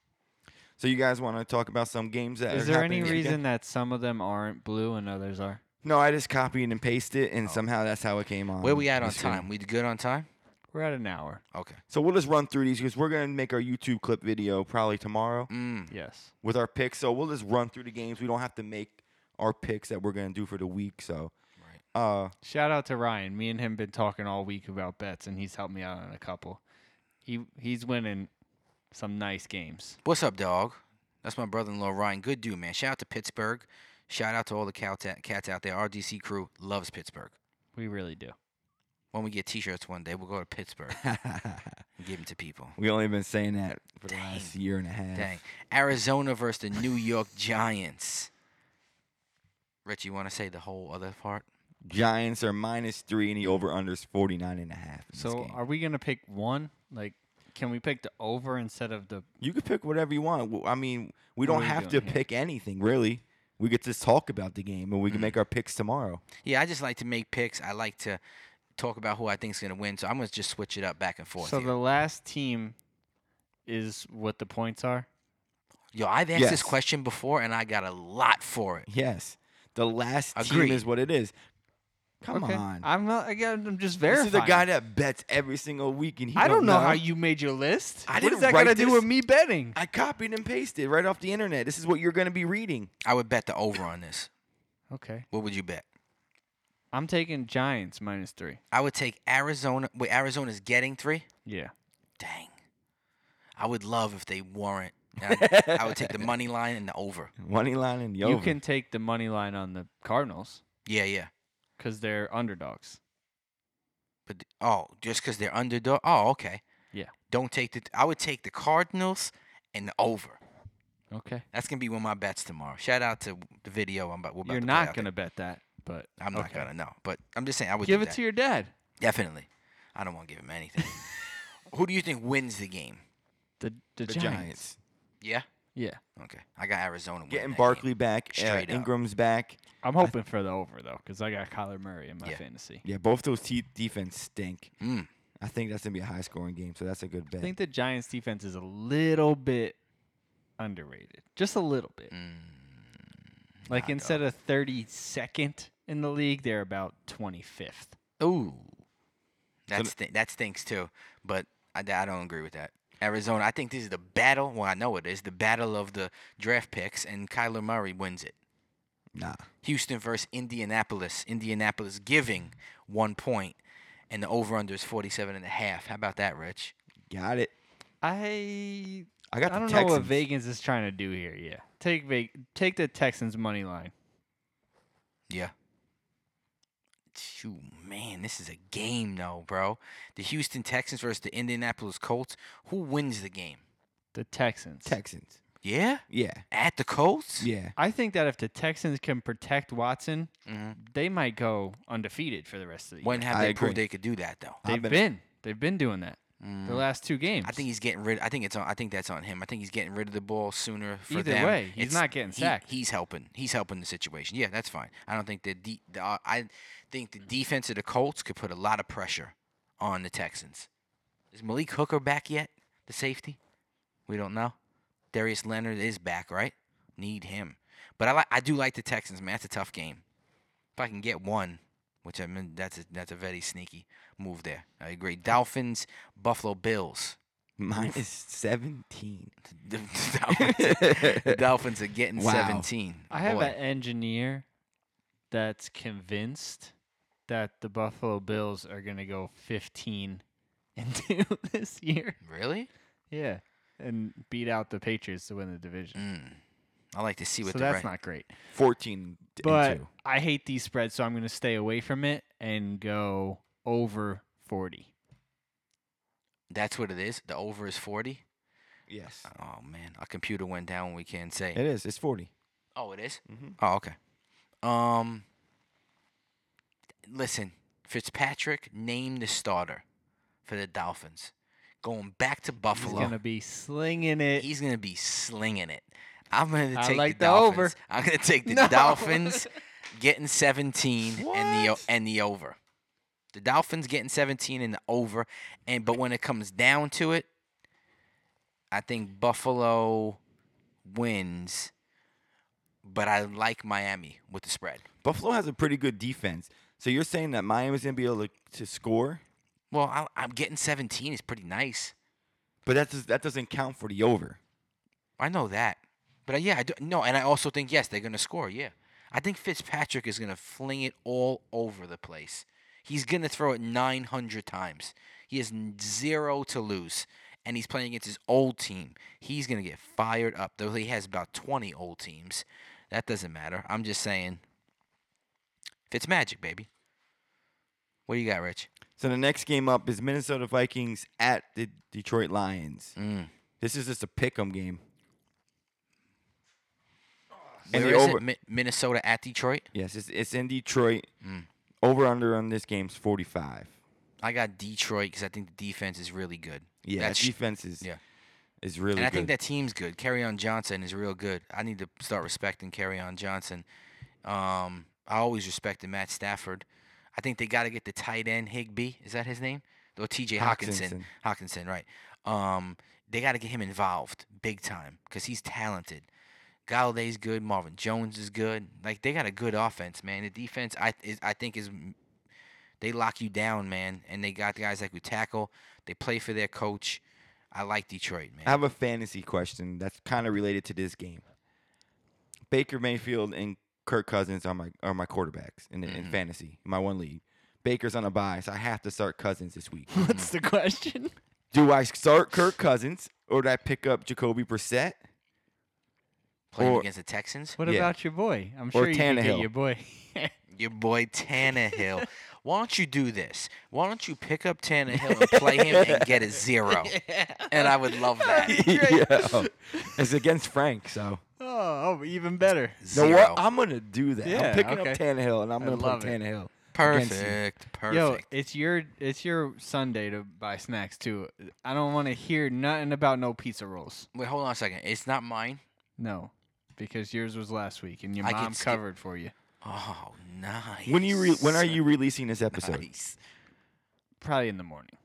Speaker 2: so you guys want to talk about some games that
Speaker 3: Is
Speaker 2: are
Speaker 3: there any
Speaker 2: happening this
Speaker 3: reason
Speaker 2: weekend?
Speaker 3: that some of them aren't blue and others are?
Speaker 2: No, I just copied and pasted, and
Speaker 1: Oh.
Speaker 2: somehow that's how it came on.
Speaker 1: Where we at on
Speaker 2: the screen.
Speaker 1: time? We good on time?
Speaker 3: We're at an hour.
Speaker 1: Okay.
Speaker 2: So we'll just run through these because we're gonna make our YouTube clip video probably tomorrow
Speaker 1: Mm.
Speaker 3: Yes.
Speaker 2: with our picks. So we'll just run through the games. We don't have to make our picks that we're gonna do for the week. So, uh,
Speaker 3: Shout out to Ryan. Me and him been talking all week about bets, and he's helped me out on a couple. He he's winning some nice games.
Speaker 1: What's up, dog? That's my brother-in-law Ryan. Good dude, man. Shout out to Pittsburgh. Shout out to all the Calta- cats out there. RDC crew loves Pittsburgh.
Speaker 3: We really do.
Speaker 1: When we get T-shirts one day, we'll go to Pittsburgh
Speaker 2: uh,
Speaker 1: and give them to people.
Speaker 2: we only been saying that for the
Speaker 1: Dang.
Speaker 2: last year and a half.
Speaker 1: Dang. Arizona versus the New York Giants. Rich, you want to say the whole other part?
Speaker 2: Giants are minus three, and the over under is 49 and a half. in this
Speaker 3: So
Speaker 2: game.
Speaker 3: are we gonna pick one? Like, can we pick the over instead of the?
Speaker 2: you could pick whatever you want. W- I mean, we
Speaker 3: What
Speaker 2: don't
Speaker 3: are we
Speaker 2: have to
Speaker 3: doing here?
Speaker 2: pick anything really. We get to just talk about the game, and we can make our picks tomorrow.
Speaker 1: Yeah, I just like to make picks. I like to talk about who I think's going to win, so I'm going to just switch it up back and forth.
Speaker 3: So
Speaker 1: here.
Speaker 3: the last team is what the points are.
Speaker 1: Yo, I've asked this
Speaker 2: Yes.
Speaker 1: question before, and I got a lot for it.
Speaker 2: Yes, the last
Speaker 1: Agreed.
Speaker 2: team is what it is. Come
Speaker 3: Okay.
Speaker 2: on.
Speaker 3: I'm not. Again, I'm just
Speaker 2: this
Speaker 3: verifying.
Speaker 2: is the guy that bets every single week, and he
Speaker 3: I don't know how
Speaker 2: you.
Speaker 3: you made your list.
Speaker 2: I
Speaker 3: what
Speaker 2: didn't
Speaker 3: is that
Speaker 2: write
Speaker 3: gotta do
Speaker 2: this.
Speaker 3: with me betting?
Speaker 2: I copied and pasted right off the internet. This is what you're going to be reading.
Speaker 1: I would bet the over on this.
Speaker 3: Okay.
Speaker 1: What would you bet?
Speaker 3: I'm taking Giants minus three.
Speaker 1: I would take Arizona. Wait, Arizona's getting three?
Speaker 3: Yeah.
Speaker 1: Dang. I would love if they weren't. I, I would take the money line and the over.
Speaker 2: Money line and the
Speaker 3: You
Speaker 2: over.
Speaker 3: can take the money line on the Cardinals
Speaker 1: Yeah, yeah.
Speaker 3: because they're underdogs.
Speaker 1: But th- oh, just because they're underdog. Oh, okay.
Speaker 3: Yeah.
Speaker 1: Don't take the. I would take the Cardinals and the over.
Speaker 3: Okay.
Speaker 1: That's gonna be one of my bets tomorrow. Shout out to the video. I'm about. We're about
Speaker 3: You're
Speaker 1: to play
Speaker 3: not
Speaker 1: out there.
Speaker 3: gonna bet that, but
Speaker 1: I'm not
Speaker 3: okay.
Speaker 1: gonna know. But I'm just saying I would
Speaker 3: give
Speaker 1: do
Speaker 3: it
Speaker 1: that.
Speaker 3: to your dad.
Speaker 1: Definitely. I don't want to give him anything. Who do you think wins the game?
Speaker 3: The the,
Speaker 2: the
Speaker 3: Giants.
Speaker 2: Giants.
Speaker 1: Yeah.
Speaker 3: Yeah.
Speaker 1: Okay. I got Arizona. winning
Speaker 2: Getting
Speaker 1: that game.
Speaker 2: Barkley back, uh,
Speaker 1: Straight up.
Speaker 2: Ingram's back.
Speaker 3: I'm hoping for the over though, because I got Kyler Murray in my
Speaker 1: Yeah.
Speaker 3: fantasy.
Speaker 2: Yeah, both those te- defense stink.
Speaker 1: Mm.
Speaker 2: I think that's going to be a high scoring game, so that's a good
Speaker 3: I
Speaker 2: bet.
Speaker 3: think the Giants defense is a little bit underrated, just a little bit.
Speaker 1: Mm.
Speaker 3: Like
Speaker 1: nah,
Speaker 3: instead of 32nd, In the league, they're about 25th.
Speaker 1: Ooh, that's th- that stinks too. But I, I don't agree with that. Arizona, I think this is the battle. Well, I know it is the battle of the draft picks, and Kyler Murray wins it.
Speaker 2: Nah.
Speaker 1: Houston versus Indianapolis. Indianapolis giving one point, and the over under is 47 and a half. How about that, Rich?
Speaker 2: Got it.
Speaker 3: I
Speaker 2: I got
Speaker 3: I
Speaker 2: the
Speaker 3: don't
Speaker 2: Texans.
Speaker 3: know what Vegas is trying to do here. Yeah, take Ve- take the Texans money line.
Speaker 1: Yeah. Shoot, man, this is a game, though, bro. The Houston Texans versus the Indianapolis Colts. Who wins the game?
Speaker 3: The Texans.
Speaker 2: Texans.
Speaker 1: Yeah?
Speaker 2: Yeah.
Speaker 1: At the Colts?
Speaker 2: Yeah.
Speaker 3: I think that if the Texans can protect Watson,
Speaker 1: hmm
Speaker 3: they might go undefeated for the rest of the year.
Speaker 1: When have
Speaker 2: I
Speaker 1: they proved
Speaker 2: agree.
Speaker 1: they could do that, though?
Speaker 2: I've
Speaker 3: They've
Speaker 2: been-
Speaker 3: been, they've been doing that the last two games.
Speaker 1: Mm. I think he's getting rid. I think it's on. I think that's on him. I think he's getting rid of the ball sooner for
Speaker 3: Either
Speaker 1: them.
Speaker 3: way, he's
Speaker 1: It's-
Speaker 3: not getting
Speaker 1: he-
Speaker 3: sacked.
Speaker 1: he's helping. He's helping the situation. Yeah, that's fine. I don't think the, de- the uh, I think the defense of the Colts could put a lot of pressure on the Texans. Is Malik Hooker back yet? The safety? We don't know. Darius Leonard is back, right? Need him. But I like. I do like the Texans, man. That's a tough game. If I can get one, which I mean, that's a, that's a very sneaky move there. I agree. Dolphins, Buffalo Bills.
Speaker 2: Minus 17.
Speaker 1: The Dolphins, the Dolphins are getting
Speaker 2: Wow.
Speaker 1: 17.
Speaker 3: I have
Speaker 1: Boy.
Speaker 3: an engineer that's convinced that the Buffalo Bills are going to go 15 and 2 this year.
Speaker 1: Really?
Speaker 3: Yeah. And beat out the Patriots to win the division.
Speaker 1: Mm. I like to see what
Speaker 3: So
Speaker 1: the
Speaker 3: that's
Speaker 1: right.
Speaker 3: not great.
Speaker 2: 14 to
Speaker 3: But
Speaker 2: 2.
Speaker 3: I hate these spreads, so I'm going to stay away from it and go over 40.
Speaker 1: that's what it is. The over is 40.
Speaker 2: Yes.
Speaker 1: Oh man, our computer went down. We can't say.
Speaker 2: It is. It's 40.
Speaker 1: oh, it is.
Speaker 3: Mm-hmm.
Speaker 2: Mhm.
Speaker 1: Oh, okay. Um, listen, Fitzpatrick named the starter for the Dolphins. Going back to
Speaker 3: He's
Speaker 1: Buffalo.
Speaker 3: going to be slinging it.
Speaker 1: He's gonna be slinging it. I'm gonna
Speaker 3: I
Speaker 1: take
Speaker 3: like
Speaker 1: the
Speaker 3: the
Speaker 1: Dolphins.
Speaker 3: over.
Speaker 1: I'm gonna take the
Speaker 3: No.
Speaker 1: Dolphins getting 17 and the o-
Speaker 2: What?
Speaker 1: and the over. The Dolphins getting 17 and the over. And but when it comes down to it, I think Buffalo wins. But I like Miami with the spread.
Speaker 2: Buffalo has a pretty good defense. So you're saying that Miami's going to be able to, to score,
Speaker 1: Well, I, I'm getting 17 is pretty nice.
Speaker 2: but that, does, that doesn't count for the over.
Speaker 1: I know that. But uh, yeah, I do, no, and I also think yes, they're gonna score. Yeah, I think Fitzpatrick is gonna fling it all over the place. He's gonna throw it 900 times. He has n- zero to lose, and he's playing against his old team. He's gonna get fired up. Though he has about 20 old teams, that doesn't matter. I'm just saying, Fitz magic, baby. What do you got, Rich?
Speaker 2: So the next game up is Minnesota Vikings at the Detroit Lions.
Speaker 1: Mm.
Speaker 2: This is just a pick 'em game. And
Speaker 1: Where
Speaker 2: the
Speaker 1: is
Speaker 2: over-
Speaker 1: it? Mi- Minnesota at Detroit.
Speaker 2: Yes, it's, it's in Detroit.
Speaker 1: Mm.
Speaker 2: Over under on this game's 45.
Speaker 1: I got Detroit because I think the defense is really good.
Speaker 2: Yeah,
Speaker 1: That's
Speaker 2: that defense is
Speaker 1: yeah.
Speaker 2: is really
Speaker 1: and I
Speaker 2: good.
Speaker 1: think that team's good. Carry on Johnson is real good. I need to start respecting Carry on Johnson. Um, I always respected Matt Stafford. I think they got to get the tight end Higby. Is that his name? Or T.J. Hawkinson. Hawkinson, right? Um, they got to get him involved big time because he's talented. Galladay's good. Marvin Jones is good. Like they got a good offense, man. The defense, I is, I think is they lock you down, man. And they got guys that could tackle. They play for their coach. I like Detroit, man.
Speaker 2: I have a fantasy question that's kind of related to this game. Baker Mayfield and Kirk Cousins are my are my quarterbacks in, in
Speaker 3: Mm-hmm.
Speaker 1: Mhm.
Speaker 2: fantasy, my one league. Baker's on a bye, so I have to start Cousins this week.
Speaker 3: What's the question?
Speaker 2: do I start Kirk Cousins or do I pick up Jacoby Brissett?
Speaker 1: playing
Speaker 2: Or-
Speaker 1: against the Texans.
Speaker 3: What
Speaker 2: Yeah.
Speaker 3: about your boy? I'm sure you can get
Speaker 2: Tannehill.
Speaker 3: your boy.
Speaker 1: Your boy Tannehill. Why don't you do this? Why don't you pick up Tannehill and play him and get a zero? And I would love that.
Speaker 2: yeah. It's against Frank, so.
Speaker 3: Oh, oh, even better.
Speaker 2: No,
Speaker 1: Zero.
Speaker 2: what? I'm going to do that.
Speaker 3: Yeah,
Speaker 2: I'm picking
Speaker 3: okay.
Speaker 2: up Tannehill and I'm
Speaker 3: I
Speaker 2: going to play
Speaker 3: love it.
Speaker 2: Tannehill. against you.
Speaker 1: perfect.
Speaker 3: Yo,
Speaker 1: Perfect.
Speaker 3: it's your it's your Sunday to buy snacks too. I don't want to hear nothing about no pizza rolls.
Speaker 1: Wait, hold on a second. It's not mine.
Speaker 3: No, because yours was last week, and your
Speaker 1: I can
Speaker 3: mom
Speaker 1: skip-
Speaker 3: covered for you.
Speaker 1: Oh, nice.
Speaker 2: When you re- when are you releasing this episode?
Speaker 1: Nice.
Speaker 3: Probably in the morning.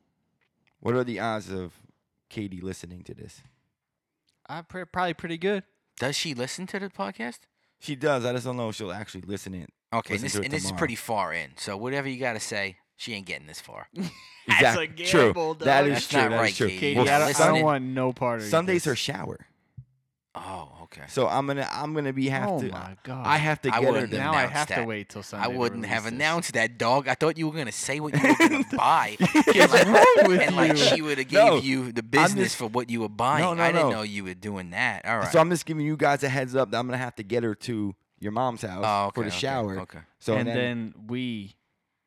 Speaker 2: What are the odds of Katie listening to this?
Speaker 3: I pr- probably pretty good.
Speaker 1: Does she listen to the podcast?
Speaker 2: She does. I just don't know if she'll actually listen it
Speaker 1: Okay, and
Speaker 2: Listen
Speaker 1: this,
Speaker 2: to it
Speaker 1: and this is
Speaker 2: tomorrow.
Speaker 1: pretty far in. So whatever you gotta say, she ain't getting this far.
Speaker 3: That's a
Speaker 2: Exact- true.
Speaker 3: gamble,
Speaker 2: That
Speaker 3: dog.
Speaker 2: is
Speaker 1: That's
Speaker 2: true.
Speaker 1: not
Speaker 2: that is
Speaker 1: right,
Speaker 2: true.
Speaker 1: Katie.
Speaker 3: Katie,
Speaker 1: Well,
Speaker 3: I, don't, I don't
Speaker 1: listen-
Speaker 3: want no part of
Speaker 2: Sundays
Speaker 3: this.
Speaker 2: are shower,
Speaker 1: Oh, okay.
Speaker 2: so I'm gonna I'm gonna be have
Speaker 3: oh
Speaker 2: to.
Speaker 3: my god!
Speaker 2: I have to
Speaker 1: I
Speaker 2: get her
Speaker 1: wouldn't
Speaker 2: to
Speaker 1: have
Speaker 3: now I
Speaker 1: announced
Speaker 3: have to
Speaker 1: that.
Speaker 3: wait till Sunday.
Speaker 1: I
Speaker 3: to
Speaker 1: wouldn't have
Speaker 3: release this.
Speaker 1: announced that, dog. I thought you were gonna say what you were gonna buy, and
Speaker 3: What's
Speaker 1: like,
Speaker 3: wrong with
Speaker 1: and like
Speaker 3: you?
Speaker 1: she would have gave
Speaker 2: No,
Speaker 1: you the business
Speaker 2: just-
Speaker 1: for what you were buying.
Speaker 2: No, no,
Speaker 1: I didn't
Speaker 2: no.
Speaker 1: know you were doing that. All right.
Speaker 2: So I'm just giving you guys a heads up that I'm gonna have to get her to your mom's house
Speaker 1: oh, okay,
Speaker 2: for the
Speaker 1: okay,
Speaker 2: shower.
Speaker 1: Okay.
Speaker 2: So
Speaker 3: and
Speaker 2: then,
Speaker 3: then we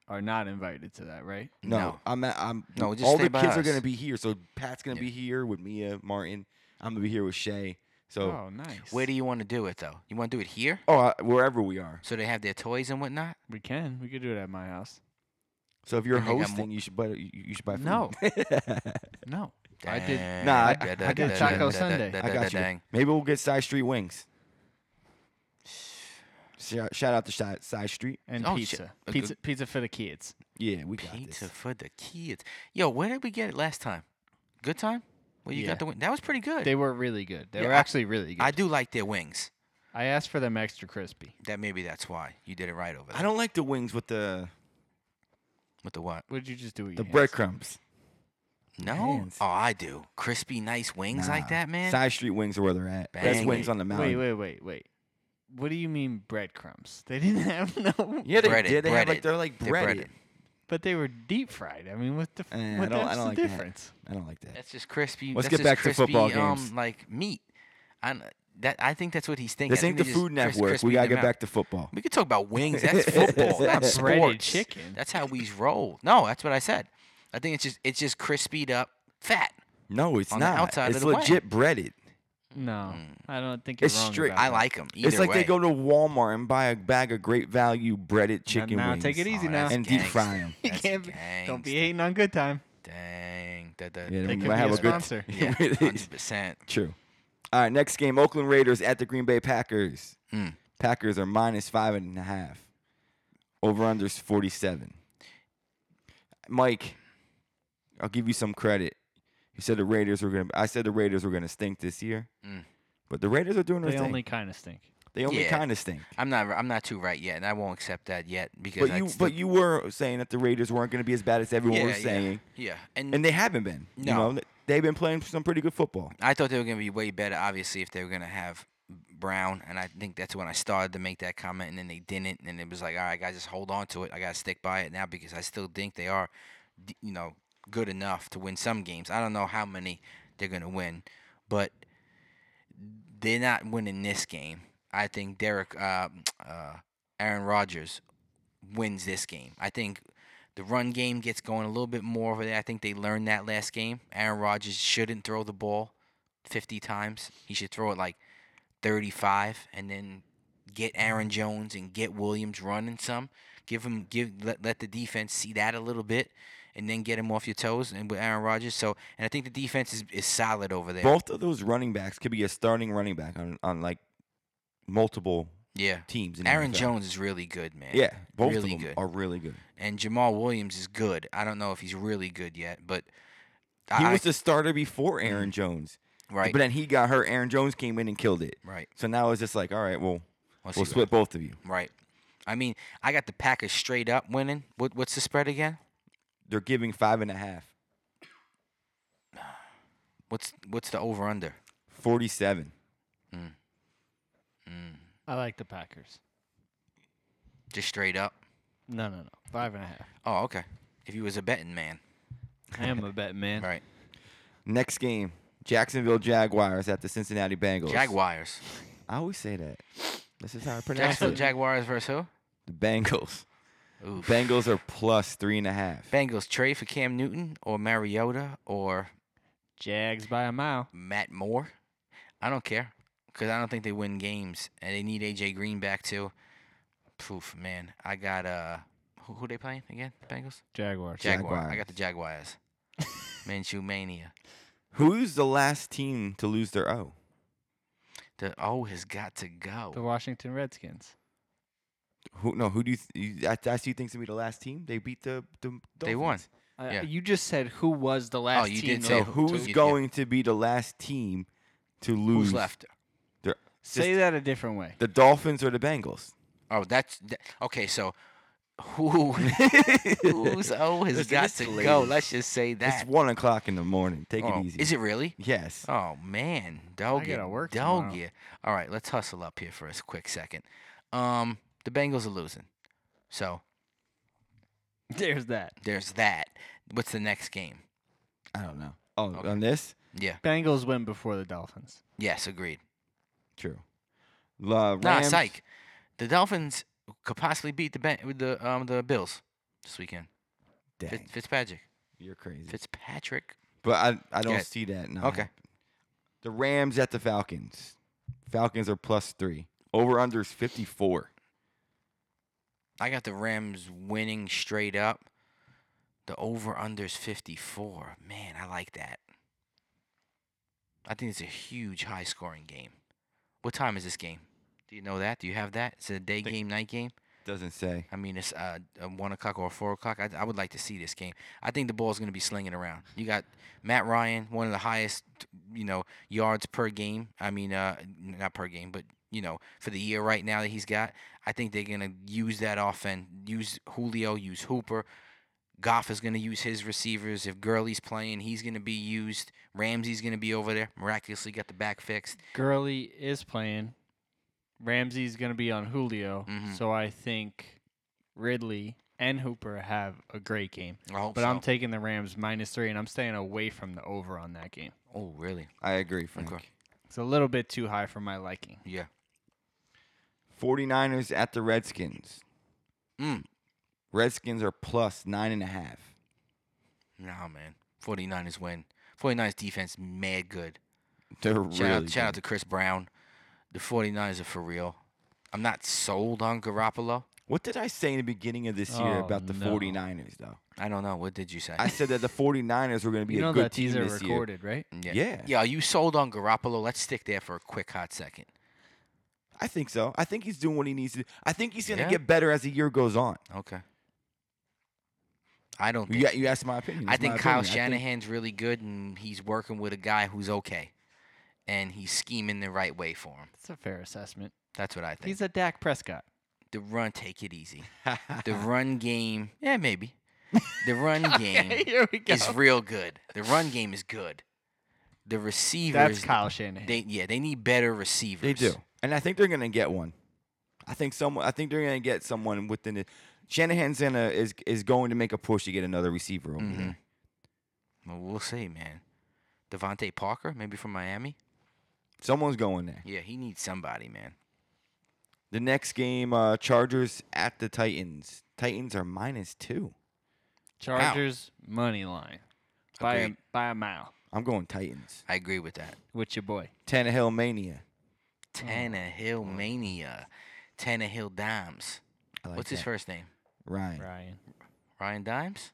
Speaker 3: are not invited to that, right?
Speaker 2: no,
Speaker 1: No.
Speaker 2: I'm at, I'm
Speaker 1: No, just
Speaker 2: all
Speaker 1: stay
Speaker 2: the
Speaker 1: by
Speaker 2: kids are
Speaker 1: us.
Speaker 2: gonna be here. So Pat's gonna
Speaker 1: Yeah.
Speaker 2: be here with Mia, Martin. I'm gonna be here with Shay. So
Speaker 3: Oh, nice.
Speaker 1: Where do you want to do it though? You want to do it here,
Speaker 2: oh, uh, wherever we are.
Speaker 1: so they have their toys and whatnot?
Speaker 3: we can. We could do it at my house.
Speaker 2: So if you're
Speaker 1: I think I'm
Speaker 2: hosting, you should buy you, you should buy food.
Speaker 3: No. No, I did-
Speaker 1: Dang,
Speaker 2: Nah, I-
Speaker 1: da-
Speaker 3: I
Speaker 1: da-
Speaker 3: did
Speaker 1: da- da-
Speaker 3: Taco
Speaker 1: da-
Speaker 3: Sunday.
Speaker 1: da-
Speaker 2: I
Speaker 1: da-
Speaker 2: got
Speaker 1: da-
Speaker 2: you.
Speaker 1: dang.
Speaker 2: Maybe we'll get side street wings. Shout shout out to side, side street.
Speaker 3: and
Speaker 1: Oh, shit.
Speaker 3: pizza,
Speaker 1: A
Speaker 3: pizza,
Speaker 1: good-
Speaker 3: pizza for the kids.
Speaker 2: Yeah, we got
Speaker 1: Pizza
Speaker 2: this.
Speaker 1: for the kids. Yo, where did we get it last time? Good time? Well, you
Speaker 3: Yeah.
Speaker 1: got the wing. That was pretty good.
Speaker 3: They were really good. They
Speaker 1: Yeah,
Speaker 3: were
Speaker 1: I-
Speaker 3: actually really good.
Speaker 1: I
Speaker 3: I,
Speaker 1: do like their wings.
Speaker 3: asked for them extra crispy.
Speaker 1: That maybe that's why you did it right over there.
Speaker 2: I don't like the wings with the
Speaker 1: With the what?
Speaker 3: What did you just do? With
Speaker 2: the
Speaker 3: your hands?
Speaker 2: breadcrumbs.
Speaker 1: No.
Speaker 2: hands.
Speaker 1: Oh, I do. Crispy, nice wings
Speaker 2: Nah,
Speaker 1: like that, man.
Speaker 2: Side street wings are where they're at. Best
Speaker 1: Bang
Speaker 2: wings
Speaker 1: it.
Speaker 2: on the mountain.
Speaker 3: Wait, wait, wait, wait. What do you mean breadcrumbs? They didn't have no.
Speaker 2: Yeah, they
Speaker 1: Breaded,
Speaker 2: did. They have like
Speaker 1: breaded.
Speaker 2: they're like
Speaker 1: They're
Speaker 2: breaded.
Speaker 1: breaded.
Speaker 3: But they were deep fried. I mean, what the?
Speaker 2: Eh, I
Speaker 3: what
Speaker 2: don't- I
Speaker 3: that's
Speaker 2: don't like
Speaker 3: the
Speaker 2: that.
Speaker 3: difference?
Speaker 2: I don't like that.
Speaker 1: That's just crispy.
Speaker 2: Let's
Speaker 1: that's
Speaker 2: get
Speaker 1: just
Speaker 2: back to
Speaker 1: crispy,
Speaker 2: football
Speaker 1: um,
Speaker 2: games.
Speaker 1: Like meat. I kn- that I think that's what he's thinking.
Speaker 2: This ain't the Food Network. We gotta get back to football.
Speaker 1: We could talk about wings. That's football. That's
Speaker 3: Breaded
Speaker 1: sports.
Speaker 3: chicken.
Speaker 1: That's how we roll. No, that's what I said. I think it's just it's just crispied up fat.
Speaker 2: No, it's
Speaker 1: On the
Speaker 2: not.
Speaker 1: outside of
Speaker 2: it's
Speaker 1: the wing.
Speaker 2: legit breaded.
Speaker 3: No, I don't think you're
Speaker 2: It's
Speaker 3: wrong
Speaker 2: strict-
Speaker 3: about
Speaker 1: I
Speaker 3: that.
Speaker 1: like them.
Speaker 2: it's like they go to Walmart and buy a bag of great value breaded chicken
Speaker 3: now
Speaker 2: wings.
Speaker 3: take it easy
Speaker 1: Oh,
Speaker 3: now.
Speaker 1: that's
Speaker 2: And deep
Speaker 1: gangsta.
Speaker 2: fry 'em.
Speaker 3: You
Speaker 1: That's
Speaker 3: can't be- don't be
Speaker 1: gangsta.
Speaker 3: hating on good time.
Speaker 1: Dang. Da, da.
Speaker 2: Yeah,
Speaker 3: They
Speaker 2: we
Speaker 3: could
Speaker 2: might
Speaker 3: be
Speaker 2: have
Speaker 3: a
Speaker 2: a good
Speaker 3: sponsor.
Speaker 1: Yeah, hundred percent.
Speaker 2: True. All right, next game: Oakland Raiders at the Green Bay Packers.
Speaker 1: Mm.
Speaker 2: Packers are minus five and a half. Over unders forty seven. Mike, I'll give you some credit. You said the Raiders were going. to I said the Raiders were going to stink this year,
Speaker 1: Mm.
Speaker 2: but the Raiders are doing their
Speaker 3: They
Speaker 2: thing.
Speaker 3: only kind of stink.
Speaker 2: they only
Speaker 1: Yeah.
Speaker 2: kind of stink.
Speaker 1: I'm not. I'm not too right yet, and I won't accept that yet because.
Speaker 2: But you,
Speaker 1: that's the-
Speaker 2: but you were saying that the Raiders weren't going to be as bad as everyone
Speaker 1: yeah,
Speaker 2: was saying,
Speaker 1: Yeah, yeah. And,
Speaker 2: and they haven't been. You
Speaker 1: No.
Speaker 2: know, they've been playing some pretty good football.
Speaker 1: I thought they were going to be way better, obviously, if they were going to have Brown. And I think that's when I started to make that comment, and then they didn't. And it was like, all right, guys, just hold on to it. I got to stick by it now because I still think they are, d- you know, good enough to win some games. I don't know how many they're going to win, but they're not winning this game. I think Derek, uh, uh, Aaron Rodgers wins this game. I think the run game gets going a little bit more over there. I think they learned that last game. Aaron Rodgers shouldn't throw the ball 50 times. He should throw it like 35 and then get Aaron Jones and get Williams running some. Give him give let, let the defense see that a little bit and then get him off your toes and with Aaron Rodgers. So, and I think the defense is, is solid over there.
Speaker 2: Both of those running backs could be a starting running back on, on like multiple
Speaker 1: Yeah.
Speaker 2: teams. In the
Speaker 1: Aaron
Speaker 2: NFL.
Speaker 1: Jones is really good, man.
Speaker 2: Yeah, both
Speaker 1: Really
Speaker 2: of them
Speaker 1: good.
Speaker 2: are really good.
Speaker 1: And Jamal Williams is good. I don't know if he's really good yet, but
Speaker 2: He
Speaker 1: I, Mm-hmm.
Speaker 2: was the starter before Aaron Jones,
Speaker 1: right.
Speaker 2: but then he got hurt. Aaron Jones came in and killed it.
Speaker 1: right.
Speaker 2: So now it's just like, all right, well,
Speaker 1: Let's
Speaker 2: we'll
Speaker 1: see what-
Speaker 2: split both of you.
Speaker 1: Right. I mean, I got the Packers straight up winning. What what's the spread again?
Speaker 2: They're giving five and a half,
Speaker 1: What's what's the over under?
Speaker 2: 47.
Speaker 3: I like the Packers.
Speaker 1: Just straight up.
Speaker 3: No, no, no. Five and a half.
Speaker 1: Oh, okay. If you was a betting man,
Speaker 3: I am a bet man.
Speaker 1: right?
Speaker 2: Next game, Jacksonville Jaguars at the Cincinnati Bengals.
Speaker 1: Jaguars.
Speaker 2: I always say that. This is how I pronounce
Speaker 1: Jacksonville
Speaker 2: it.
Speaker 1: Jaguars versus
Speaker 2: The Bengals.
Speaker 1: who? Ooh.
Speaker 2: Bengals are plus three and a half.
Speaker 1: Bengals trade for Cam Newton or Mariota or
Speaker 3: Jags by a mile.
Speaker 1: Matt Moore. I don't care because I don't think they win games, and they need AJ Green back too. Poof, man. I got uh, who, who they playing again? The Bengals.
Speaker 3: Jaguars.
Speaker 1: Jaguar. I
Speaker 2: Jaguars.
Speaker 1: got the Jaguars. Minshew mania.
Speaker 2: Who's the last team to lose their O?
Speaker 1: The O has got to go.
Speaker 3: The Washington Redskins.
Speaker 2: Who no? Who do you? Th- you that, that's who you think's gonna be the last team? They beat the the.
Speaker 1: They won.
Speaker 2: Dolphins.
Speaker 3: Uh,
Speaker 1: Yeah.
Speaker 3: You just said who was the last
Speaker 1: you
Speaker 3: team.
Speaker 1: did say
Speaker 3: to
Speaker 2: So
Speaker 1: Yeah,
Speaker 3: lose.
Speaker 1: who-
Speaker 2: who's
Speaker 1: who- yeah.
Speaker 2: going to be the last team to lose?
Speaker 1: Who's left?
Speaker 2: their-
Speaker 3: Say
Speaker 2: just-
Speaker 3: that a different way.
Speaker 2: The Dolphins or the Bengals?
Speaker 1: Oh, that's th- okay. So, who who's O has
Speaker 2: Listen,
Speaker 1: got
Speaker 2: it's
Speaker 1: to
Speaker 2: late.
Speaker 1: go? Let's just say that.
Speaker 2: It's one o'clock in the morning. Take
Speaker 1: Oh,
Speaker 2: it easy.
Speaker 1: Is it really?
Speaker 2: Yes.
Speaker 1: Oh man, dog
Speaker 3: gotta
Speaker 1: ya,
Speaker 3: work
Speaker 1: dog
Speaker 3: tomorrow.
Speaker 1: ya. All right, let's hustle up here for a s- quick second. Um, the Bengals are losing, so
Speaker 3: There's that.
Speaker 1: there's that. What's the next game?
Speaker 2: I don't know. Oh,
Speaker 1: Okay.
Speaker 2: on this?
Speaker 1: Yeah.
Speaker 3: Bengals win before the Dolphins.
Speaker 1: Yes, agreed.
Speaker 2: True. La
Speaker 1: Nah,
Speaker 2: Rams-
Speaker 1: psych. The Dolphins could possibly beat the ben- with the um the Bills this weekend.
Speaker 2: Dang,
Speaker 1: Fitz- Fitzpatrick.
Speaker 2: you're crazy.
Speaker 1: Fitzpatrick.
Speaker 2: But I, I don't
Speaker 1: Yeah.
Speaker 2: see that. No.
Speaker 1: Okay.
Speaker 2: The Rams at the Falcons. Falcons are plus three. Over under is 54.
Speaker 1: I got the Rams winning straight up. The over under's 54. Man, I like that. I think it's a huge high scoring game. What time is this game? Do you know that? Do you have that? Is it a day
Speaker 2: Think-
Speaker 1: game, night game?
Speaker 2: Doesn't say.
Speaker 1: I mean, it's uh, a one o'clock or a four o'clock. I, I would like to see this game. I think the ball's going to be slinging around. You got Matt Ryan, one of the highest, you know, yards per game. I mean, uh, n- not per game, but you know, for the year right now that he's got. I think they're going to use that offense. Use Julio. Use Hooper. Goff is going to use his receivers. If Gurley's playing, he's going to be used. Ramsey's going to be over there. Miraculously got the back fixed.
Speaker 3: Gurley is playing. Ramsey's going to be on Julio,
Speaker 2: Mm-hmm.
Speaker 1: Mhm.
Speaker 3: so I think Ridley and Hooper have a great game.
Speaker 1: I hope
Speaker 3: But
Speaker 1: so.
Speaker 3: I'm taking the Rams minus three, and I'm staying away from the over on that game.
Speaker 1: oh, really?
Speaker 2: I agree, Frank.
Speaker 1: Okay.
Speaker 3: It's a little bit too high for my liking.
Speaker 1: Yeah.
Speaker 2: 49ers at the Redskins.
Speaker 1: Mm.
Speaker 2: Redskins are plus nine and a half.
Speaker 1: Nah, man. 49ers win. 49ers defense mad good.
Speaker 2: They're
Speaker 1: Shout
Speaker 2: really
Speaker 1: out shout out
Speaker 2: good.
Speaker 1: to Chris Brown. The 49ers are for real. I'm not sold on Garoppolo.
Speaker 2: What did I say in the beginning of this year
Speaker 3: Oh,
Speaker 2: about the
Speaker 3: no.
Speaker 2: 49ers, though?
Speaker 1: I don't know. What did you say?
Speaker 2: I said that the 49ers were going to be
Speaker 3: You know
Speaker 2: a good
Speaker 3: that
Speaker 2: team
Speaker 3: these are
Speaker 2: this year.
Speaker 3: recorded, right?
Speaker 2: yeah.
Speaker 1: Yeah, are you sold on Garoppolo? Let's stick there for a quick hot second.
Speaker 2: I think so. I think he's doing what he needs to do. I think he's going to
Speaker 1: Yeah.
Speaker 2: get better as the year goes on.
Speaker 1: Okay. I don't think
Speaker 2: You, you asked my opinion.
Speaker 1: I
Speaker 2: It's my
Speaker 1: think Kyle
Speaker 2: opinion. I think-
Speaker 1: Shanahan's really good and he's working with a guy who's okay. And he's scheming the right way for him.
Speaker 3: That's a fair assessment.
Speaker 1: That's what I think.
Speaker 3: He's a Dak Prescott.
Speaker 1: the run, take it easy. The
Speaker 2: Uh-huh.
Speaker 1: run game, yeah, maybe. The run game
Speaker 3: here we
Speaker 1: is real good. The run game is good. The receivers,
Speaker 3: That's Kyle Shanahan.
Speaker 1: they yeah, they need better receivers.
Speaker 2: They do, and I think they're gonna get one. I think someone. I think they're gonna get someone within the. Shanahan's gonna is is going to make a push to get another receiver over
Speaker 1: Mhm.
Speaker 2: there.
Speaker 1: Well, we'll see, man. Devontae Parker, maybe from Miami.
Speaker 2: Someone's going there.
Speaker 1: Yeah, he needs somebody, man.
Speaker 2: The next game, uh, Chargers at the Titans. Titans are minus two.
Speaker 3: Chargers money line by a,
Speaker 1: Agreed.
Speaker 3: by a mile
Speaker 2: I'm going Titans.
Speaker 1: I agree with that.
Speaker 2: Oh,
Speaker 3: with your boy.
Speaker 2: Tannehill mania.
Speaker 1: Tannehill mania, Tannehill Dimes.
Speaker 2: I like
Speaker 1: What's his
Speaker 2: that.
Speaker 1: first name?
Speaker 2: Ryan.
Speaker 3: Ryan,
Speaker 1: Ryan Dimes.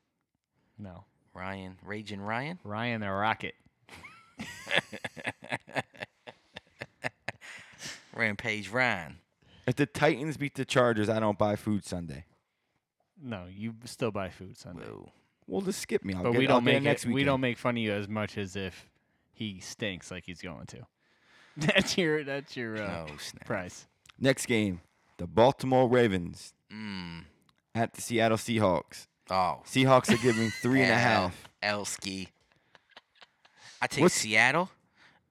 Speaker 3: no,
Speaker 1: Ryan Raging Ryan.
Speaker 3: Ryan the Rocket.
Speaker 1: Rampage Ryan.
Speaker 2: If the Titans beat the Chargers, I don't buy food Sunday.
Speaker 3: No, you still buy food Sunday,
Speaker 1: Whoa.
Speaker 2: Well, just skip me. I'll
Speaker 3: but
Speaker 2: get,
Speaker 3: we
Speaker 2: I'll
Speaker 3: don't
Speaker 2: get it
Speaker 3: make
Speaker 2: next
Speaker 3: it,
Speaker 2: week.
Speaker 3: we don't make fun of you as much as if he stinks like he's going to. That's your that's your
Speaker 2: Oh,
Speaker 3: uh,
Speaker 1: No Oh, snap.
Speaker 3: price.
Speaker 2: Next game, the Baltimore Ravens
Speaker 1: Mm.
Speaker 2: at the Seattle Seahawks.
Speaker 1: Oh.
Speaker 2: Seahawks are giving three and a half.
Speaker 1: Elski. I take
Speaker 2: What's-
Speaker 1: Seattle,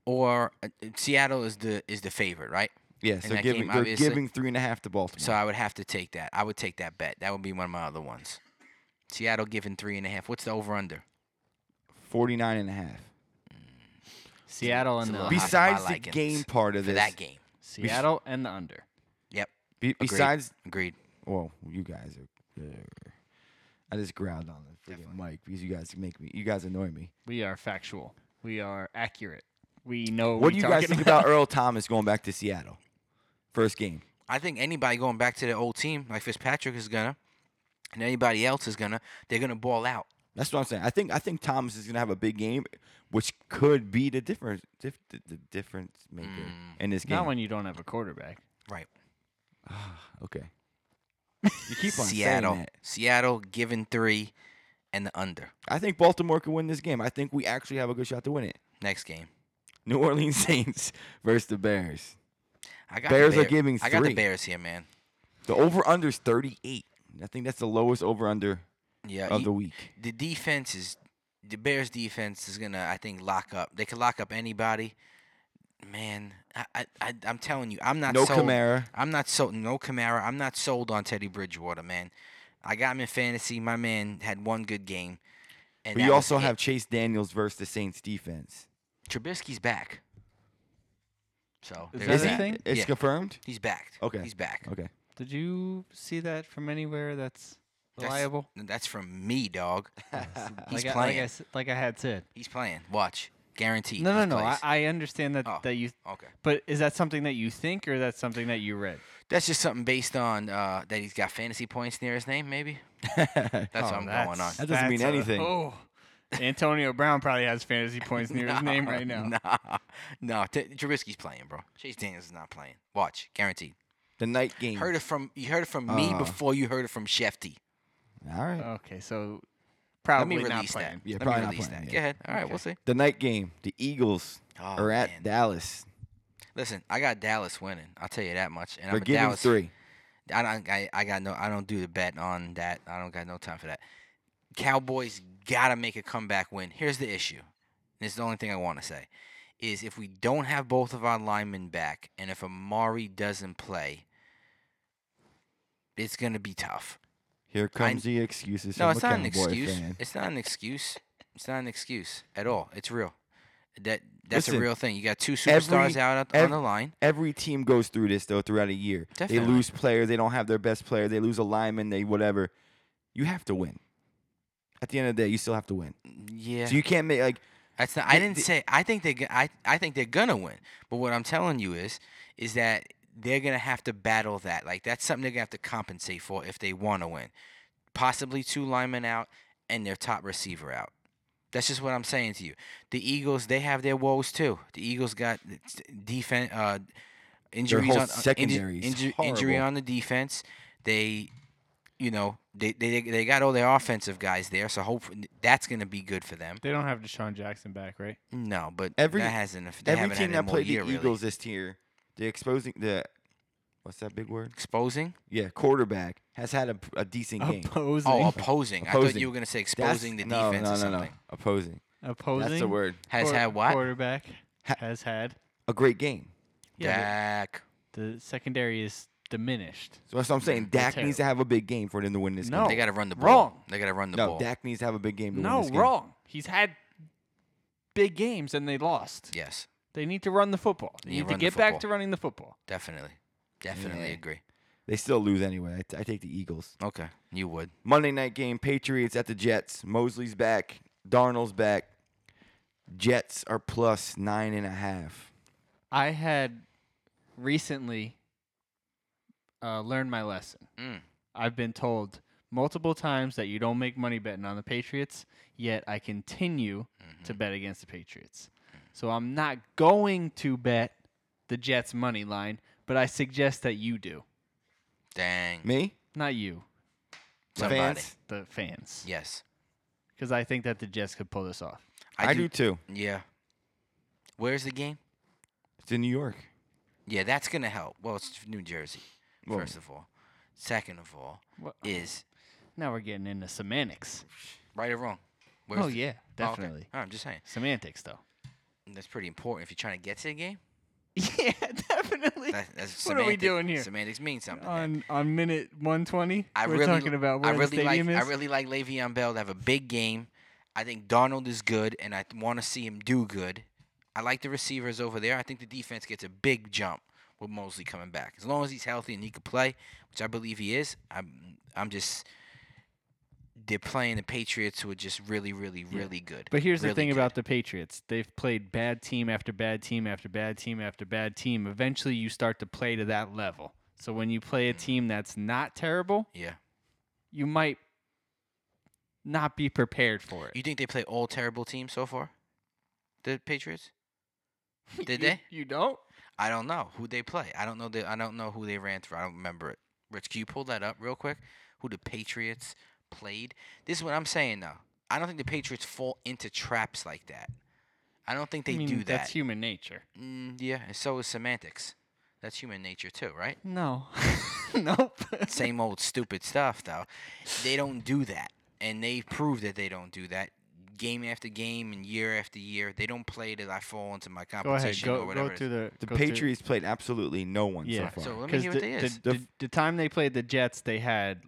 Speaker 1: or uh, uh, Seattle is the is the favorite, right?
Speaker 2: Yes,
Speaker 1: in
Speaker 2: they're
Speaker 1: that
Speaker 2: giving
Speaker 1: game,
Speaker 2: they're
Speaker 1: obviously.
Speaker 2: giving three and a half to Baltimore.
Speaker 1: So I would have to take that. I would take that bet. That would be one of my other ones. Seattle giving three and a half. What's the over under?
Speaker 2: 49 and a half.
Speaker 3: Seattle
Speaker 1: it's
Speaker 3: and
Speaker 1: a
Speaker 3: the
Speaker 1: little
Speaker 3: under.
Speaker 1: high.
Speaker 2: Besides
Speaker 1: my
Speaker 2: the
Speaker 1: likings
Speaker 2: game part of
Speaker 1: For
Speaker 2: this,
Speaker 1: that game.
Speaker 3: Seattle and the under.
Speaker 2: be- besides,
Speaker 1: Agreed.
Speaker 2: well, you guys are. I just growled on the freaking mic because you guys make me. You guys annoy me.
Speaker 3: We are factual. We are accurate. We know
Speaker 2: What
Speaker 3: we
Speaker 2: do you guys
Speaker 3: talking
Speaker 2: think about Earl Thomas going back to Seattle? First game.
Speaker 1: I think anybody going back to their old team, like Fitzpatrick is gonna, and anybody else is gonna, they're gonna ball out.
Speaker 2: That's what I'm saying. I think I think Thomas is gonna have a big game, which could be the difference dif- the, the difference maker
Speaker 1: Mm.
Speaker 2: in this game.
Speaker 3: Not when you don't have a quarterback.
Speaker 1: Right.
Speaker 2: okay. You keep on
Speaker 1: Seattle.
Speaker 2: saying that.
Speaker 1: Seattle giving three and the under.
Speaker 2: I think Baltimore can win this game. I think we actually have a good shot to win it.
Speaker 1: Next game.
Speaker 2: New Orleans Saints versus the Bears.
Speaker 1: I got
Speaker 2: Bears are
Speaker 1: the Bear-
Speaker 2: giving
Speaker 1: I got the
Speaker 2: three.
Speaker 1: Bears here, man.
Speaker 2: The over under is 38. I think that's the lowest over under
Speaker 1: Yeah,
Speaker 2: of
Speaker 1: Uh, you-
Speaker 2: the week.
Speaker 1: the defense is the Bears defense is gonna I think lock up. They could lock up anybody. Man, I I, I I'm telling you, I'm not
Speaker 2: No
Speaker 1: sold.
Speaker 2: Kamara.
Speaker 1: I'm not sold. No Kamara. I'm not sold on Teddy Bridgewater, man. I got him in fantasy. My man had one good game. And
Speaker 2: But
Speaker 1: that
Speaker 2: you
Speaker 1: was
Speaker 2: also
Speaker 1: it.
Speaker 2: have Chase Daniels versus the Saints defense.
Speaker 1: Trubisky's back. So
Speaker 3: Is
Speaker 1: there's
Speaker 3: that a
Speaker 1: that.
Speaker 3: thing?
Speaker 2: It's
Speaker 1: Yeah.
Speaker 2: confirmed?
Speaker 1: He's back.
Speaker 2: Okay.
Speaker 1: He's back.
Speaker 2: Okay.
Speaker 3: Did you see that from anywhere that's
Speaker 1: That's-
Speaker 3: reliable?
Speaker 1: That's from me, dog. He's
Speaker 3: like, I, like, I,
Speaker 1: playing.
Speaker 3: s- like I had said.
Speaker 1: He's playing. Watch. Guaranteed.
Speaker 3: No, no,
Speaker 1: he
Speaker 3: no. I,
Speaker 1: plays.
Speaker 3: I understand that,
Speaker 1: Oh.
Speaker 3: that you.
Speaker 1: okay.
Speaker 3: But is that something that you think or that's something that you read?
Speaker 1: That's just something based on uh, that he's got fantasy points near his name, maybe.
Speaker 2: that
Speaker 1: That's
Speaker 3: Oh,
Speaker 1: what I'm going on.
Speaker 3: that's-
Speaker 2: That doesn't mean
Speaker 3: that's a-
Speaker 2: anything.
Speaker 3: oh, Antonio Brown probably has fantasy points near his name right now.
Speaker 1: Nah, no. T- Trubisky's playing, bro. Chase Daniels is not playing. Watch, guaranteed.
Speaker 2: the night game.
Speaker 1: Heard it from you. Heard it from me
Speaker 2: Uh.
Speaker 1: before you heard it from Shefty.
Speaker 2: All right.
Speaker 3: Okay, so
Speaker 1: Let me
Speaker 3: probably not
Speaker 1: release that.
Speaker 3: playing.
Speaker 2: Yeah,
Speaker 1: Let
Speaker 2: probably
Speaker 1: me
Speaker 2: not
Speaker 1: release
Speaker 2: playing,
Speaker 1: that. Go
Speaker 2: yeah.
Speaker 1: ahead. All right, we'll
Speaker 3: Okay.
Speaker 1: see.
Speaker 2: The night game. The Eagles
Speaker 1: Oh,
Speaker 2: are at
Speaker 1: man.
Speaker 2: Dallas.
Speaker 1: Listen, I got Dallas winning. I'll tell you that much. And
Speaker 2: They're
Speaker 1: I'm a
Speaker 2: giving
Speaker 1: Dallas.
Speaker 2: three.
Speaker 1: I don't. I, I got no. I don't do the bet on that. I don't got no time for that. Cowboys gotta make a comeback win. Here's the issue. And it's the only thing I want to say is if we don't have both of our linemen back, and if Amari doesn't play, it's gonna be tough.
Speaker 2: Here comes the excuses.
Speaker 1: no,
Speaker 2: from
Speaker 1: it's
Speaker 2: a
Speaker 1: not an
Speaker 2: Cowboy
Speaker 1: excuse.
Speaker 2: fan.
Speaker 1: It's not an excuse. It's not an excuse at all. It's real. That that's a
Speaker 2: Listen,
Speaker 1: real thing. You got two
Speaker 2: every-
Speaker 1: superstars out on-
Speaker 2: ev-
Speaker 1: on the line.
Speaker 2: Every team goes through this though throughout a year. They
Speaker 1: Definitely.
Speaker 2: lose players. They don't have their best player. They lose a lineman. They whatever. You have to win. At the end of the day, you still have to win.
Speaker 1: Yeah.
Speaker 2: So you can't make like
Speaker 1: That's not. I
Speaker 2: They-
Speaker 1: didn't
Speaker 2: they-
Speaker 1: say. I think they. g- I I think they're gonna win. But what I'm telling you is, is that they're gonna have to battle that. Like that's something they're gonna have to compensate for if they want to win. Possibly two linemen out and their top receiver out. That's just what I'm saying to you. The Eagles, they have their woes too. The Eagles got defense uh, injuries
Speaker 2: whole
Speaker 1: on uh, inju-
Speaker 2: secondary is
Speaker 1: inju- injury
Speaker 2: horrible.
Speaker 1: on the defense. They you know, they, they they got all their offensive guys there, so hopefully that's going to be good for them.
Speaker 3: They don't have Deshaun Jackson back, right?
Speaker 1: No, but
Speaker 2: Every-
Speaker 1: that hasn't. aff- They
Speaker 2: every
Speaker 1: haven't
Speaker 2: team
Speaker 1: had
Speaker 2: that
Speaker 1: that
Speaker 2: played
Speaker 1: year,
Speaker 2: the
Speaker 1: really.
Speaker 2: Eagles this year, the exposing the what's that big word?
Speaker 1: exposing.
Speaker 2: Yeah, quarterback has had a, a decent game.
Speaker 3: Opposing.
Speaker 1: Oh, opposing. I thought
Speaker 2: Opposing.
Speaker 1: you were gonna say
Speaker 2: That's-
Speaker 1: exposing the
Speaker 2: no,
Speaker 1: defense
Speaker 2: no,
Speaker 1: or
Speaker 2: no, no.
Speaker 1: something.
Speaker 2: Opposing.
Speaker 3: opposing.
Speaker 2: That's the word.
Speaker 1: Has
Speaker 3: quar-
Speaker 1: had what?
Speaker 3: Quarterback
Speaker 2: Ha-
Speaker 3: has had.
Speaker 2: A great game.
Speaker 3: Yeah,
Speaker 1: Dak.
Speaker 3: but the secondary is diminished.
Speaker 2: So that's what I'm saying.
Speaker 3: They're
Speaker 2: Dak needs to have a big game for them to win this
Speaker 3: No.
Speaker 1: They
Speaker 2: game.
Speaker 1: gotta run the ball.
Speaker 3: Wrong.
Speaker 1: They gotta run the
Speaker 2: Oh, no,
Speaker 1: ball.
Speaker 2: Dak needs to have a big game to win
Speaker 3: No,
Speaker 2: this game.
Speaker 3: wrong. He's had big games and they lost.
Speaker 1: Yes,
Speaker 3: They need to run the football. They
Speaker 1: Yeah,
Speaker 3: need to
Speaker 1: run the
Speaker 3: get back to
Speaker 1: football.
Speaker 3: running the football.
Speaker 1: definitely, definitely
Speaker 2: Yeah.
Speaker 1: agree.
Speaker 2: They still lose anyway. I, t- I take the Eagles.
Speaker 1: Okay, you would.
Speaker 2: Monday night game, Patriots at the Jets. Mosley's back. Darnold's back. Jets are plus nine and a half.
Speaker 3: I had recently uh, learned my lesson.
Speaker 1: Mm.
Speaker 3: I've been told multiple times that you don't make money betting on the Patriots, yet I continue to bet against the Patriots. So I'm not going to bet the Jets money line, but I suggest that you do.
Speaker 1: Dang.
Speaker 2: Me?
Speaker 3: Not you,
Speaker 2: The
Speaker 1: Somebody.
Speaker 2: Fans?
Speaker 3: the fans.
Speaker 1: Yes,
Speaker 3: Because I think that the Jets could pull this off.
Speaker 2: I, do, too.
Speaker 1: Yeah. Where's the game?
Speaker 2: It's in New York.
Speaker 1: Yeah, that's gonna help. Well, it's New Jersey.
Speaker 2: Well-
Speaker 1: First of all, second of all,
Speaker 3: What?
Speaker 1: is
Speaker 3: Now we're getting into semantics.
Speaker 1: right or wrong.
Speaker 3: oh,
Speaker 1: the-
Speaker 3: yeah,
Speaker 1: Oh, okay.
Speaker 3: definitely.
Speaker 1: All right, I'm just saying
Speaker 3: Semantics, though.
Speaker 1: that's pretty important if you're trying to get to the game.
Speaker 3: Yeah, definitely.
Speaker 1: That, that's
Speaker 3: What are we
Speaker 1: semantic-
Speaker 3: doing here?
Speaker 1: Semantics mean something. here.
Speaker 3: on on minute 120.
Speaker 1: I
Speaker 3: we're
Speaker 1: really,
Speaker 3: talking about where
Speaker 1: I really
Speaker 3: the stadium
Speaker 1: like,
Speaker 3: is.
Speaker 1: I really like Le'Veon Bell to have a big game. I think Donald is good, and I want to see him do good. I like the receivers over there. I think the defense gets a big jump with Mosley coming back. As long as he's healthy and he can play, which I believe he is, I'm I'm just they're playing the Patriots who are just really, really, really good.
Speaker 3: but here's the
Speaker 1: Really
Speaker 3: thing
Speaker 1: good.
Speaker 3: about the Patriots. They've played bad team after bad team after bad team after bad team. Eventually you start to play to that level. So when you play a team that's not terrible,
Speaker 1: yeah.
Speaker 3: you might not be prepared for it.
Speaker 1: You think they play all terrible teams so far? The Patriots? Did
Speaker 3: You-
Speaker 1: they?
Speaker 3: You don't?
Speaker 1: I don't know who they play. I don't know the I don't know who they ran through. I don't remember it. Rich, can you pull that up real quick? Who the Patriots played? This is what I'm saying though. I don't think the Patriots fall into traps like that. I don't think they
Speaker 3: I mean,
Speaker 1: do that.
Speaker 3: That's human nature.
Speaker 1: Mm, yeah, and so is semantics. That's human nature too, right?
Speaker 3: No. nope.
Speaker 1: Same old stupid stuff though. They don't do that, and they prove that they don't do that. Game after game and year after year, they don't play that I fall into my
Speaker 3: Go ahead.
Speaker 1: competition or
Speaker 3: Go,
Speaker 1: whatever. it
Speaker 3: go
Speaker 1: is.
Speaker 3: to the
Speaker 2: The
Speaker 3: go through-
Speaker 2: Patriots played absolutely no one so
Speaker 3: Yeah.
Speaker 2: far.
Speaker 1: So let me
Speaker 3: Because
Speaker 1: hear
Speaker 3: the,
Speaker 1: what they is.
Speaker 3: the, the, the time they played the Jets, they had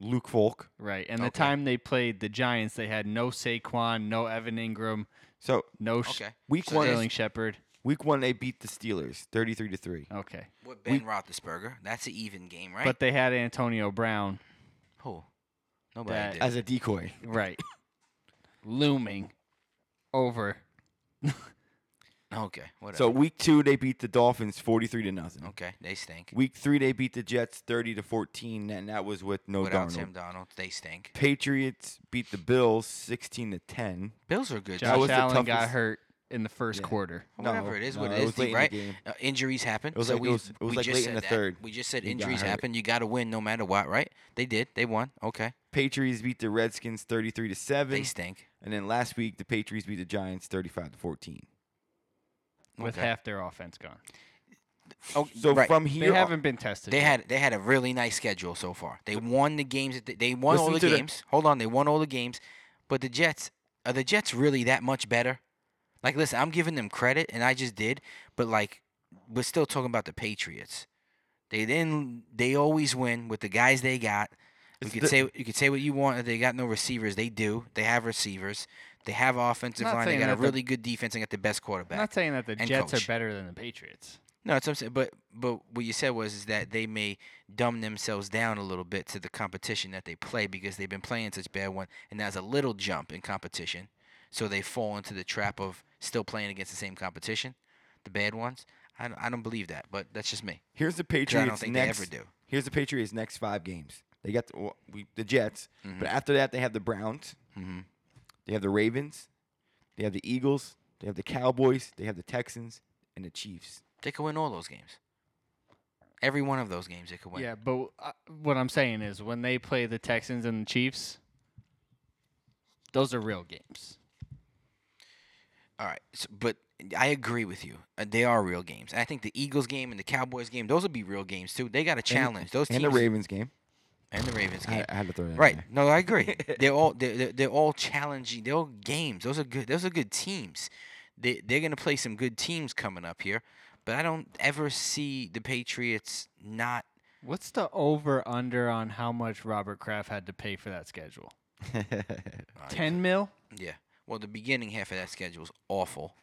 Speaker 2: Luke Falk.
Speaker 3: right, and the
Speaker 1: Okay.
Speaker 3: time they played the Giants, they had no Saquon, no Evan Ingram,
Speaker 2: So
Speaker 3: no
Speaker 1: okay.
Speaker 2: week
Speaker 1: So
Speaker 2: one,
Speaker 1: there's-
Speaker 3: Sterling Shepard.
Speaker 2: week one they beat the Steelers, thirty-three to three.
Speaker 3: Okay,
Speaker 1: With Ben Roethlisberger, that's an even game, right?
Speaker 3: but they had Antonio Brown.
Speaker 1: Who? Nobody
Speaker 3: That-
Speaker 1: did.
Speaker 2: As a decoy,
Speaker 3: Right. Looming over.
Speaker 1: okay, whatever.
Speaker 2: so week two they beat the Dolphins forty-three to nothing.
Speaker 1: okay, they stink.
Speaker 2: Week three they beat the Jets thirty to fourteen, and that was with no
Speaker 1: Without
Speaker 2: Darnold.
Speaker 1: Tim Donald, they stink.
Speaker 2: Patriots beat the Bills sixteen to ten.
Speaker 1: Bills are good.
Speaker 2: That
Speaker 3: Josh
Speaker 2: was the
Speaker 3: Allen got
Speaker 2: toughest-
Speaker 3: hurt in the first
Speaker 2: Yeah.
Speaker 3: quarter.
Speaker 1: Well, Whatever
Speaker 2: No,
Speaker 1: it is,
Speaker 2: no,
Speaker 1: what
Speaker 2: it
Speaker 1: it is,
Speaker 2: was late in the
Speaker 1: right?
Speaker 2: game.
Speaker 1: Uh, injuries happen.
Speaker 2: It was
Speaker 1: so
Speaker 2: like- it
Speaker 1: we,
Speaker 2: was- it was
Speaker 1: we
Speaker 2: like
Speaker 1: just
Speaker 2: late
Speaker 1: said
Speaker 2: in the
Speaker 1: that.
Speaker 2: third.
Speaker 1: We just said
Speaker 2: He got
Speaker 1: injuries
Speaker 2: hurt.
Speaker 1: happen. You got to win no matter what, right? They did. They won. Okay,
Speaker 2: Patriots beat the Redskins thirty-three to
Speaker 1: they
Speaker 2: seven,
Speaker 1: stink.
Speaker 2: and then last week the Patriots beat the Giants thirty-five to fourteen.
Speaker 3: with
Speaker 1: Okay.
Speaker 3: half their offense gone.
Speaker 1: Oh,
Speaker 2: So
Speaker 1: right.
Speaker 2: from
Speaker 3: They
Speaker 2: here, on-
Speaker 3: haven't been tested.
Speaker 1: They
Speaker 3: yet.
Speaker 1: had they had a really nice schedule so far. They won the games. That they, they won all
Speaker 2: Listen
Speaker 1: the
Speaker 2: to the-
Speaker 1: games. Hold on, they won all the games. But the Jets are the Jets really that much better? Like, listen, I'm giving them credit, and I just did. But like, we're still talking about the Patriots. They then they always win with the guys they got. You
Speaker 2: It's
Speaker 1: could
Speaker 2: the-
Speaker 1: say you could say what you want. that They got no receivers. They do. They have receivers. They have offensive
Speaker 3: Not
Speaker 1: line. They
Speaker 3: saying
Speaker 1: got a
Speaker 3: that the-
Speaker 1: really good defense. and got the best
Speaker 3: I'm
Speaker 1: quarterback.
Speaker 3: not saying that the
Speaker 1: and
Speaker 3: Jets
Speaker 1: coach.
Speaker 3: are better than the Patriots.
Speaker 1: No, that's what I'm saying. But but what you said was is that they may dumb themselves down a little bit to the competition that they play because they've been playing such bad one, and that's a little jump in competition, so they fall into the trap of still playing against the same competition, the bad ones. I don't, I don't believe that, but that's just me.
Speaker 2: here's the
Speaker 1: 'cause I don't
Speaker 2: Patriots
Speaker 1: think
Speaker 2: next.
Speaker 1: they ever do.
Speaker 2: Here's the Patriots next five games. They got the, well, we, the Jets, but after that they have the Browns,
Speaker 1: Mm-hmm.
Speaker 2: they have the Ravens, they have the Eagles, they have the Cowboys, they have the Texans, and the Chiefs.
Speaker 1: They could win all those games. Every one of those games they could win.
Speaker 3: Yeah, but uh, what I'm saying is when they play the Texans and the Chiefs, those are real games.
Speaker 1: All right, s but I agree with you. Uh, they are real games. I think the Eagles game and the Cowboys game, those would be real games too. They got a challenge. those
Speaker 2: and
Speaker 1: teams
Speaker 2: the Ravens game.
Speaker 1: and the Ravens game.
Speaker 2: I, I had to throw that. in
Speaker 1: Right.
Speaker 2: there.
Speaker 1: No, I agree. they're all they're, they're- they're all challenging. They're all games. Those are good. Those are good teams. They they're gonna play some good teams coming up here. But I don't ever see the Patriots not.
Speaker 3: What's the over under on how much Robert Kraft had to pay for that schedule?
Speaker 1: uh,
Speaker 3: 10 mil?
Speaker 1: Yeah. Well, the beginning half of that schedule is awful.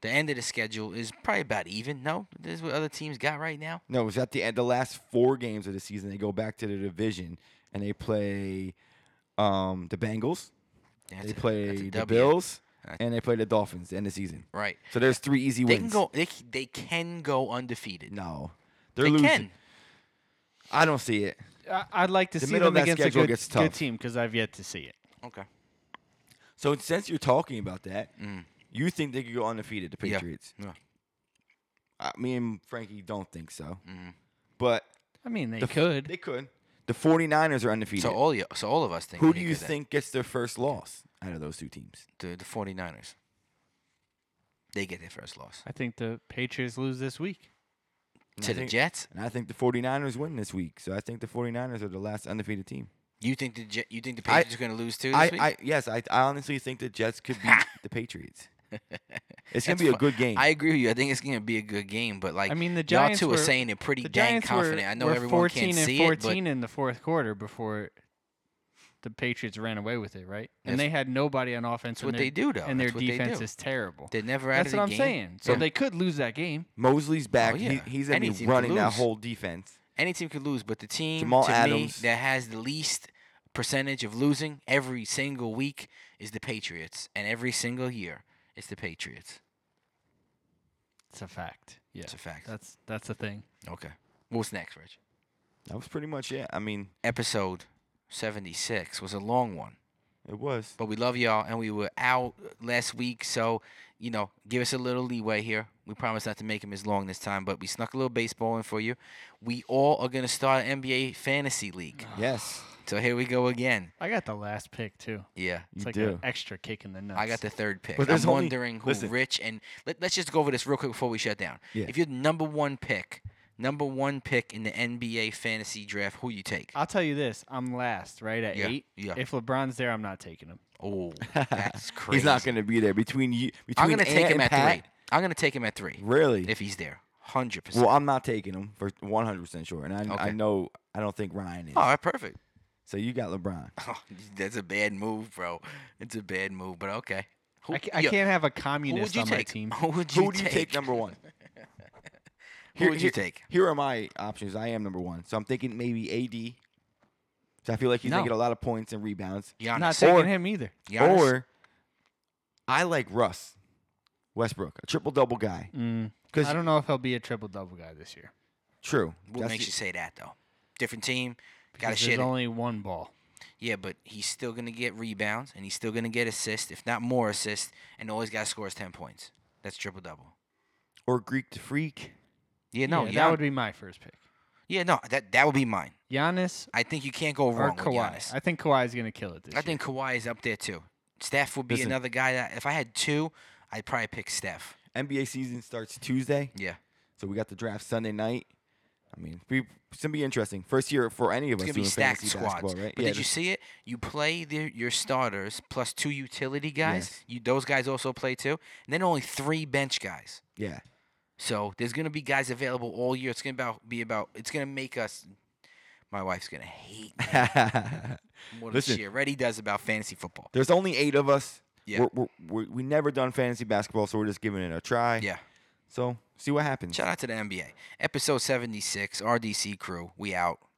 Speaker 1: The end of the schedule is probably about even. No, this is what other teams got right now.
Speaker 2: No, it was at the end. The last four games of the season, they go back to the division and they play um, the Bengals,
Speaker 1: That's a-
Speaker 2: they
Speaker 1: that's a
Speaker 2: play the
Speaker 1: W.
Speaker 2: Bills,
Speaker 1: That's-
Speaker 2: and they play the Dolphins. to End the season.
Speaker 1: Right.
Speaker 2: So there's three easy
Speaker 1: They can
Speaker 2: wins.
Speaker 1: go. They, c- they can go undefeated.
Speaker 2: No,
Speaker 1: they
Speaker 2: they're losing.
Speaker 1: can.
Speaker 2: I don't see it.
Speaker 3: I- I'd like to
Speaker 2: The
Speaker 3: see
Speaker 2: middle of
Speaker 3: them
Speaker 2: that
Speaker 3: against a
Speaker 2: schedule
Speaker 3: good,
Speaker 2: gets
Speaker 3: good
Speaker 2: tough.
Speaker 3: team because I've yet to see it.
Speaker 1: Okay.
Speaker 2: So since you're talking about that, you think they could go undefeated, the
Speaker 1: Mm. Yeah.
Speaker 2: Patriots?
Speaker 1: Yeah.
Speaker 2: I, me and Frankie don't think so,
Speaker 1: Mm-hmm.
Speaker 2: but
Speaker 3: I mean, they
Speaker 2: the f-
Speaker 3: could.
Speaker 2: They could. The 49ers are undefeated.
Speaker 1: So all you, so all of us think.
Speaker 2: Who
Speaker 1: they
Speaker 2: do you
Speaker 1: could, uh,
Speaker 2: think gets their first loss out of those two teams?
Speaker 1: the, the 49ers. They get their first loss.
Speaker 3: I think the Patriots lose this week.
Speaker 2: And
Speaker 1: To
Speaker 2: I
Speaker 1: the
Speaker 2: think-
Speaker 1: Jets?
Speaker 2: And I think the 49ers win this week. So I think the 49ers are the last undefeated team.
Speaker 1: You think the Jet, you think the
Speaker 2: I-
Speaker 1: Patriots are going to lose too this
Speaker 2: I,
Speaker 1: week?
Speaker 2: I yes, I, I honestly think the Jets could beat the Patriots. It's gonna
Speaker 1: That's
Speaker 2: be a
Speaker 1: fu-
Speaker 2: good game.
Speaker 1: I agree with you. I think it's going to be a good game, but like
Speaker 3: I mean, the
Speaker 1: y'all
Speaker 3: Giants
Speaker 1: two
Speaker 3: were
Speaker 1: are saying it pretty
Speaker 3: the
Speaker 1: dang
Speaker 3: Giants
Speaker 1: confident.
Speaker 3: Were,
Speaker 1: I know
Speaker 3: were
Speaker 1: everyone
Speaker 3: 14
Speaker 1: can't
Speaker 3: and
Speaker 1: see it,
Speaker 3: 14
Speaker 1: but
Speaker 3: in the fourth quarter before the Patriots ran away with it, right?
Speaker 1: That's-
Speaker 3: And they had nobody on offense.
Speaker 1: that's what
Speaker 3: and their-
Speaker 1: they do though.
Speaker 3: And their
Speaker 1: That's what they
Speaker 3: defense
Speaker 1: do.
Speaker 3: is terrible.
Speaker 1: They're never out
Speaker 3: That's
Speaker 1: of the
Speaker 3: what I'm
Speaker 1: game.
Speaker 3: saying. So
Speaker 1: Yeah.
Speaker 3: they could lose that game.
Speaker 2: Mosley's back. He-
Speaker 1: Oh, yeah.
Speaker 2: he's gonna
Speaker 1: Any
Speaker 2: be
Speaker 1: team could
Speaker 2: running that
Speaker 1: lose.
Speaker 2: whole defense.
Speaker 1: Any team could lose, but the team
Speaker 2: Jamal
Speaker 1: to
Speaker 2: Adams.
Speaker 1: me that has the least percentage of losing every single week is the Patriots, and every single year it's the Patriots.
Speaker 3: It's a fact. Yeah,
Speaker 1: It's a fact.
Speaker 3: that's that's a thing.
Speaker 1: Okay. What's next, Rich?
Speaker 2: That was pretty much it. I mean,
Speaker 1: episode 76 was a long one
Speaker 2: it was.
Speaker 1: but we love y'all and we were out last week so you know give us a little leeway here we promise not to make them as long this time but we snuck a little baseball in for you we all are going to start an nba fantasy league
Speaker 2: Yes.
Speaker 1: So here we go again.
Speaker 3: I got the last pick too.
Speaker 1: Yeah.
Speaker 2: You
Speaker 3: It's like
Speaker 2: do.
Speaker 3: an extra kick in the nuts.
Speaker 1: I got the third pick.
Speaker 2: But
Speaker 1: I'm
Speaker 2: there's only-
Speaker 1: wondering who
Speaker 2: listen.
Speaker 1: Rich and let, us just go over this real quick before we shut down.
Speaker 2: Yeah.
Speaker 1: If you're the number one pick, number one pick in the NBA fantasy draft, who you take?
Speaker 3: I'll tell you this: I'm last, right at
Speaker 1: Yeah,
Speaker 3: eight.
Speaker 1: yeah.
Speaker 3: If LeBron's there, I'm not taking him.
Speaker 1: Oh, that's crazy.
Speaker 2: He's not going to be there between you. Between
Speaker 1: I'm gonna take
Speaker 2: Ant
Speaker 1: him
Speaker 2: and
Speaker 1: at
Speaker 2: Pat,
Speaker 1: three. I'm gonna take him at three
Speaker 2: Really?
Speaker 1: if he's there. Hundred percent.
Speaker 2: well, I'm not taking him for 100 percent sure, and I, I
Speaker 1: Okay.
Speaker 2: know I don't think Ryan is.
Speaker 1: All right, perfect.
Speaker 2: So you got LeBron.
Speaker 1: that's a bad move, bro. It's a bad move, but okay. Who,
Speaker 3: I, ca- I
Speaker 1: yo,
Speaker 3: can't have
Speaker 1: Who
Speaker 3: a
Speaker 1: would
Speaker 3: communist
Speaker 1: you
Speaker 3: on my
Speaker 1: take? Oh,
Speaker 3: team.
Speaker 1: Who would you
Speaker 2: Who do
Speaker 1: take?
Speaker 2: you take number one?
Speaker 1: Who would you
Speaker 2: here-
Speaker 1: take?
Speaker 2: Here are my options. I am number one, so I'm thinking maybe AD. So I feel like he's
Speaker 3: No.
Speaker 2: gonna get a lot of points and rebounds.
Speaker 1: Giannis.
Speaker 3: Not
Speaker 2: Or-
Speaker 3: taking him either.
Speaker 1: Giannis?
Speaker 2: Or I like Russ Westbrook, a triple double guy.
Speaker 3: Mm, I
Speaker 2: Because
Speaker 3: don't know if he'll be a triple double guy this year.
Speaker 2: true,
Speaker 1: What
Speaker 2: That's-
Speaker 1: makes you say that though? Different team. Gotta
Speaker 3: because
Speaker 1: shit.
Speaker 3: There's
Speaker 1: it.
Speaker 3: only one ball.
Speaker 1: Yeah, but he's still gonna get rebounds and he's still gonna get assists, if not more assists, and all he's gotta score is ten points. That's triple double.
Speaker 2: or Greek to freak.
Speaker 1: Yeah, no,
Speaker 3: yeah,
Speaker 1: yeah,
Speaker 3: that would be my first pick.
Speaker 1: yeah, no, that that would be mine.
Speaker 3: Giannis
Speaker 1: I think you can't go
Speaker 3: or
Speaker 1: wrong with
Speaker 3: Kawhi.
Speaker 1: Giannis.
Speaker 3: I think Kawhi's gonna kill it this
Speaker 1: I
Speaker 3: year.
Speaker 1: think Kawhi is up there too. Steph would be
Speaker 2: Listen.
Speaker 1: another guy that if I had two, I'd probably pick Steph.
Speaker 2: NBA season starts Tuesday,
Speaker 1: Yeah,
Speaker 2: so we got the draft Sunday night. I mean, be, it's gonna be interesting. First year for any of
Speaker 1: it's
Speaker 2: us
Speaker 1: gonna be
Speaker 2: doing
Speaker 1: stacked
Speaker 2: fantasy
Speaker 1: squads.
Speaker 2: basketball, right?
Speaker 1: But
Speaker 2: yeah,
Speaker 1: did you
Speaker 2: this-
Speaker 1: see it? You play the, your starters plus two utility guys.
Speaker 2: Yes.
Speaker 1: You those guys also play too, and then only three bench guys.
Speaker 2: yeah,
Speaker 1: So there's gonna be guys available all year. It's gonna about, be about. It's gonna make us. My wife's gonna hate me more than
Speaker 2: Listen.
Speaker 1: she already does about fantasy football.
Speaker 2: There's only eight of us.
Speaker 1: Yeah.
Speaker 2: We're, we're, we we never done fantasy basketball, so we're just giving it a try.
Speaker 1: Yeah.
Speaker 2: So see what happens.
Speaker 1: Shout out to the NBA. Episode 76, RDC crew. We out.